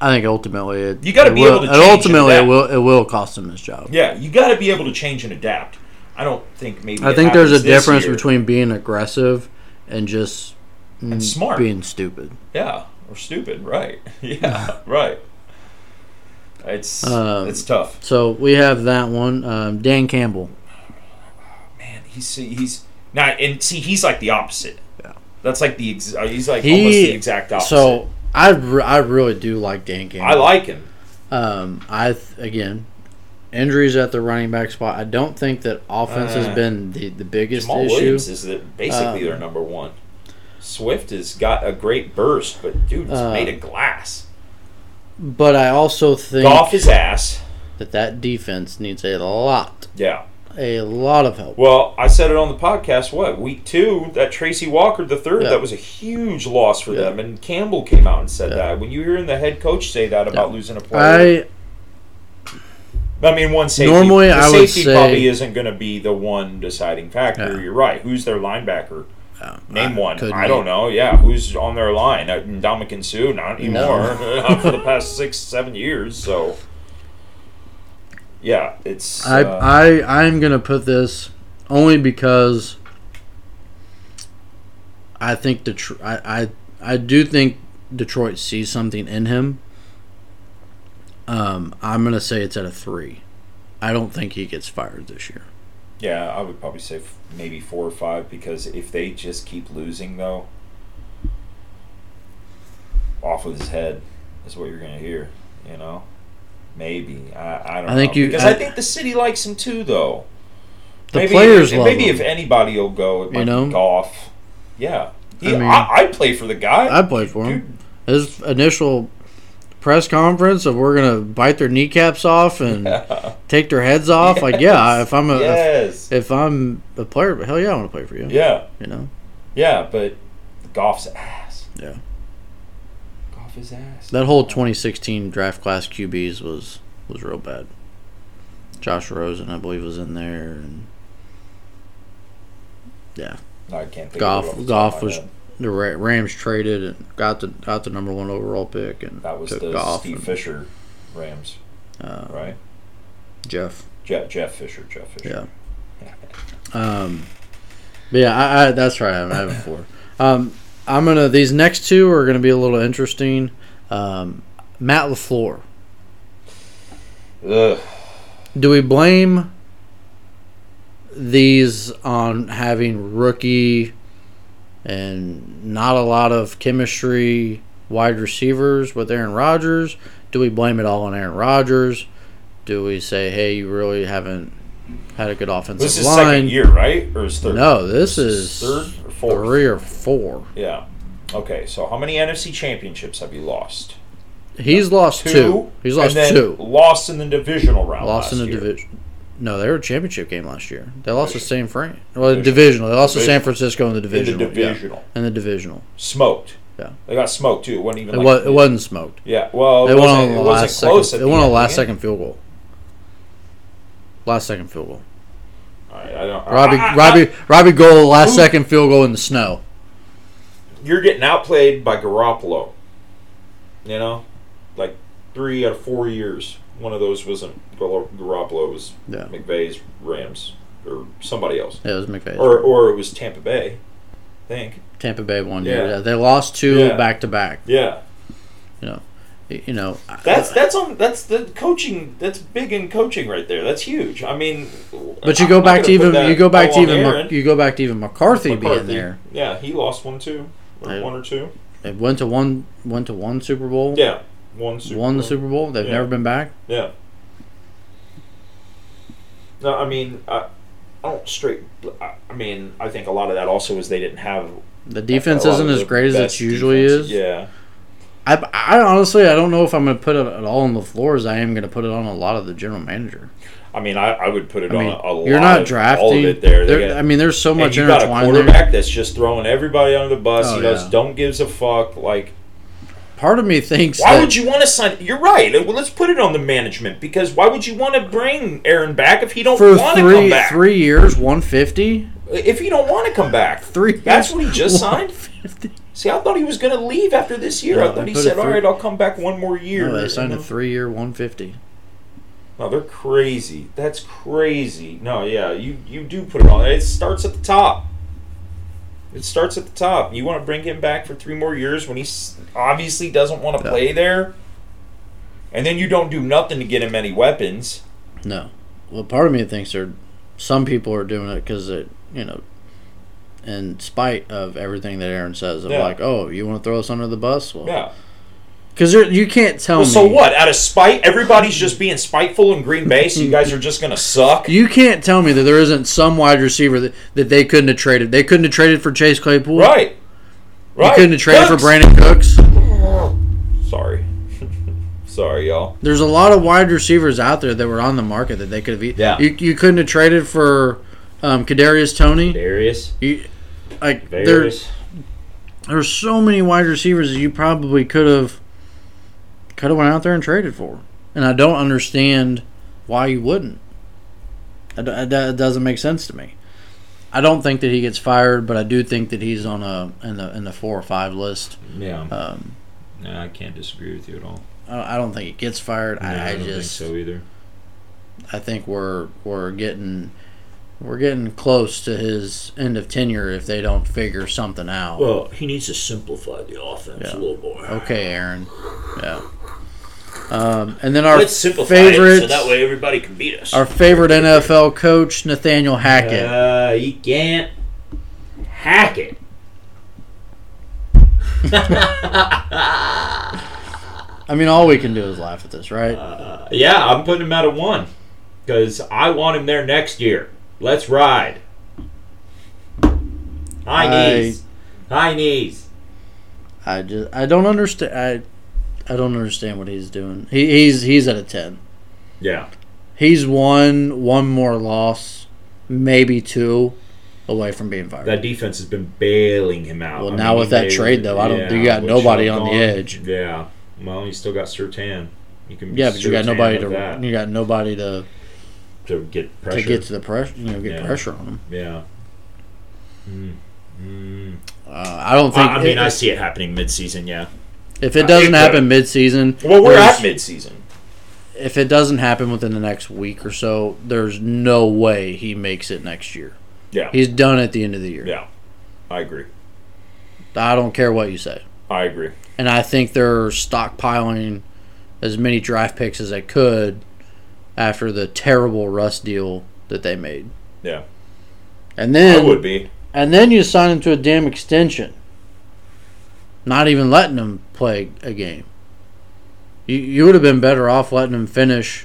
[SPEAKER 2] I think ultimately it
[SPEAKER 1] You gotta
[SPEAKER 2] it
[SPEAKER 1] be
[SPEAKER 2] will-
[SPEAKER 1] able to
[SPEAKER 2] it
[SPEAKER 1] change and
[SPEAKER 2] ultimately it
[SPEAKER 1] adapt.
[SPEAKER 2] will it will cost him his job.
[SPEAKER 1] Yeah, you got to be able to change and adapt. I don't think maybe.
[SPEAKER 2] I
[SPEAKER 1] it
[SPEAKER 2] think there's a
[SPEAKER 1] happens this
[SPEAKER 2] difference
[SPEAKER 1] year.
[SPEAKER 2] between being aggressive and just mm,
[SPEAKER 1] smart.
[SPEAKER 2] being stupid.
[SPEAKER 1] yeah or stupid, right? Yeah, right. It's
[SPEAKER 2] Um,
[SPEAKER 1] it's tough.
[SPEAKER 2] So we have that one. Um, Dan Campbell.
[SPEAKER 1] Man, he's he's not and see he's like the opposite.
[SPEAKER 2] Yeah.
[SPEAKER 1] That's like the ex- uh, he's like
[SPEAKER 2] He-
[SPEAKER 1] almost the exact opposite.
[SPEAKER 2] So I, re- I really do like Dan Campbell.
[SPEAKER 1] I like him.
[SPEAKER 2] Um, I th- again, injuries at the running back spot. I don't think that offense has
[SPEAKER 1] Uh,
[SPEAKER 2] been the the biggest
[SPEAKER 1] Jamal
[SPEAKER 2] issue.
[SPEAKER 1] Williams is the, basically
[SPEAKER 2] Uh,
[SPEAKER 1] their number one. Swift has got a great burst, but dude, it's
[SPEAKER 2] Uh,
[SPEAKER 1] made of glass.
[SPEAKER 2] But I also think
[SPEAKER 1] Golf his ass.
[SPEAKER 2] that that defense needs a lot,
[SPEAKER 1] Yeah.
[SPEAKER 2] a lot of help.
[SPEAKER 1] Well, I said it on the podcast. What week two? That Tracy Walker the third.
[SPEAKER 2] Yeah.
[SPEAKER 1] That was a huge loss for
[SPEAKER 2] Yeah.
[SPEAKER 1] them. And Campbell came out and said
[SPEAKER 2] Yeah.
[SPEAKER 1] that. When you hearing the head coach say that about losing a player,
[SPEAKER 2] I
[SPEAKER 1] I mean, one safety.
[SPEAKER 2] Normally,
[SPEAKER 1] the
[SPEAKER 2] I would
[SPEAKER 1] safety
[SPEAKER 2] say-
[SPEAKER 1] probably isn't going to be the one deciding factor.
[SPEAKER 2] Yeah.
[SPEAKER 1] You're right. Who's their linebacker?
[SPEAKER 2] uh,
[SPEAKER 1] Name
[SPEAKER 2] I
[SPEAKER 1] one.
[SPEAKER 2] couldn't
[SPEAKER 1] I don't know. Yeah, who's on their line? Dominican Sue, not anymore. Not for the past six, seven years. So, yeah, it's.
[SPEAKER 2] I,
[SPEAKER 1] uh,
[SPEAKER 2] I I'm gonna put this only because I think Detroit. I, I I do think Detroit sees something in him. Um, I'm gonna say it's at a three. I don't think he gets fired this year.
[SPEAKER 1] yeah, I would probably say f- maybe four or five because if they just keep losing though, off with his head is what you're going to hear. You know, maybe I, I don't.
[SPEAKER 2] I think
[SPEAKER 1] know.
[SPEAKER 2] you-
[SPEAKER 1] because
[SPEAKER 2] I-
[SPEAKER 1] I think the city likes him too though.
[SPEAKER 2] The players
[SPEAKER 1] if,
[SPEAKER 2] love
[SPEAKER 1] maybe
[SPEAKER 2] him.
[SPEAKER 1] if anybody will go, it might
[SPEAKER 2] You know?
[SPEAKER 1] be golf. Yeah, he,
[SPEAKER 2] I
[SPEAKER 1] I
[SPEAKER 2] mean-
[SPEAKER 1] I, would play for the guy.
[SPEAKER 2] I'd play for him. His initial press conference of we're gonna bite their kneecaps off and
[SPEAKER 1] Dude.
[SPEAKER 2] take their heads off. Like yeah, if I'm a if,
[SPEAKER 1] yes,
[SPEAKER 2] if I'm a player, hell yeah, I want to play for you.
[SPEAKER 1] yeah,
[SPEAKER 2] You know.
[SPEAKER 1] yeah, but golf's ass.
[SPEAKER 2] Yeah.
[SPEAKER 1] golf is ass.
[SPEAKER 2] That whole 2016 draft class QBs was was real bad. Josh Rosen, I believe, was in there, and
[SPEAKER 1] no, I can't think Of it
[SPEAKER 2] Goff-
[SPEAKER 1] off the top
[SPEAKER 2] Goff
[SPEAKER 1] of my
[SPEAKER 2] was-
[SPEAKER 1] head.
[SPEAKER 2] the Ra- Rams traded and got the got the number one overall pick, and
[SPEAKER 1] that was
[SPEAKER 2] took
[SPEAKER 1] the
[SPEAKER 2] Goff
[SPEAKER 1] Steve
[SPEAKER 2] and,
[SPEAKER 1] Fisher Rams,
[SPEAKER 2] uh,
[SPEAKER 1] right?
[SPEAKER 2] Jeff.
[SPEAKER 1] Jeff, Jeff Fisher, Jeff Fisher.
[SPEAKER 2] Um, but yeah, I, I, that's right. I have a four. Um, I'm gonna these next two are gonna be a little interesting. Um, Matt Lafleur.
[SPEAKER 1] Ugh.
[SPEAKER 2] Do we blame these on having rookie and not a lot of chemistry wide receivers with Aaron Rodgers? Do we blame it all on Aaron Rodgers? Do we say, hey, you really haven't had a good offensive
[SPEAKER 1] This is
[SPEAKER 2] line?
[SPEAKER 1] second year, right? Or is third?
[SPEAKER 2] No, this is
[SPEAKER 1] third or fourth.
[SPEAKER 2] three or four.
[SPEAKER 1] Yeah. Okay, so how many NFC championships have you lost?
[SPEAKER 2] He's lost two. He's lost
[SPEAKER 1] and then
[SPEAKER 2] two.
[SPEAKER 1] Lost in the divisional round.
[SPEAKER 2] Lost in the
[SPEAKER 1] last year.
[SPEAKER 2] division. No, they were a championship game last year. They lost to San Fran. Well,
[SPEAKER 1] Divisional.
[SPEAKER 2] divisional. They lost to San
[SPEAKER 1] Divisional.
[SPEAKER 2] Francisco in the
[SPEAKER 1] In the
[SPEAKER 2] divisional. yeah.
[SPEAKER 1] divisional.
[SPEAKER 2] in the divisional.
[SPEAKER 1] Smoked.
[SPEAKER 2] Yeah.
[SPEAKER 1] They got smoked too. It wasn't even
[SPEAKER 2] It
[SPEAKER 1] like
[SPEAKER 2] was it wasn't smoked.
[SPEAKER 1] Yeah. Well,
[SPEAKER 2] They
[SPEAKER 1] it
[SPEAKER 2] won
[SPEAKER 1] wasn't,
[SPEAKER 2] on the
[SPEAKER 1] it wasn't
[SPEAKER 2] last
[SPEAKER 1] close. at
[SPEAKER 2] second. They
[SPEAKER 1] the
[SPEAKER 2] won on
[SPEAKER 1] end
[SPEAKER 2] the last
[SPEAKER 1] of the game.
[SPEAKER 2] second field goal. Last second field goal.
[SPEAKER 1] All right, I don't.
[SPEAKER 2] Robbie
[SPEAKER 1] I- I-
[SPEAKER 2] Robbie Robbie goal last
[SPEAKER 1] Who-
[SPEAKER 2] second field goal in the snow.
[SPEAKER 1] you're getting outplayed by Garoppolo. You know, like three out of four years. One of those wasn't Gar- Garoppolo. It was
[SPEAKER 2] Yeah.
[SPEAKER 1] McVay's Rams or somebody else,
[SPEAKER 2] Yeah, it was McVay.
[SPEAKER 1] or or it was Tampa Bay. I think.
[SPEAKER 2] Tampa Bay one
[SPEAKER 1] Yeah.
[SPEAKER 2] year. Yeah, They lost two
[SPEAKER 1] Yeah.
[SPEAKER 2] back to back.
[SPEAKER 1] Yeah.
[SPEAKER 2] you know, I-
[SPEAKER 1] That's that's on that's the coaching. That's big in coaching right there. That's huge. I mean,
[SPEAKER 2] But you
[SPEAKER 1] I'm
[SPEAKER 2] go
[SPEAKER 1] not
[SPEAKER 2] back
[SPEAKER 1] gonna
[SPEAKER 2] to
[SPEAKER 1] put
[SPEAKER 2] even
[SPEAKER 1] that
[SPEAKER 2] you go back to
[SPEAKER 1] all on
[SPEAKER 2] even Mc-
[SPEAKER 1] Aaron
[SPEAKER 2] you go back to even McCarthy, being
[SPEAKER 1] McCarthy.
[SPEAKER 2] there.
[SPEAKER 1] Yeah, he lost one too, or
[SPEAKER 2] Yeah.
[SPEAKER 1] one or two.
[SPEAKER 2] They went to one went to one Super Bowl.
[SPEAKER 1] Yeah, one Super
[SPEAKER 2] won the
[SPEAKER 1] Bowl.
[SPEAKER 2] Super Bowl. They've
[SPEAKER 1] Yeah.
[SPEAKER 2] never been back.
[SPEAKER 1] Yeah. No, I mean, I, I don't straight. I, I mean, I think a lot of that also is they didn't have
[SPEAKER 2] The defense
[SPEAKER 1] a lot of
[SPEAKER 2] isn't as
[SPEAKER 1] the
[SPEAKER 2] great as
[SPEAKER 1] best
[SPEAKER 2] it usually
[SPEAKER 1] defense.
[SPEAKER 2] is.
[SPEAKER 1] Yeah,
[SPEAKER 2] I, I honestly I don't know if I'm going to put it at all on the floor as I am going to put it on a lot of the general manager.
[SPEAKER 1] I mean, I, I would put it
[SPEAKER 2] I mean,
[SPEAKER 1] on a, a lot.
[SPEAKER 2] you're not
[SPEAKER 1] of-
[SPEAKER 2] drafting.
[SPEAKER 1] all of it there. They
[SPEAKER 2] There-
[SPEAKER 1] got-
[SPEAKER 2] I mean, there's so
[SPEAKER 1] and
[SPEAKER 2] much
[SPEAKER 1] you got a
[SPEAKER 2] intertwined there.
[SPEAKER 1] quarterback that's just throwing everybody under the bus.
[SPEAKER 2] Oh,
[SPEAKER 1] he does
[SPEAKER 2] yeah.
[SPEAKER 1] don't gives a fuck. Like,
[SPEAKER 2] Part of me thinks
[SPEAKER 1] why
[SPEAKER 2] that,
[SPEAKER 1] would you want to sign? You're right. Well, let's put it on the management because why would you want to bring Aaron back if he don't
[SPEAKER 2] for
[SPEAKER 1] want to come
[SPEAKER 2] three
[SPEAKER 1] back?
[SPEAKER 2] three years 150
[SPEAKER 1] If he don't want to come back,
[SPEAKER 2] three.
[SPEAKER 1] That's
[SPEAKER 2] years,
[SPEAKER 1] what he just signed?
[SPEAKER 2] 150.
[SPEAKER 1] See, I thought he was going to leave after this year.
[SPEAKER 2] No,
[SPEAKER 1] I thought
[SPEAKER 2] they
[SPEAKER 1] he
[SPEAKER 2] put
[SPEAKER 1] said,
[SPEAKER 2] it
[SPEAKER 1] "All
[SPEAKER 2] through-
[SPEAKER 1] right, I'll come back one more year."
[SPEAKER 2] No, they signed a
[SPEAKER 1] And then-
[SPEAKER 2] three year 150.
[SPEAKER 1] No, they're crazy. That's crazy. No, yeah, you you do put it on. It starts at the top. It starts at the top. You want to bring him back for three more years when he s- obviously doesn't want to
[SPEAKER 2] Yeah.
[SPEAKER 1] play there, and then you don't do nothing to get him any weapons.
[SPEAKER 2] No. Well, part of me thinks they're. Some people are doing it because it, you know, in spite of everything that Aaron says, of
[SPEAKER 1] Yeah.
[SPEAKER 2] like, oh, you want to throw us under the bus? Well,
[SPEAKER 1] Yeah.
[SPEAKER 2] because you can't tell
[SPEAKER 1] Well,
[SPEAKER 2] me.
[SPEAKER 1] so what? Out of spite, everybody's just being spiteful in Green Bay. So you guys are just gonna suck.
[SPEAKER 2] You can't tell me that there isn't some wide receiver that, that they couldn't have traded. They couldn't have traded for Chase Claypool.
[SPEAKER 1] Right. Right.
[SPEAKER 2] They couldn't have traded
[SPEAKER 1] Cooks.
[SPEAKER 2] for Brandon Cooks.
[SPEAKER 1] Sorry. Sorry, y'all.
[SPEAKER 2] There's a lot of wide receivers out there that were on the market that they could have. e-
[SPEAKER 3] Yeah.
[SPEAKER 2] You, you couldn't have traded for um, Kadarius Tony.
[SPEAKER 3] Darius,
[SPEAKER 2] You, like there,
[SPEAKER 3] Darius.
[SPEAKER 2] there's so many wide receivers that you probably could have could have went out there and traded for, and I don't understand why you wouldn't. It, it, it doesn't make sense to me. I don't think that he gets fired, but I do think that he's on a in the in the four or five list.
[SPEAKER 3] Yeah,
[SPEAKER 2] Um,
[SPEAKER 3] no, I can't disagree with you at all.
[SPEAKER 2] I don't- I don't think he gets fired.
[SPEAKER 3] No,
[SPEAKER 2] I, I
[SPEAKER 3] don't
[SPEAKER 2] just
[SPEAKER 3] think so either.
[SPEAKER 2] I think we're we're getting we're getting close to his end of tenure if they don't figure something out.
[SPEAKER 3] Well, he needs to simplify the offense
[SPEAKER 2] Yeah.
[SPEAKER 3] a little more.
[SPEAKER 2] okay, Aaron. Yeah. Um, and then our
[SPEAKER 1] Let's simplify
[SPEAKER 2] favorite
[SPEAKER 1] it so that way everybody can beat us.
[SPEAKER 2] our favorite NFL coach Nathaniel Hackett.
[SPEAKER 3] Uh, you can't hack it.
[SPEAKER 2] I mean, all we can do is laugh at this, right?
[SPEAKER 1] Uh,
[SPEAKER 3] Uh, Yeah, I'm putting him out of one because I want him there next year. Let's ride. High
[SPEAKER 2] I-
[SPEAKER 3] knees. High knees.
[SPEAKER 2] I just I don't understand. I I don't understand what he's doing. He, he's he's at a ten.
[SPEAKER 3] Yeah.
[SPEAKER 2] He's one one more loss, maybe two, away from being fired.
[SPEAKER 3] That defense has been bailing him out.
[SPEAKER 2] Well, now with that
[SPEAKER 3] they-
[SPEAKER 2] trade, though, I don't- you got
[SPEAKER 3] with
[SPEAKER 2] nobody
[SPEAKER 3] Sean
[SPEAKER 2] on the
[SPEAKER 3] gone,
[SPEAKER 2] edge.
[SPEAKER 3] Yeah. Well, you still got Sertan. You can be
[SPEAKER 2] yeah, but you got
[SPEAKER 3] Surtain
[SPEAKER 2] nobody
[SPEAKER 3] with
[SPEAKER 2] to
[SPEAKER 3] that,
[SPEAKER 2] you got nobody to,
[SPEAKER 3] to get pressure.
[SPEAKER 2] to get to the pressure. You know, get
[SPEAKER 3] Yeah.
[SPEAKER 2] pressure on him.
[SPEAKER 3] yeah. Mm. Mm.
[SPEAKER 2] Uh, I don't
[SPEAKER 3] I,
[SPEAKER 2] think.
[SPEAKER 3] I mean,
[SPEAKER 2] if,
[SPEAKER 3] I see it happening midseason. Yeah.
[SPEAKER 2] if it doesn't
[SPEAKER 1] it-
[SPEAKER 2] happen midseason,
[SPEAKER 1] well, we're
[SPEAKER 2] there's-
[SPEAKER 1] at midseason.
[SPEAKER 2] If it doesn't happen within the next week or so, there's no way he makes it next year.
[SPEAKER 1] Yeah.
[SPEAKER 2] He's done at the end of the year.
[SPEAKER 1] Yeah. I agree.
[SPEAKER 2] I don't care what you say.
[SPEAKER 1] I agree.
[SPEAKER 2] And I think they're stockpiling as many draft picks as they could after the terrible Russ deal that they made.
[SPEAKER 1] Yeah.
[SPEAKER 2] And
[SPEAKER 1] I
[SPEAKER 2] then
[SPEAKER 1] would be.
[SPEAKER 2] And then you sign him to a damn extension. Not even letting him play a game. You, you would have been better off letting him finish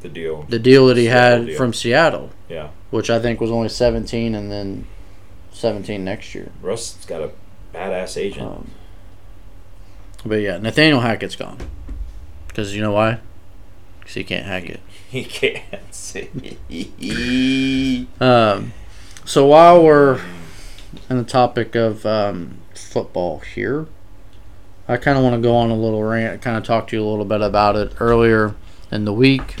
[SPEAKER 1] The deal.
[SPEAKER 2] the deal that he
[SPEAKER 1] Seattle
[SPEAKER 2] had
[SPEAKER 1] deal.
[SPEAKER 2] from Seattle,
[SPEAKER 1] Yeah.
[SPEAKER 2] which I think was only 17 and then 17 next year.
[SPEAKER 1] Russ's got a badass agent.
[SPEAKER 2] Um, but yeah, Nathaniel Hackett's gone. Because you know why? Because he can't hack it.
[SPEAKER 1] He can't see.
[SPEAKER 2] Um, so while we're on the topic of um, football here, I kind of want to go on a little rant, kind of talk to you a little bit about it earlier in the week.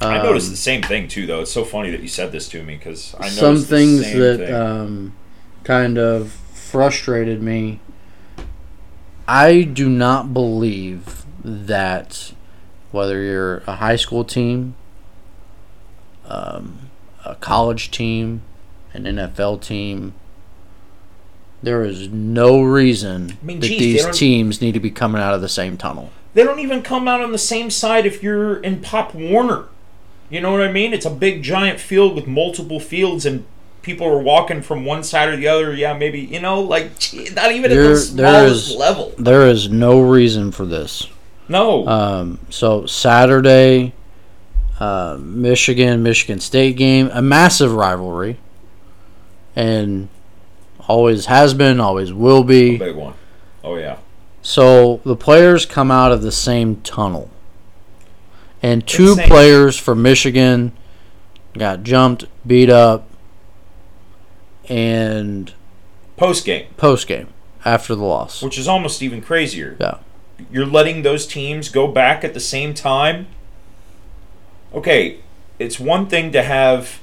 [SPEAKER 1] I noticed
[SPEAKER 2] Um,
[SPEAKER 1] the same thing too, though. It's so funny that you said this to me because I noticed
[SPEAKER 2] some
[SPEAKER 1] the
[SPEAKER 2] things
[SPEAKER 1] same
[SPEAKER 2] that
[SPEAKER 1] thing.
[SPEAKER 2] Um, kind of frustrated me. I do not believe that whether you're a high school team, um, a college team, an NFL team, there is no reason
[SPEAKER 1] I mean,
[SPEAKER 2] that
[SPEAKER 1] geez, they
[SPEAKER 2] these
[SPEAKER 1] don't-
[SPEAKER 2] teams need to be coming out of the same tunnel.
[SPEAKER 1] They don't even come out on the same side if you're in Pop Warner. You know what I mean? It's a big giant field with multiple fields and people are walking from one side or the other. Yeah, maybe you know, like gee, not even at
[SPEAKER 2] There-
[SPEAKER 1] the smallest
[SPEAKER 2] there's-
[SPEAKER 1] level.
[SPEAKER 2] There is no reason for this.
[SPEAKER 1] No,
[SPEAKER 2] Um, so Saturday, uh, Michigan, Michigan State game, a massive rivalry, and always has been, always will be.
[SPEAKER 1] big one. Oh yeah,
[SPEAKER 2] So the players come out of the same tunnel, and two
[SPEAKER 1] Insane.
[SPEAKER 2] players from Michigan got jumped, beat up, and
[SPEAKER 1] post game,
[SPEAKER 2] post game after the loss.
[SPEAKER 1] which is almost even crazier.
[SPEAKER 2] Yeah.
[SPEAKER 1] you're letting those teams go back at the same time. Okay, it's one thing to have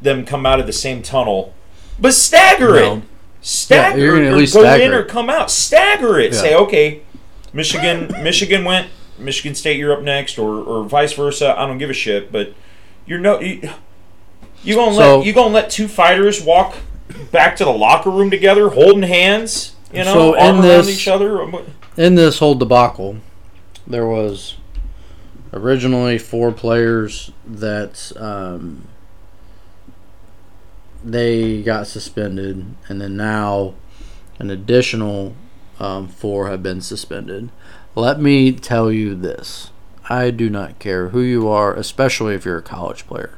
[SPEAKER 1] them come out of the same tunnel, but stagger
[SPEAKER 2] No.
[SPEAKER 1] it. Stagger
[SPEAKER 2] Yeah, you're gonna at
[SPEAKER 1] or
[SPEAKER 2] least
[SPEAKER 1] go
[SPEAKER 2] stagger
[SPEAKER 1] in or
[SPEAKER 2] it.
[SPEAKER 1] come out. Stagger it.
[SPEAKER 2] Yeah.
[SPEAKER 1] Say okay, Michigan, Michigan went. Michigan State, you're up next, or, or vice versa. I don't give a shit. But you're no, you, you gonna
[SPEAKER 2] So-
[SPEAKER 1] let you gonna let two fighters walk back to the locker room together, holding hands. You know,
[SPEAKER 2] So, in
[SPEAKER 1] arm around
[SPEAKER 2] this-
[SPEAKER 1] each other. or what-
[SPEAKER 2] in this whole debacle, there was originally four players that um, they got suspended, and then now an additional um, four have been suspended. Let me tell you this: I do not care who you are, especially if you're a college player,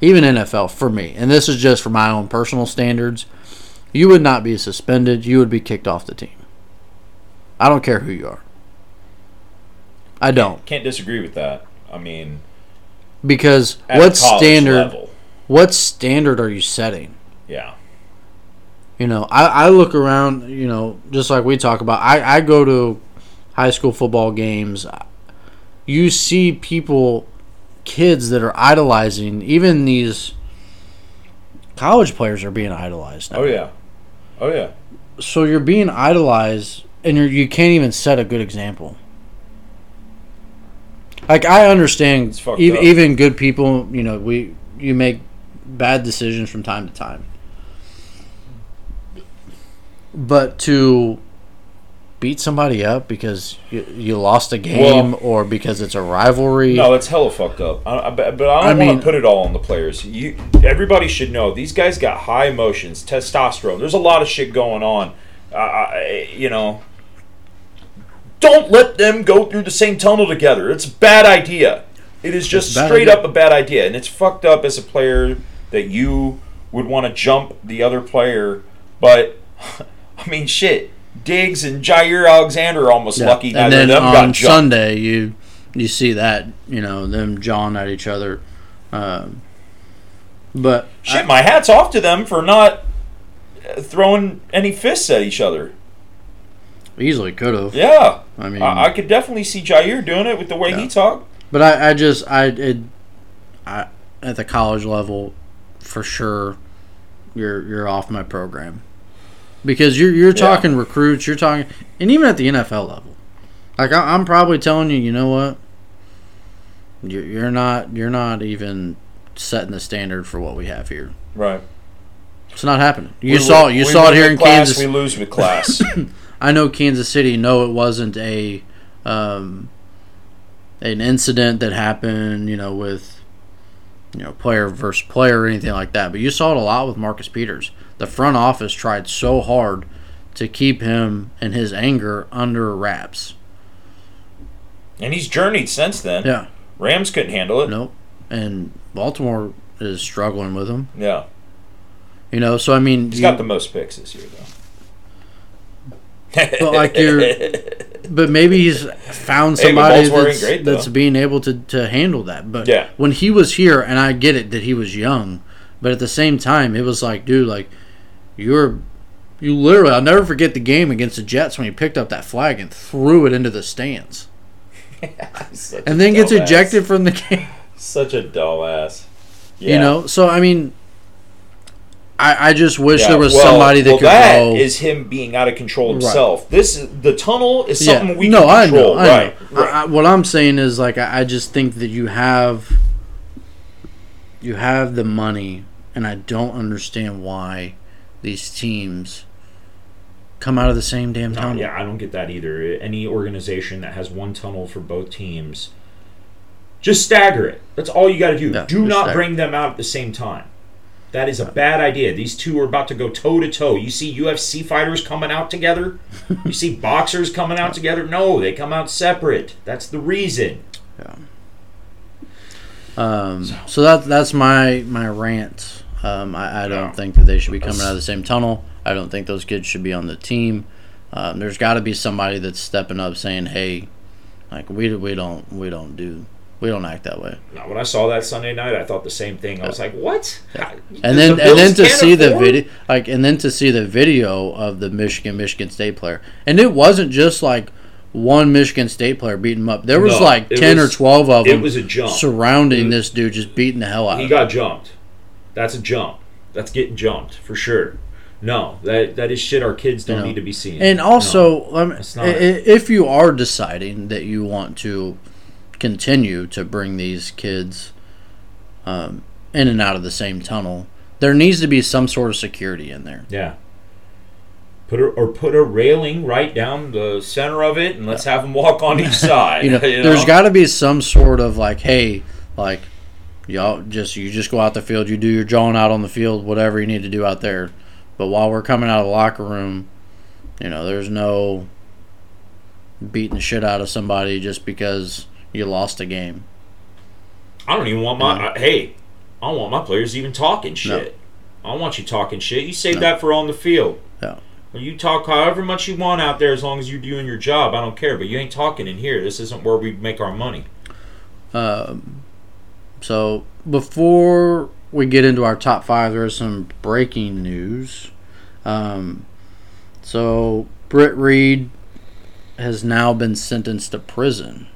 [SPEAKER 2] even NFL. For me, and this is just for my own personal standards, you would not be suspended; you would be kicked off the team. I don't care who you are. I don't
[SPEAKER 1] Can't disagree with that. I mean,
[SPEAKER 2] because
[SPEAKER 1] at
[SPEAKER 2] what
[SPEAKER 1] the college
[SPEAKER 2] standard?
[SPEAKER 1] level.
[SPEAKER 2] What standard are you setting?
[SPEAKER 1] Yeah,
[SPEAKER 2] You know, I, I look around. You know, just like we talk about, I I go to high school football games. You see people, kids that are idolizing. Even these college players are being idolized. Now.
[SPEAKER 1] oh yeah, oh yeah.
[SPEAKER 2] So you're being idolized, and you're, you can't even set a good example. Like I understand,
[SPEAKER 1] It's fucked
[SPEAKER 2] ev-
[SPEAKER 1] up.
[SPEAKER 2] even good people, you know, we you make bad decisions from time to time, but to beat somebody up because you, you lost a game or because it's a rivalry,
[SPEAKER 1] No, that's hella fucked up. I, I, but but I
[SPEAKER 2] I
[SPEAKER 1] don't want
[SPEAKER 2] mean-
[SPEAKER 1] to put it all on the players. You, everybody should know these guys got high emotions, testosterone. There's a lot of shit going on. I, I, you know, don't let them go through the same tunnel together. It's a bad idea. It is just
[SPEAKER 2] It's a bad
[SPEAKER 1] straight
[SPEAKER 2] idea.
[SPEAKER 1] up a bad idea, and it's fucked up as a player that you would want to jump the other player. But I mean, shit. Diggs and Jair Alexander are almost
[SPEAKER 2] Yeah.
[SPEAKER 1] lucky
[SPEAKER 2] and
[SPEAKER 1] neither
[SPEAKER 2] then
[SPEAKER 1] of them got
[SPEAKER 2] on
[SPEAKER 1] jumped.
[SPEAKER 2] Sunday you you see that you know them jawing at each other, um, but
[SPEAKER 1] Shit, my hat's off to them for not uh, throwing any fists at each other.
[SPEAKER 2] Easily could have.
[SPEAKER 1] Yeah,
[SPEAKER 2] I mean,
[SPEAKER 1] I, I could definitely see Jair doing it with the way
[SPEAKER 2] Mm. Yeah.
[SPEAKER 1] he talked.
[SPEAKER 2] but I, I just, I, it, I, at the college level, for sure, you're you're off my program because you're you're
[SPEAKER 1] Yeah.
[SPEAKER 2] talking recruits, you're talking, and even at the NFL level, like I, I'm probably telling you, you know what, you're, you're not you're not even setting the standard for what we have here.
[SPEAKER 1] Right.
[SPEAKER 2] It's not happening. You saw it. You saw it here in Kansas.
[SPEAKER 1] We lose with class.
[SPEAKER 2] I know Kansas City. No, it wasn't a um, an incident that happened, you know, with you know player versus player or anything like that. But you saw it a lot with Marcus Peters. The front office tried so hard to keep him and his anger under wraps.
[SPEAKER 1] and he's journeyed since then.
[SPEAKER 2] Yeah,
[SPEAKER 1] Rams couldn't handle it.
[SPEAKER 2] nope. And Baltimore is struggling with him.
[SPEAKER 1] Yeah.
[SPEAKER 2] You know, so I mean,
[SPEAKER 1] he's
[SPEAKER 2] you-
[SPEAKER 1] got the most picks this year, though.
[SPEAKER 2] but like you're, but maybe he's found
[SPEAKER 1] Hey, but
[SPEAKER 2] somebody
[SPEAKER 1] Baltimore ain't
[SPEAKER 2] that's,
[SPEAKER 1] great, though.
[SPEAKER 2] that's being able to, to handle that. But
[SPEAKER 1] Yeah.
[SPEAKER 2] when he was here, and I get it that he was young, but at the same time, it was like, dude, like you're, you literally, I'll never forget the game against the Jets when he picked up that flag and threw it into the stands,
[SPEAKER 1] Such
[SPEAKER 2] and
[SPEAKER 1] a
[SPEAKER 2] then gets
[SPEAKER 1] dumbass.
[SPEAKER 2] ejected from the game.
[SPEAKER 1] Such a dumbass. Yeah.
[SPEAKER 2] You know, so I mean, I I just wish
[SPEAKER 1] Yeah,
[SPEAKER 2] there was
[SPEAKER 1] well-
[SPEAKER 2] somebody that
[SPEAKER 1] well,
[SPEAKER 2] could
[SPEAKER 1] that
[SPEAKER 2] go.
[SPEAKER 1] is him being out of control
[SPEAKER 2] Right.
[SPEAKER 1] himself. This is- the tunnel is something we
[SPEAKER 2] no,
[SPEAKER 1] can control.
[SPEAKER 2] I
[SPEAKER 1] right.
[SPEAKER 2] know, I know.
[SPEAKER 1] right.
[SPEAKER 2] I, I, what I'm saying is like I, I just think that you have you have the money, and I don't understand why these teams come out of the same damn
[SPEAKER 1] Uh,
[SPEAKER 2] town.
[SPEAKER 1] yeah, I don't get that either. Any organization that has one tunnel for both teams, just stagger it. That's all you got to do.
[SPEAKER 2] Yeah,
[SPEAKER 1] do
[SPEAKER 2] just
[SPEAKER 1] not
[SPEAKER 2] stagger.
[SPEAKER 1] bring them out at the same time. That is a bad idea. These two are about to go toe to toe. You see UFC fighters coming out together. you see boxers coming out together. No, they come out separate. That's the reason.
[SPEAKER 2] Um, so that that's my my rant. Um, I, I don't think that they should be coming out of the same tunnel. I don't think those kids should be on the team. Um, there's got to be somebody that's stepping up, saying, "Hey, like we we don't we don't do we don't act that way."
[SPEAKER 1] Now, when I saw that Sunday night, I thought the same thing. I was like, "What?" How-
[SPEAKER 2] And
[SPEAKER 1] the
[SPEAKER 2] then and then
[SPEAKER 1] Bills
[SPEAKER 2] to
[SPEAKER 1] can't
[SPEAKER 2] see the
[SPEAKER 1] afford-
[SPEAKER 2] video, like and then to see the video of the Michigan Michigan State player, and it wasn't just like one Michigan State player beating him up. There was
[SPEAKER 1] No,
[SPEAKER 2] like
[SPEAKER 1] it
[SPEAKER 2] ten
[SPEAKER 1] was-
[SPEAKER 2] or twelve of
[SPEAKER 1] It
[SPEAKER 2] them
[SPEAKER 1] was a jump.
[SPEAKER 2] surrounding this dude, just beating the hell out
[SPEAKER 1] He
[SPEAKER 2] of him.
[SPEAKER 1] got jumped. That's a jump. That's getting jumped for sure. No, that that is shit our kids don't
[SPEAKER 2] No.
[SPEAKER 1] need to be seeing.
[SPEAKER 2] And also, um,
[SPEAKER 1] it's
[SPEAKER 2] i-
[SPEAKER 1] not.
[SPEAKER 2] i- if you are deciding that you want to continue to bring these kids um, in and out of the same tunnel, there needs to be some sort of security in there.
[SPEAKER 1] No. yeah. Put a, or put a railing right down the center of it, and let's have them walk on each side.
[SPEAKER 2] you know,
[SPEAKER 1] you
[SPEAKER 2] there's
[SPEAKER 1] know?
[SPEAKER 2] got to be some sort of like, hey, like y'all just you just go out the field, you do your jawing out on the field, whatever you need to do out there. But while we're coming out of the locker room, you know, there's no beating the shit out of somebody just because you lost a game.
[SPEAKER 1] I don't even want my I- hey. I don't want my players even talking shit. I don't want you talking shit. You save that for on the field.
[SPEAKER 2] Yeah.
[SPEAKER 1] Well, You talk however much you want out there as long as you're doing your job. I don't care, but you ain't talking in here. This isn't where we make our money.
[SPEAKER 2] Um, so before we get into our top five, there's some breaking news. Um, so Britt Reed has now been sentenced to prison.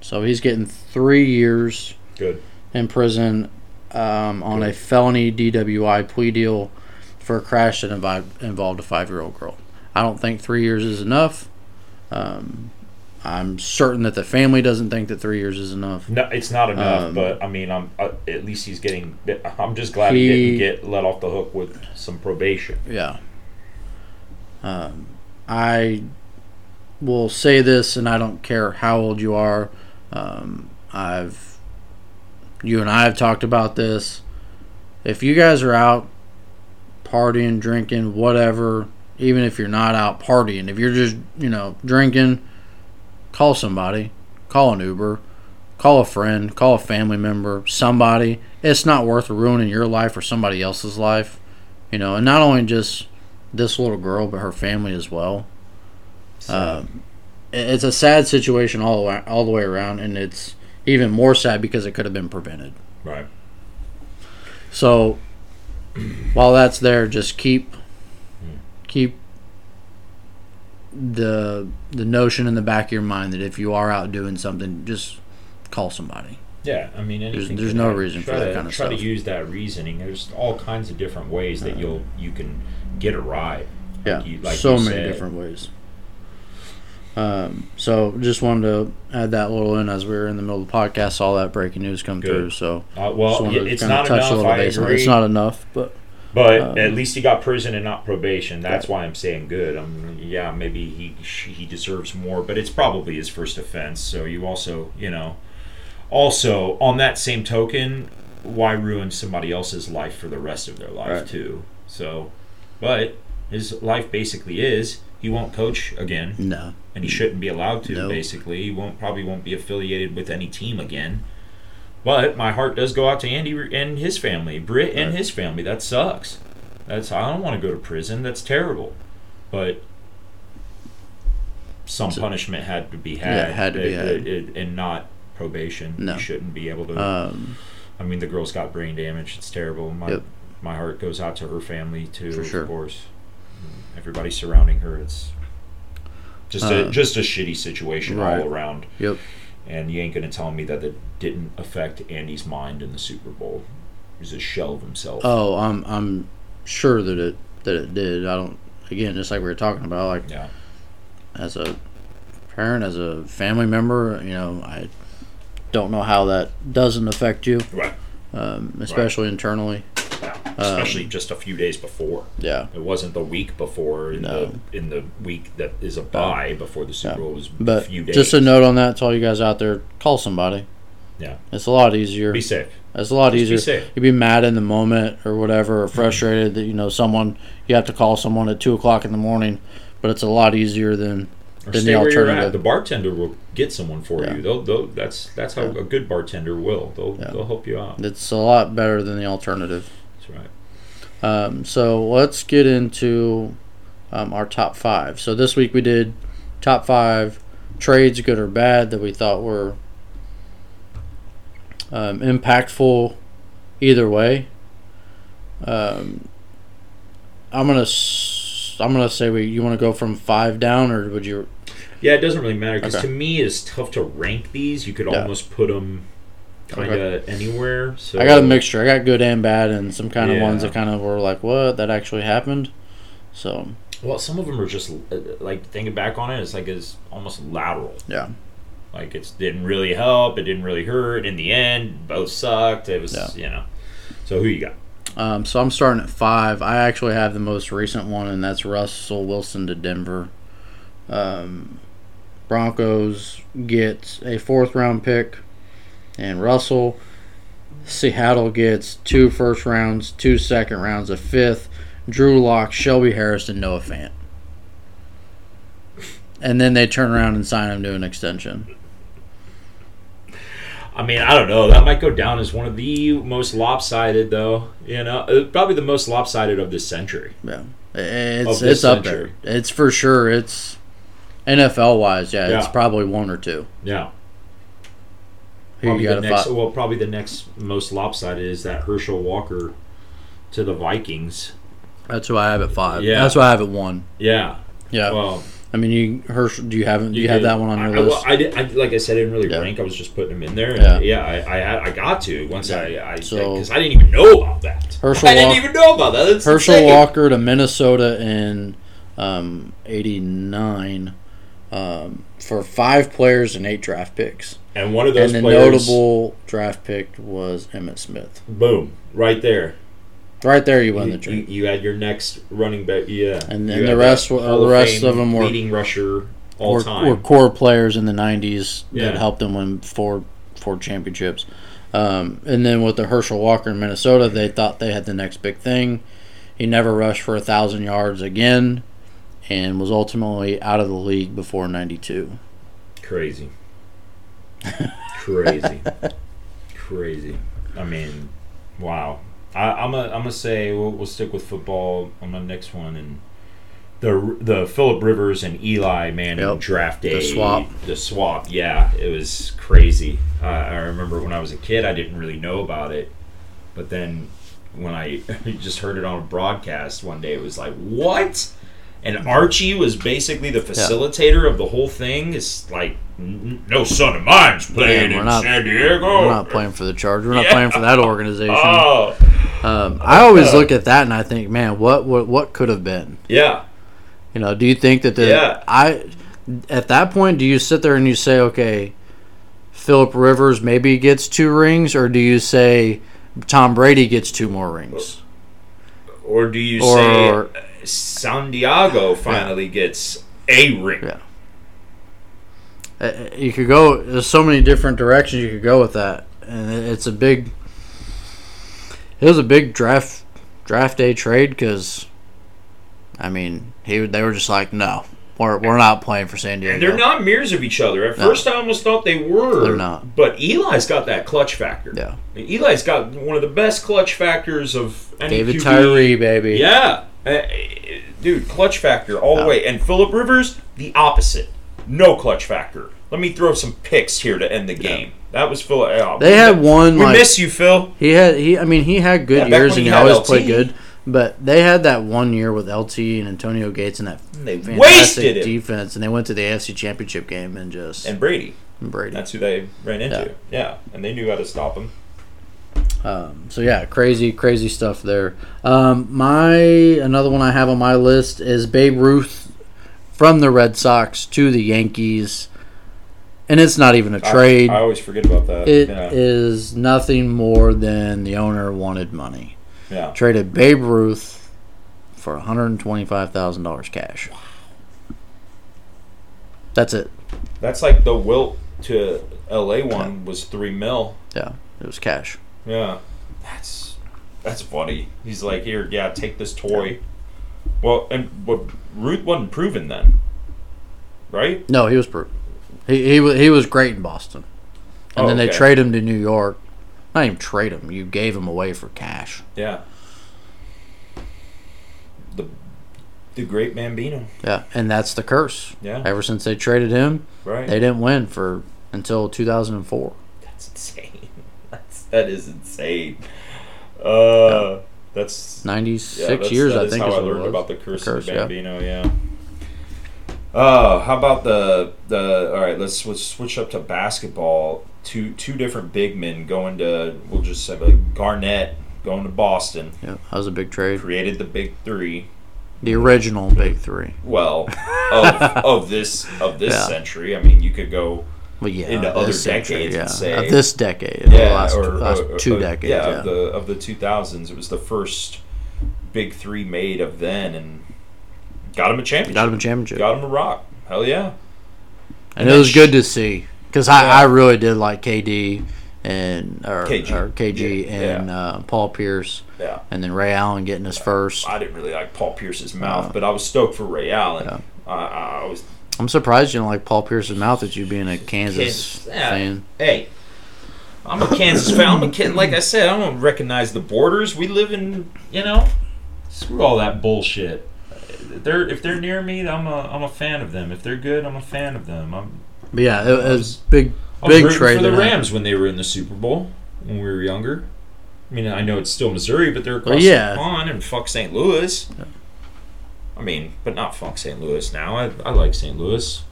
[SPEAKER 2] So he's getting three years
[SPEAKER 1] Good.
[SPEAKER 2] in prison um, on a felony DWI plea deal for a crash that invi- involved a five-year-old girl. I don't think three years is enough. Um, I'm certain that the family doesn't think that three years is enough.
[SPEAKER 1] No, it's not enough.
[SPEAKER 2] Um,
[SPEAKER 1] but I mean, I'm uh, at least he's getting. I'm just glad
[SPEAKER 2] He-
[SPEAKER 1] he, didn't get let off the hook with some probation.
[SPEAKER 2] Yeah. Um, I will say this, and I don't care how old you are. Um, I've, you and I have talked about this. If you guys are out partying, drinking, whatever, even if you're not out partying, if you're just, you know, drinking, call somebody, call an Uber, call a friend, call a family member, somebody. It's not worth ruining your life or somebody else's life you know, and not only just this little girl, but her family as well. Um, i- it's a sad situation all the way, all the way around, and it's even more sad because it could have been prevented.
[SPEAKER 1] Right.
[SPEAKER 2] So while that's there, just keep keep the the notion in the back of your mind that if you are out doing something, just call somebody.
[SPEAKER 1] Yeah, I mean, anything
[SPEAKER 2] there's
[SPEAKER 1] can
[SPEAKER 2] no
[SPEAKER 1] happen.
[SPEAKER 2] reason for
[SPEAKER 1] try
[SPEAKER 2] that
[SPEAKER 1] to,
[SPEAKER 2] kind of
[SPEAKER 1] try
[SPEAKER 2] stuff. Uh,
[SPEAKER 1] to use that reasoning. There's all kinds of different ways that you'll you can get a ride.
[SPEAKER 2] Yeah,
[SPEAKER 1] Like you- like
[SPEAKER 2] so
[SPEAKER 1] you
[SPEAKER 2] many
[SPEAKER 1] said.
[SPEAKER 2] different ways. Um, so just wanted to add that little in as we were in the middle of the podcast, saw that breaking news come
[SPEAKER 1] Good.
[SPEAKER 2] through. So
[SPEAKER 1] Uh,
[SPEAKER 2] just
[SPEAKER 1] well,
[SPEAKER 2] wanted
[SPEAKER 1] it-
[SPEAKER 2] to
[SPEAKER 1] it's
[SPEAKER 2] kinda
[SPEAKER 1] not enough. I
[SPEAKER 2] base on it.
[SPEAKER 1] agree.
[SPEAKER 2] It's not enough, but
[SPEAKER 1] but
[SPEAKER 2] um,
[SPEAKER 1] at least he got prison and not probation. That's why I'm saying good. I'm, yeah, maybe he sh- he deserves more, but it's probably his first offense. So you also, you know, also on that same token, why ruin somebody else's life for the rest of their life
[SPEAKER 2] Right.
[SPEAKER 1] too? So, but his life basically is he won't coach again.
[SPEAKER 2] no.
[SPEAKER 1] and he shouldn't be allowed to.
[SPEAKER 2] No.
[SPEAKER 1] Basically, he won't probably won't be affiliated with any team again. But my heart does go out to Andy and his family, Britt and his family. That sucks. That's I don't want to go to prison. That's terrible. But some
[SPEAKER 2] So-
[SPEAKER 1] punishment had to be had,
[SPEAKER 2] Yeah, it had to be
[SPEAKER 1] It-
[SPEAKER 2] had.
[SPEAKER 1] it- it- and not probation.
[SPEAKER 2] No.
[SPEAKER 1] You shouldn't be able to.
[SPEAKER 2] Um,
[SPEAKER 1] I mean, the girl's got brain damage. It's terrible. My
[SPEAKER 2] Yep.
[SPEAKER 1] my heart goes out to her family too,
[SPEAKER 2] For sure.
[SPEAKER 1] of course. And Everybody surrounding her. It's just
[SPEAKER 2] Uh,
[SPEAKER 1] a just a shitty situation
[SPEAKER 2] right.
[SPEAKER 1] all around.
[SPEAKER 2] yep.
[SPEAKER 1] And you ain't gonna tell me that it didn't affect Andy's mind in the Super Bowl. He's a shell of himself.
[SPEAKER 2] Oh, I'm I'm sure that it that it did. I don't. Again, just like we were talking about, like
[SPEAKER 1] yeah.
[SPEAKER 2] as a parent, as a family member, you know, I don't know how that doesn't affect you,
[SPEAKER 1] Right.
[SPEAKER 2] um, especially internally.
[SPEAKER 1] Yeah. especially just a few days before.
[SPEAKER 2] Yeah.
[SPEAKER 1] It wasn't the week before in
[SPEAKER 2] No.
[SPEAKER 1] the in the week that is a bye before the Super
[SPEAKER 2] Yeah.
[SPEAKER 1] Bowl it was a
[SPEAKER 2] But
[SPEAKER 1] few days.
[SPEAKER 2] just a note on that to all you guys out there, call somebody.
[SPEAKER 1] Yeah.
[SPEAKER 2] It's a lot easier.
[SPEAKER 1] be safe.
[SPEAKER 2] It's a lot
[SPEAKER 1] Just be
[SPEAKER 2] easier.
[SPEAKER 1] safe. Mm-hmm.
[SPEAKER 2] You'd be mad in the moment or whatever, or frustrated that you know someone. You have to call someone at two o'clock in the morning, but it's a lot easier than
[SPEAKER 1] Or
[SPEAKER 2] than
[SPEAKER 1] stay
[SPEAKER 2] the
[SPEAKER 1] where you're at.
[SPEAKER 2] alternative.
[SPEAKER 1] The bartender will get someone for
[SPEAKER 2] Yeah.
[SPEAKER 1] you. They'll, they'll, that's that's how a good bartender will. They'll, they'll help you out.
[SPEAKER 2] It's a lot better than the alternative.
[SPEAKER 1] That's right.
[SPEAKER 2] Um, so let's get into um, our top five. So this week we did top five trades, good or bad, that we thought were um, impactful either way. Um, I'm gonna s- I'm gonna say we, you want to go from five down, or would you?
[SPEAKER 1] Yeah, it doesn't really matter because
[SPEAKER 2] Okay.
[SPEAKER 1] to me it's tough to rank these. You could
[SPEAKER 2] Yeah.
[SPEAKER 1] almost put them kind of anywhere. So
[SPEAKER 2] I got a mixture. I got good and bad, and some kind of
[SPEAKER 1] Yeah.
[SPEAKER 2] ones that kind of were like, what that actually happened. So
[SPEAKER 1] Well, some of them are just uh, like thinking back on it, it's like it's almost lateral.
[SPEAKER 2] Yeah.
[SPEAKER 1] Like it's didn't really help. It didn't really hurt. In the end, both sucked. It was
[SPEAKER 2] Yeah.
[SPEAKER 1] you know. So who you got?
[SPEAKER 2] Um, so I'm starting at five. I actually have the most recent one, and that's Russell Wilson to Denver. Um, Broncos gets a fourth round pick, and Russell. Seattle gets two first rounds, two second rounds, a fifth. Drew Lock, Shelby Harris, and Noah Fant. And then they turn around and sign him to an extension.
[SPEAKER 1] I mean, I don't know. That might go down as one of the most lopsided, though. You know, Uh, probably the most lopsided of this century.
[SPEAKER 2] Yeah,
[SPEAKER 1] Of
[SPEAKER 2] it's
[SPEAKER 1] this
[SPEAKER 2] it's up
[SPEAKER 1] century.
[SPEAKER 2] there. It's for sure. It's NFL wise, yeah, it's
[SPEAKER 1] Yeah.
[SPEAKER 2] probably one or two.
[SPEAKER 1] Yeah.
[SPEAKER 2] Who
[SPEAKER 1] Probably
[SPEAKER 2] you got
[SPEAKER 1] the
[SPEAKER 2] at
[SPEAKER 1] next.
[SPEAKER 2] five?
[SPEAKER 1] Well, probably the next most lopsided is that Herschel Walker to the Vikings.
[SPEAKER 2] That's who I have at five.
[SPEAKER 1] Yeah.
[SPEAKER 2] That's who I have at one.
[SPEAKER 1] Yeah.
[SPEAKER 2] Yeah.
[SPEAKER 1] Well,
[SPEAKER 2] I mean, you Herschel, do you haven't? Do you have
[SPEAKER 1] did-
[SPEAKER 2] that one on
[SPEAKER 1] I-
[SPEAKER 2] your
[SPEAKER 1] I, well,
[SPEAKER 2] list?
[SPEAKER 1] I, did, I like I said, I didn't really
[SPEAKER 2] Yeah.
[SPEAKER 1] rank. I was just putting them in there. And
[SPEAKER 2] Yeah.
[SPEAKER 1] yeah, I, I, had, I got to once I, I
[SPEAKER 2] So-
[SPEAKER 1] because I didn't even know about that.
[SPEAKER 2] Herschel
[SPEAKER 1] I didn't
[SPEAKER 2] Walk-
[SPEAKER 1] even know about that. That's
[SPEAKER 2] Herschel
[SPEAKER 1] insane.
[SPEAKER 2] Walker to Minnesota in um, '89 um, for five players and eight draft picks,
[SPEAKER 1] and one of those
[SPEAKER 2] and the
[SPEAKER 1] players,
[SPEAKER 2] notable draft pick was Emmett Smith.
[SPEAKER 1] boom, right there.
[SPEAKER 2] Right there, you won
[SPEAKER 1] You,
[SPEAKER 2] the
[SPEAKER 1] you,
[SPEAKER 2] trade.
[SPEAKER 1] you had your next running back, yeah,
[SPEAKER 2] And-
[SPEAKER 1] You
[SPEAKER 2] and
[SPEAKER 1] had
[SPEAKER 2] the rest
[SPEAKER 1] that
[SPEAKER 2] were-
[SPEAKER 1] Hall
[SPEAKER 2] the rest
[SPEAKER 1] Fame
[SPEAKER 2] of 'em were-
[SPEAKER 1] leading rusher all
[SPEAKER 2] Were,
[SPEAKER 1] time.
[SPEAKER 2] were core players in the '90s that
[SPEAKER 1] Yeah.
[SPEAKER 2] helped them win four four championships. Um, and then with the Herschel Walker in Minnesota, they thought they had the next big thing. He never rushed for a thousand yards again, and was ultimately out of the league before '92.
[SPEAKER 1] Crazy, crazy, crazy. I mean, wow. I, I'm gonna I'm gonna say we'll, we'll stick with football on the next one and the the Philip Rivers and Eli Manning
[SPEAKER 2] Yep.
[SPEAKER 1] draft day
[SPEAKER 2] swap.
[SPEAKER 1] the swap yeah it was crazy. Uh, I remember when I was a kid I didn't really know about it, but then when I just heard it on a broadcast one day it was like what. And Archie was basically the facilitator of the whole thing. It's like, n- no son of mine's playing
[SPEAKER 2] Yeah, we're
[SPEAKER 1] in
[SPEAKER 2] not-
[SPEAKER 1] San Diego.
[SPEAKER 2] We're not playing for the Chargers. We're not
[SPEAKER 1] Oh. Yeah.
[SPEAKER 2] playing for that organization.
[SPEAKER 1] Oh,
[SPEAKER 2] Um, I always look at that and I think, man, what what, what could have been?
[SPEAKER 1] yeah.
[SPEAKER 2] You know, do you think that the
[SPEAKER 1] Yeah.
[SPEAKER 2] I at that point do you sit there and you say, okay, Philip Rivers maybe gets two rings, or do you say Tom Brady gets two more rings?
[SPEAKER 1] Or do you
[SPEAKER 2] Or-
[SPEAKER 1] say uh, San Diego finally gets a ring?
[SPEAKER 2] Yeah. Uh, You could go. There's so many different directions you could go with that, and it- it's a big. It was a big draft draft day trade because, I mean, he they were just like, no, we're we're not playing for San Diego.
[SPEAKER 1] And they're not mirrors of each other. At
[SPEAKER 2] No.
[SPEAKER 1] first, I almost thought they were.
[SPEAKER 2] They're not.
[SPEAKER 1] But Eli's got that clutch factor.
[SPEAKER 2] Yeah.
[SPEAKER 1] Eli's got one of the best clutch factors of any
[SPEAKER 2] David
[SPEAKER 1] QB.
[SPEAKER 2] Tyree, baby.
[SPEAKER 1] Yeah. Uh, uh, Dude, clutch factor all the way. And Philip Rivers, the opposite. No clutch factor. Let me throw some picks here to end the game. That was Phil. oh,
[SPEAKER 2] They
[SPEAKER 1] we
[SPEAKER 2] had
[SPEAKER 1] mi-
[SPEAKER 2] one,
[SPEAKER 1] We
[SPEAKER 2] like-
[SPEAKER 1] miss you, Phil.
[SPEAKER 2] He had he. I mean, he had
[SPEAKER 1] Yeah,
[SPEAKER 2] good
[SPEAKER 1] back
[SPEAKER 2] years
[SPEAKER 1] when
[SPEAKER 2] and
[SPEAKER 1] he
[SPEAKER 2] he
[SPEAKER 1] had
[SPEAKER 2] always
[SPEAKER 1] LT.
[SPEAKER 2] played good. But they had that one year with LT and Antonio Gates and that
[SPEAKER 1] They wasted
[SPEAKER 2] fantastic
[SPEAKER 1] it.
[SPEAKER 2] defense, and they went to the AFC Championship game and just
[SPEAKER 1] And Brady.
[SPEAKER 2] Brady.
[SPEAKER 1] That's who they ran into. Yeah. And they knew how to stop him.
[SPEAKER 2] Um, so yeah, crazy, crazy stuff there. Um, my another one I have on my list is Babe Ruth from the Red Sox to the Yankees, and it's not even a
[SPEAKER 1] I-
[SPEAKER 2] trade.
[SPEAKER 1] I, always forget about that.
[SPEAKER 2] It is
[SPEAKER 1] yeah.
[SPEAKER 2] nothing more than the owner wanted money.
[SPEAKER 1] Yeah.
[SPEAKER 2] Traded Babe Ruth for $125,000 cash. That's it.
[SPEAKER 1] That's like the Wilt to LA one was three mil.
[SPEAKER 2] Yeah, it was cash.
[SPEAKER 1] Yeah. That's that's funny. He's like, here, yeah, take this toy. Well, and but Ruth wasn't proven then, right?
[SPEAKER 2] No, he was proof. He, he, wa- he was great in Boston. And
[SPEAKER 1] Oh,
[SPEAKER 2] then they
[SPEAKER 1] okay.
[SPEAKER 2] trade him to New York. Not even trade him. You gave him away for cash.
[SPEAKER 1] Yeah. The the great Bambino.
[SPEAKER 2] Yeah, and that's the curse.
[SPEAKER 1] Yeah.
[SPEAKER 2] Ever since they traded him,
[SPEAKER 1] Right.
[SPEAKER 2] they didn't win for until 2004.
[SPEAKER 1] That's insane. That's that is insane. Uh, that's
[SPEAKER 2] 96
[SPEAKER 1] yeah, that's-
[SPEAKER 2] years,
[SPEAKER 1] that
[SPEAKER 2] I
[SPEAKER 1] is
[SPEAKER 2] think
[SPEAKER 1] How
[SPEAKER 2] is
[SPEAKER 1] I
[SPEAKER 2] what it
[SPEAKER 1] learned
[SPEAKER 2] was.
[SPEAKER 1] about the curse,
[SPEAKER 2] Curse,
[SPEAKER 1] of
[SPEAKER 2] yeah.
[SPEAKER 1] Bambino. Yeah. Uh, how about the the? All right, let's switch, switch up to basketball. Two two different big men going to. We'll just say like Garnett going to Boston
[SPEAKER 2] Yeah, that was a big trade.
[SPEAKER 1] created the big three.
[SPEAKER 2] The original big three.
[SPEAKER 1] Well, of of this of this
[SPEAKER 2] Yeah.
[SPEAKER 1] century. I mean, you could go
[SPEAKER 2] Well, yeah,
[SPEAKER 1] Into other
[SPEAKER 2] this
[SPEAKER 1] decades and say-
[SPEAKER 2] of this decade,
[SPEAKER 1] yeah,
[SPEAKER 2] the last,
[SPEAKER 1] or,
[SPEAKER 2] last
[SPEAKER 1] or-
[SPEAKER 2] two
[SPEAKER 1] or-
[SPEAKER 2] decades,
[SPEAKER 1] Yeah,
[SPEAKER 2] yeah,
[SPEAKER 1] Of, the, of the 2000s, it was the first big three made of then, and got him a championship.
[SPEAKER 2] got him a championship,
[SPEAKER 1] Got him a rock. Hell yeah.
[SPEAKER 2] and it was
[SPEAKER 1] sh-
[SPEAKER 2] good to see because I,
[SPEAKER 1] Yeah.
[SPEAKER 2] I really did like KD and or
[SPEAKER 1] KG.
[SPEAKER 2] KG, or KG
[SPEAKER 1] Yeah,
[SPEAKER 2] and Uh, Paul Pierce,
[SPEAKER 1] Yeah.
[SPEAKER 2] and then Ray Allen getting his first.
[SPEAKER 1] I didn't really like Paul Pierce's mouth, but I was stoked for Ray Allen.
[SPEAKER 2] Yeah.
[SPEAKER 1] I, I was.
[SPEAKER 2] I'm surprised you don't like Paul Pierce's mouth at you being a Kansas
[SPEAKER 1] Kansas, yeah.
[SPEAKER 2] fan.
[SPEAKER 1] Hey. I'm a Kansas fan. I'm a kid. Like I said, I don't recognize the borders. We live in, you know,
[SPEAKER 3] Screw all that bullshit. They're if they're near me, I'm a I'm a fan of them. If they're good, I'm a fan of them. I'm
[SPEAKER 2] But yeah, it, it was big,
[SPEAKER 3] I was
[SPEAKER 2] big
[SPEAKER 3] rooting
[SPEAKER 2] trade.
[SPEAKER 3] for the
[SPEAKER 2] that happened.
[SPEAKER 3] Rams when they were in the Super Bowl when we were younger. I mean, I know it's still Missouri, but they're across
[SPEAKER 2] Well, yeah.
[SPEAKER 1] the pond and fuck St. Louis. I mean, but not fuck St. Louis now. I, I like St. Louis.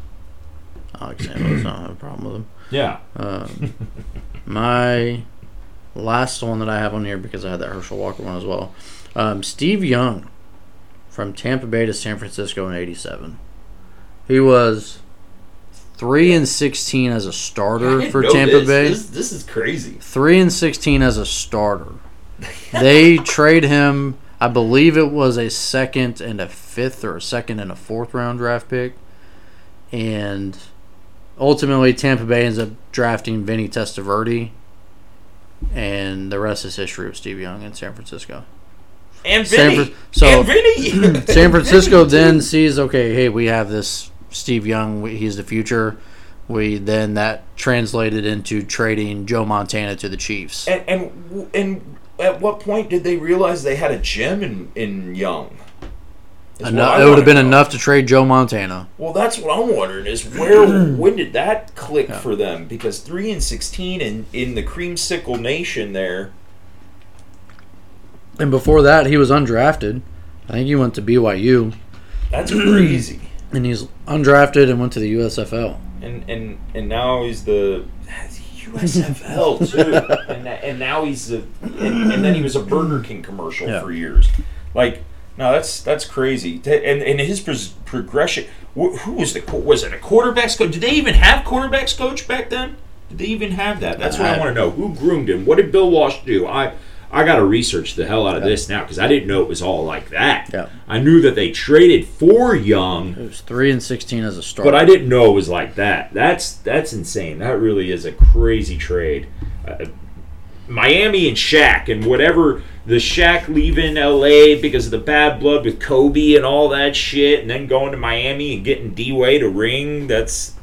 [SPEAKER 2] Alexander was not a problem with him.
[SPEAKER 3] Yeah.
[SPEAKER 2] Um, my last one that I have on here because I had that Herschel Walker one as well. Um, Steve Young from Tampa Bay to San Francisco in '87. He was three and sixteen as a starter for Tampa Bay.
[SPEAKER 1] This, is crazy.
[SPEAKER 2] Three and sixteen as a starter. they trade him. I believe it was a second and a fifth, or a second and a fourth round draft pick, and ultimately Tampa Bay ends up drafting Vinny Testaverde, and the rest is history with Steve Young in San Francisco.
[SPEAKER 1] And
[SPEAKER 2] San
[SPEAKER 1] Vinny.
[SPEAKER 2] Fran- so-
[SPEAKER 1] and Vinny.
[SPEAKER 2] San Francisco then sees, okay, hey, we have this Steve Young. We, he's the future. We then that translated into trading Joe Montana to the Chiefs.
[SPEAKER 1] and, and and at what point did they realize they had a gem in in Young? Is what
[SPEAKER 2] Enough,
[SPEAKER 1] I
[SPEAKER 2] it would have
[SPEAKER 1] wanna
[SPEAKER 2] been
[SPEAKER 1] know.
[SPEAKER 2] enough to trade Joe Montana.
[SPEAKER 1] Well, that's what I'm wondering is where when did that click for them? Because three and sixteen in in the creamsicle nation there.
[SPEAKER 2] And before that, he was undrafted. I think he went to BYU,
[SPEAKER 1] That's crazy.
[SPEAKER 2] and he's undrafted and went to the USFL.
[SPEAKER 1] and and and now he's the USFL too, and that- and now he's the and, and then he was a Burger King commercial
[SPEAKER 2] Yeah.
[SPEAKER 1] for years. Like, no, that's that's crazy. Ta- And and his pres- progression. Wh- who was the co- was it a quarterbacks coach? Did they even have quarterbacks coach back then? Did they even have that? That's what I,
[SPEAKER 2] I-
[SPEAKER 1] want to know. Who
[SPEAKER 3] groomed him. What did Bill Walsh do? I I got to research the hell out of this now because I didn't know it was all like that.
[SPEAKER 2] Yeah.
[SPEAKER 3] I knew that they traded for Young,
[SPEAKER 2] It was three and sixteen as a starter.
[SPEAKER 3] but I didn't know it was like that. That's that's insane. That really is a crazy trade. Uh, Miami and Shaq and whatever the Shaq leaving LA because of the bad blood with Kobe and all that shit, and then going to Miami and getting D Wade a ring. That's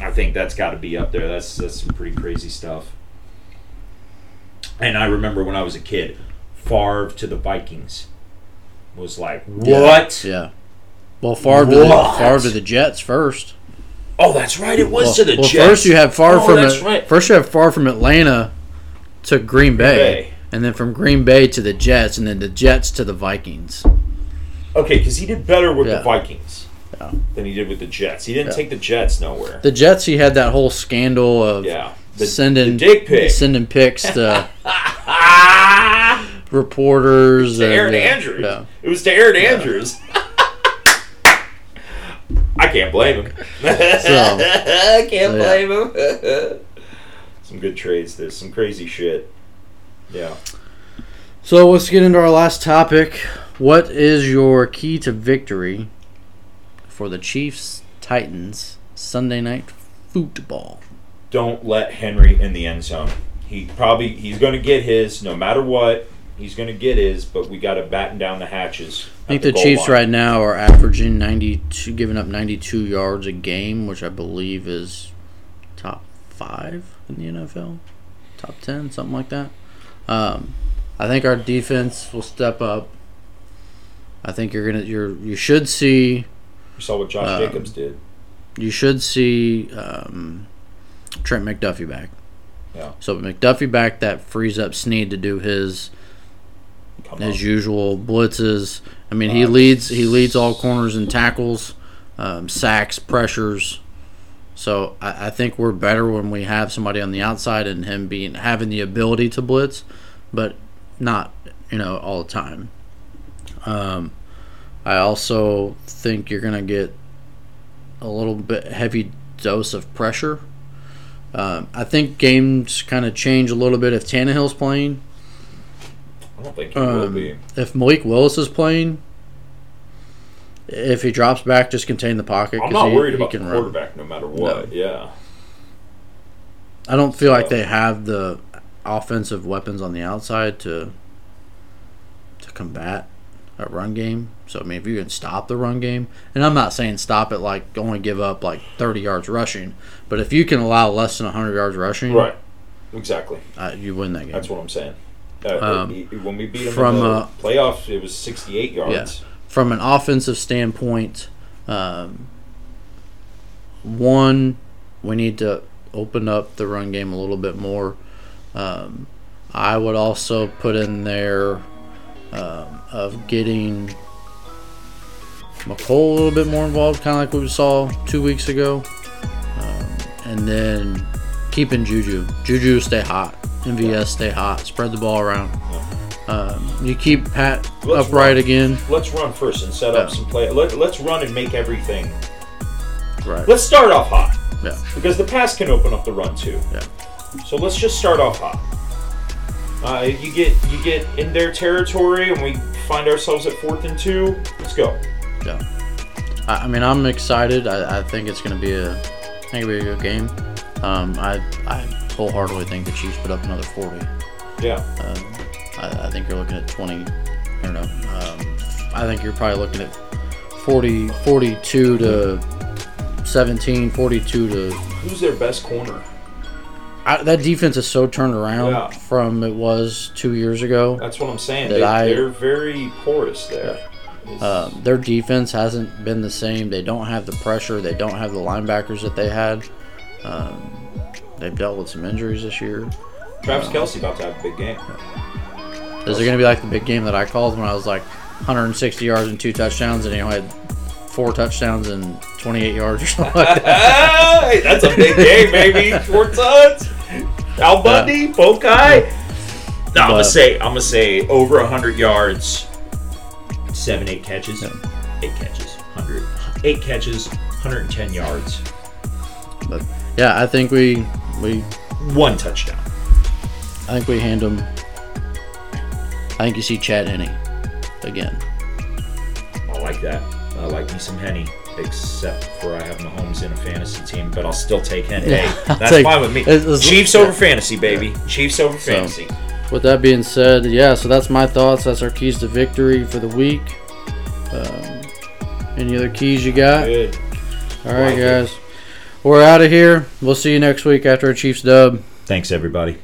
[SPEAKER 3] I think that's got to be up there. That's that's some pretty crazy stuff. And I remember when I was a kid, Favre to the Vikings was like what?
[SPEAKER 2] Yeah. Well, Favre to, the,
[SPEAKER 3] What?
[SPEAKER 2] Favre to the Jets first.
[SPEAKER 3] Oh, that's right. It was
[SPEAKER 2] Well,
[SPEAKER 3] to the
[SPEAKER 2] well,
[SPEAKER 3] Jets.
[SPEAKER 2] first you have Favre
[SPEAKER 3] Oh,
[SPEAKER 2] from
[SPEAKER 3] that's
[SPEAKER 2] a-
[SPEAKER 3] right.
[SPEAKER 2] first you have Favre from Atlanta to Green Bay,
[SPEAKER 1] Bay.
[SPEAKER 2] and then from Green Bay to the Jets, and then the Jets to the Vikings.
[SPEAKER 1] okay? Because he did better with
[SPEAKER 2] Yeah.
[SPEAKER 1] the Vikings
[SPEAKER 2] Yeah.
[SPEAKER 1] than he did with the Jets. He didn't
[SPEAKER 2] Yeah.
[SPEAKER 1] take the Jets nowhere.
[SPEAKER 2] The Jets, he had that whole scandal of
[SPEAKER 1] yeah, the,
[SPEAKER 2] sending
[SPEAKER 1] the dick pic.
[SPEAKER 2] sending pics to
[SPEAKER 1] ah,
[SPEAKER 2] reporters.
[SPEAKER 1] to
[SPEAKER 2] and, uh,
[SPEAKER 1] Aaron
[SPEAKER 2] yeah,
[SPEAKER 1] Andrews.
[SPEAKER 2] yeah.
[SPEAKER 1] It was to Aaron Andrews. I can't blame him. I can't
[SPEAKER 2] so, yeah.
[SPEAKER 1] blame him. some good trades. There's some crazy shit. Yeah.
[SPEAKER 2] So let's get into our last topic. What is your key to victory for the Chiefs Titans Sunday night football?
[SPEAKER 1] Don't let Henry in the end zone. He probably he's going to get his no matter what. He's going to get his, but we got to batten down the hatches.
[SPEAKER 2] I think the, Chiefs right now are averaging 92, giving up 92 yards a game, which I believe is top five in the NFL, top 10, something like that. Um, I think our defense will step up. I think you're gonna you're you should see
[SPEAKER 1] You saw what Josh
[SPEAKER 2] Um,
[SPEAKER 1] Jacobs did.
[SPEAKER 2] you should see um, Trent McDuffie back.
[SPEAKER 1] Yeah.
[SPEAKER 2] So with McDuffie back that frees up Snead to do his
[SPEAKER 1] Come on.
[SPEAKER 2] his usual blitzes. I mean, he
[SPEAKER 1] Uh,
[SPEAKER 2] leads he leads all corners and tackles, um, sacks, pressures. So I, I think we're better when we have somebody on the outside and him being having the ability to blitz, but not you know all the time. Um, I also think you're gonna get a little bit heavy dose of pressure. Um, I think games kind of change a little bit if Tannehill's playing.
[SPEAKER 1] I don't think he will
[SPEAKER 2] um,
[SPEAKER 1] be.
[SPEAKER 2] If Malik Willis is playing, if he drops back, just contain the pocket.
[SPEAKER 1] I'm
[SPEAKER 2] 'cause
[SPEAKER 1] not
[SPEAKER 2] he-
[SPEAKER 1] worried
[SPEAKER 2] he
[SPEAKER 1] about the
[SPEAKER 2] can run.
[SPEAKER 1] quarterback no matter what. Yeah.
[SPEAKER 2] I don't feel like they have the offensive weapons on the outside to to combat a run game. So I mean, if you can stop the run game, and I'm not saying stop it like only give up like 30 yards rushing, but if you can allow less than 100 yards rushing,
[SPEAKER 1] Right. Exactly.
[SPEAKER 2] uh, you win that game.
[SPEAKER 1] That's what I'm saying. Uh,
[SPEAKER 2] Um,
[SPEAKER 1] it- it- when we beat him
[SPEAKER 2] from,
[SPEAKER 1] in the
[SPEAKER 2] uh,
[SPEAKER 1] playoffs, it was 68 yards.
[SPEAKER 2] from an offensive standpoint, um, one, we need to open up the run game a little bit more. Um, I would also put in there um, of getting McColl a little bit more involved, kind of like we saw two weeks ago, um, and then keeping Juju. Juju stay hot. MVS stay hot. Spread the ball around. Um, you keep Pat
[SPEAKER 1] Let's
[SPEAKER 2] upright
[SPEAKER 1] run.
[SPEAKER 2] again.
[SPEAKER 1] Let's run first and set up
[SPEAKER 2] Yeah.
[SPEAKER 1] some play. Let, let's run and make everything.
[SPEAKER 2] Right.
[SPEAKER 1] Let's start off hot
[SPEAKER 2] Yeah.
[SPEAKER 1] because the pass can open up the run too.
[SPEAKER 2] Yeah.
[SPEAKER 1] So let's just start off hot. Uh, you get you get in their territory, and we find ourselves at fourth and two. Let's go.
[SPEAKER 2] Yeah. I, I mean, I'm excited. I, I think it's going to be a, I think it'll be a good game. Um, I, I wholeheartedly think the Chiefs put up another 40.
[SPEAKER 1] Yeah.
[SPEAKER 2] I, I think you're looking at 20. I don't know. Um, I think you're probably looking at 40, 42 to 17, 42 to.
[SPEAKER 1] Who's their best corner?
[SPEAKER 2] I, that defense is so turned around
[SPEAKER 1] Yeah.
[SPEAKER 2] from it was two years ago.
[SPEAKER 1] That's what I'm saying.
[SPEAKER 2] That
[SPEAKER 1] They,
[SPEAKER 2] I-
[SPEAKER 1] they're very porous there. It's-
[SPEAKER 2] Um, their defense hasn't been the same. They don't have the pressure. They don't have the linebackers that they had. Um, they've dealt with some injuries this year.
[SPEAKER 1] Travis Kelsey about to have a big game.
[SPEAKER 2] Is it going to be like the big game that I called when I was like 160 yards and two touchdowns, and he only had four touchdowns and 28 yards or something like that?
[SPEAKER 1] Ah, hey, that's a big game, baby. Four tons. Al Bundy, Bokai. No, I'm
[SPEAKER 2] But-
[SPEAKER 1] gonna say I'm gonna say over hundred yards,
[SPEAKER 3] Seven, eight catches. Eight catches. 100. Eight catches, 110 yards.
[SPEAKER 2] But yeah, I think we we
[SPEAKER 3] One touchdown.
[SPEAKER 2] I think we hand them. I think you see Chad Henney again.
[SPEAKER 3] I like that. I like me some Henny, except for I have Mahomes in a fantasy team, but I'll still take Henny.
[SPEAKER 2] Yeah,
[SPEAKER 3] Hey,
[SPEAKER 2] I'll
[SPEAKER 3] that's
[SPEAKER 2] take-
[SPEAKER 3] fine with me.
[SPEAKER 2] it's- it's-
[SPEAKER 3] Chiefs
[SPEAKER 1] Chiefs over
[SPEAKER 3] over
[SPEAKER 1] fantasy, baby. Chiefs over fantasy.
[SPEAKER 2] With that being said, yeah, so that's my thoughts. That's our keys to victory for the week. Um, any other keys you got?
[SPEAKER 1] Good.
[SPEAKER 2] All right,
[SPEAKER 1] Like it.
[SPEAKER 2] guys. We're out of here. We'll see you next week after a Chiefs dub.
[SPEAKER 3] Thanks, everybody.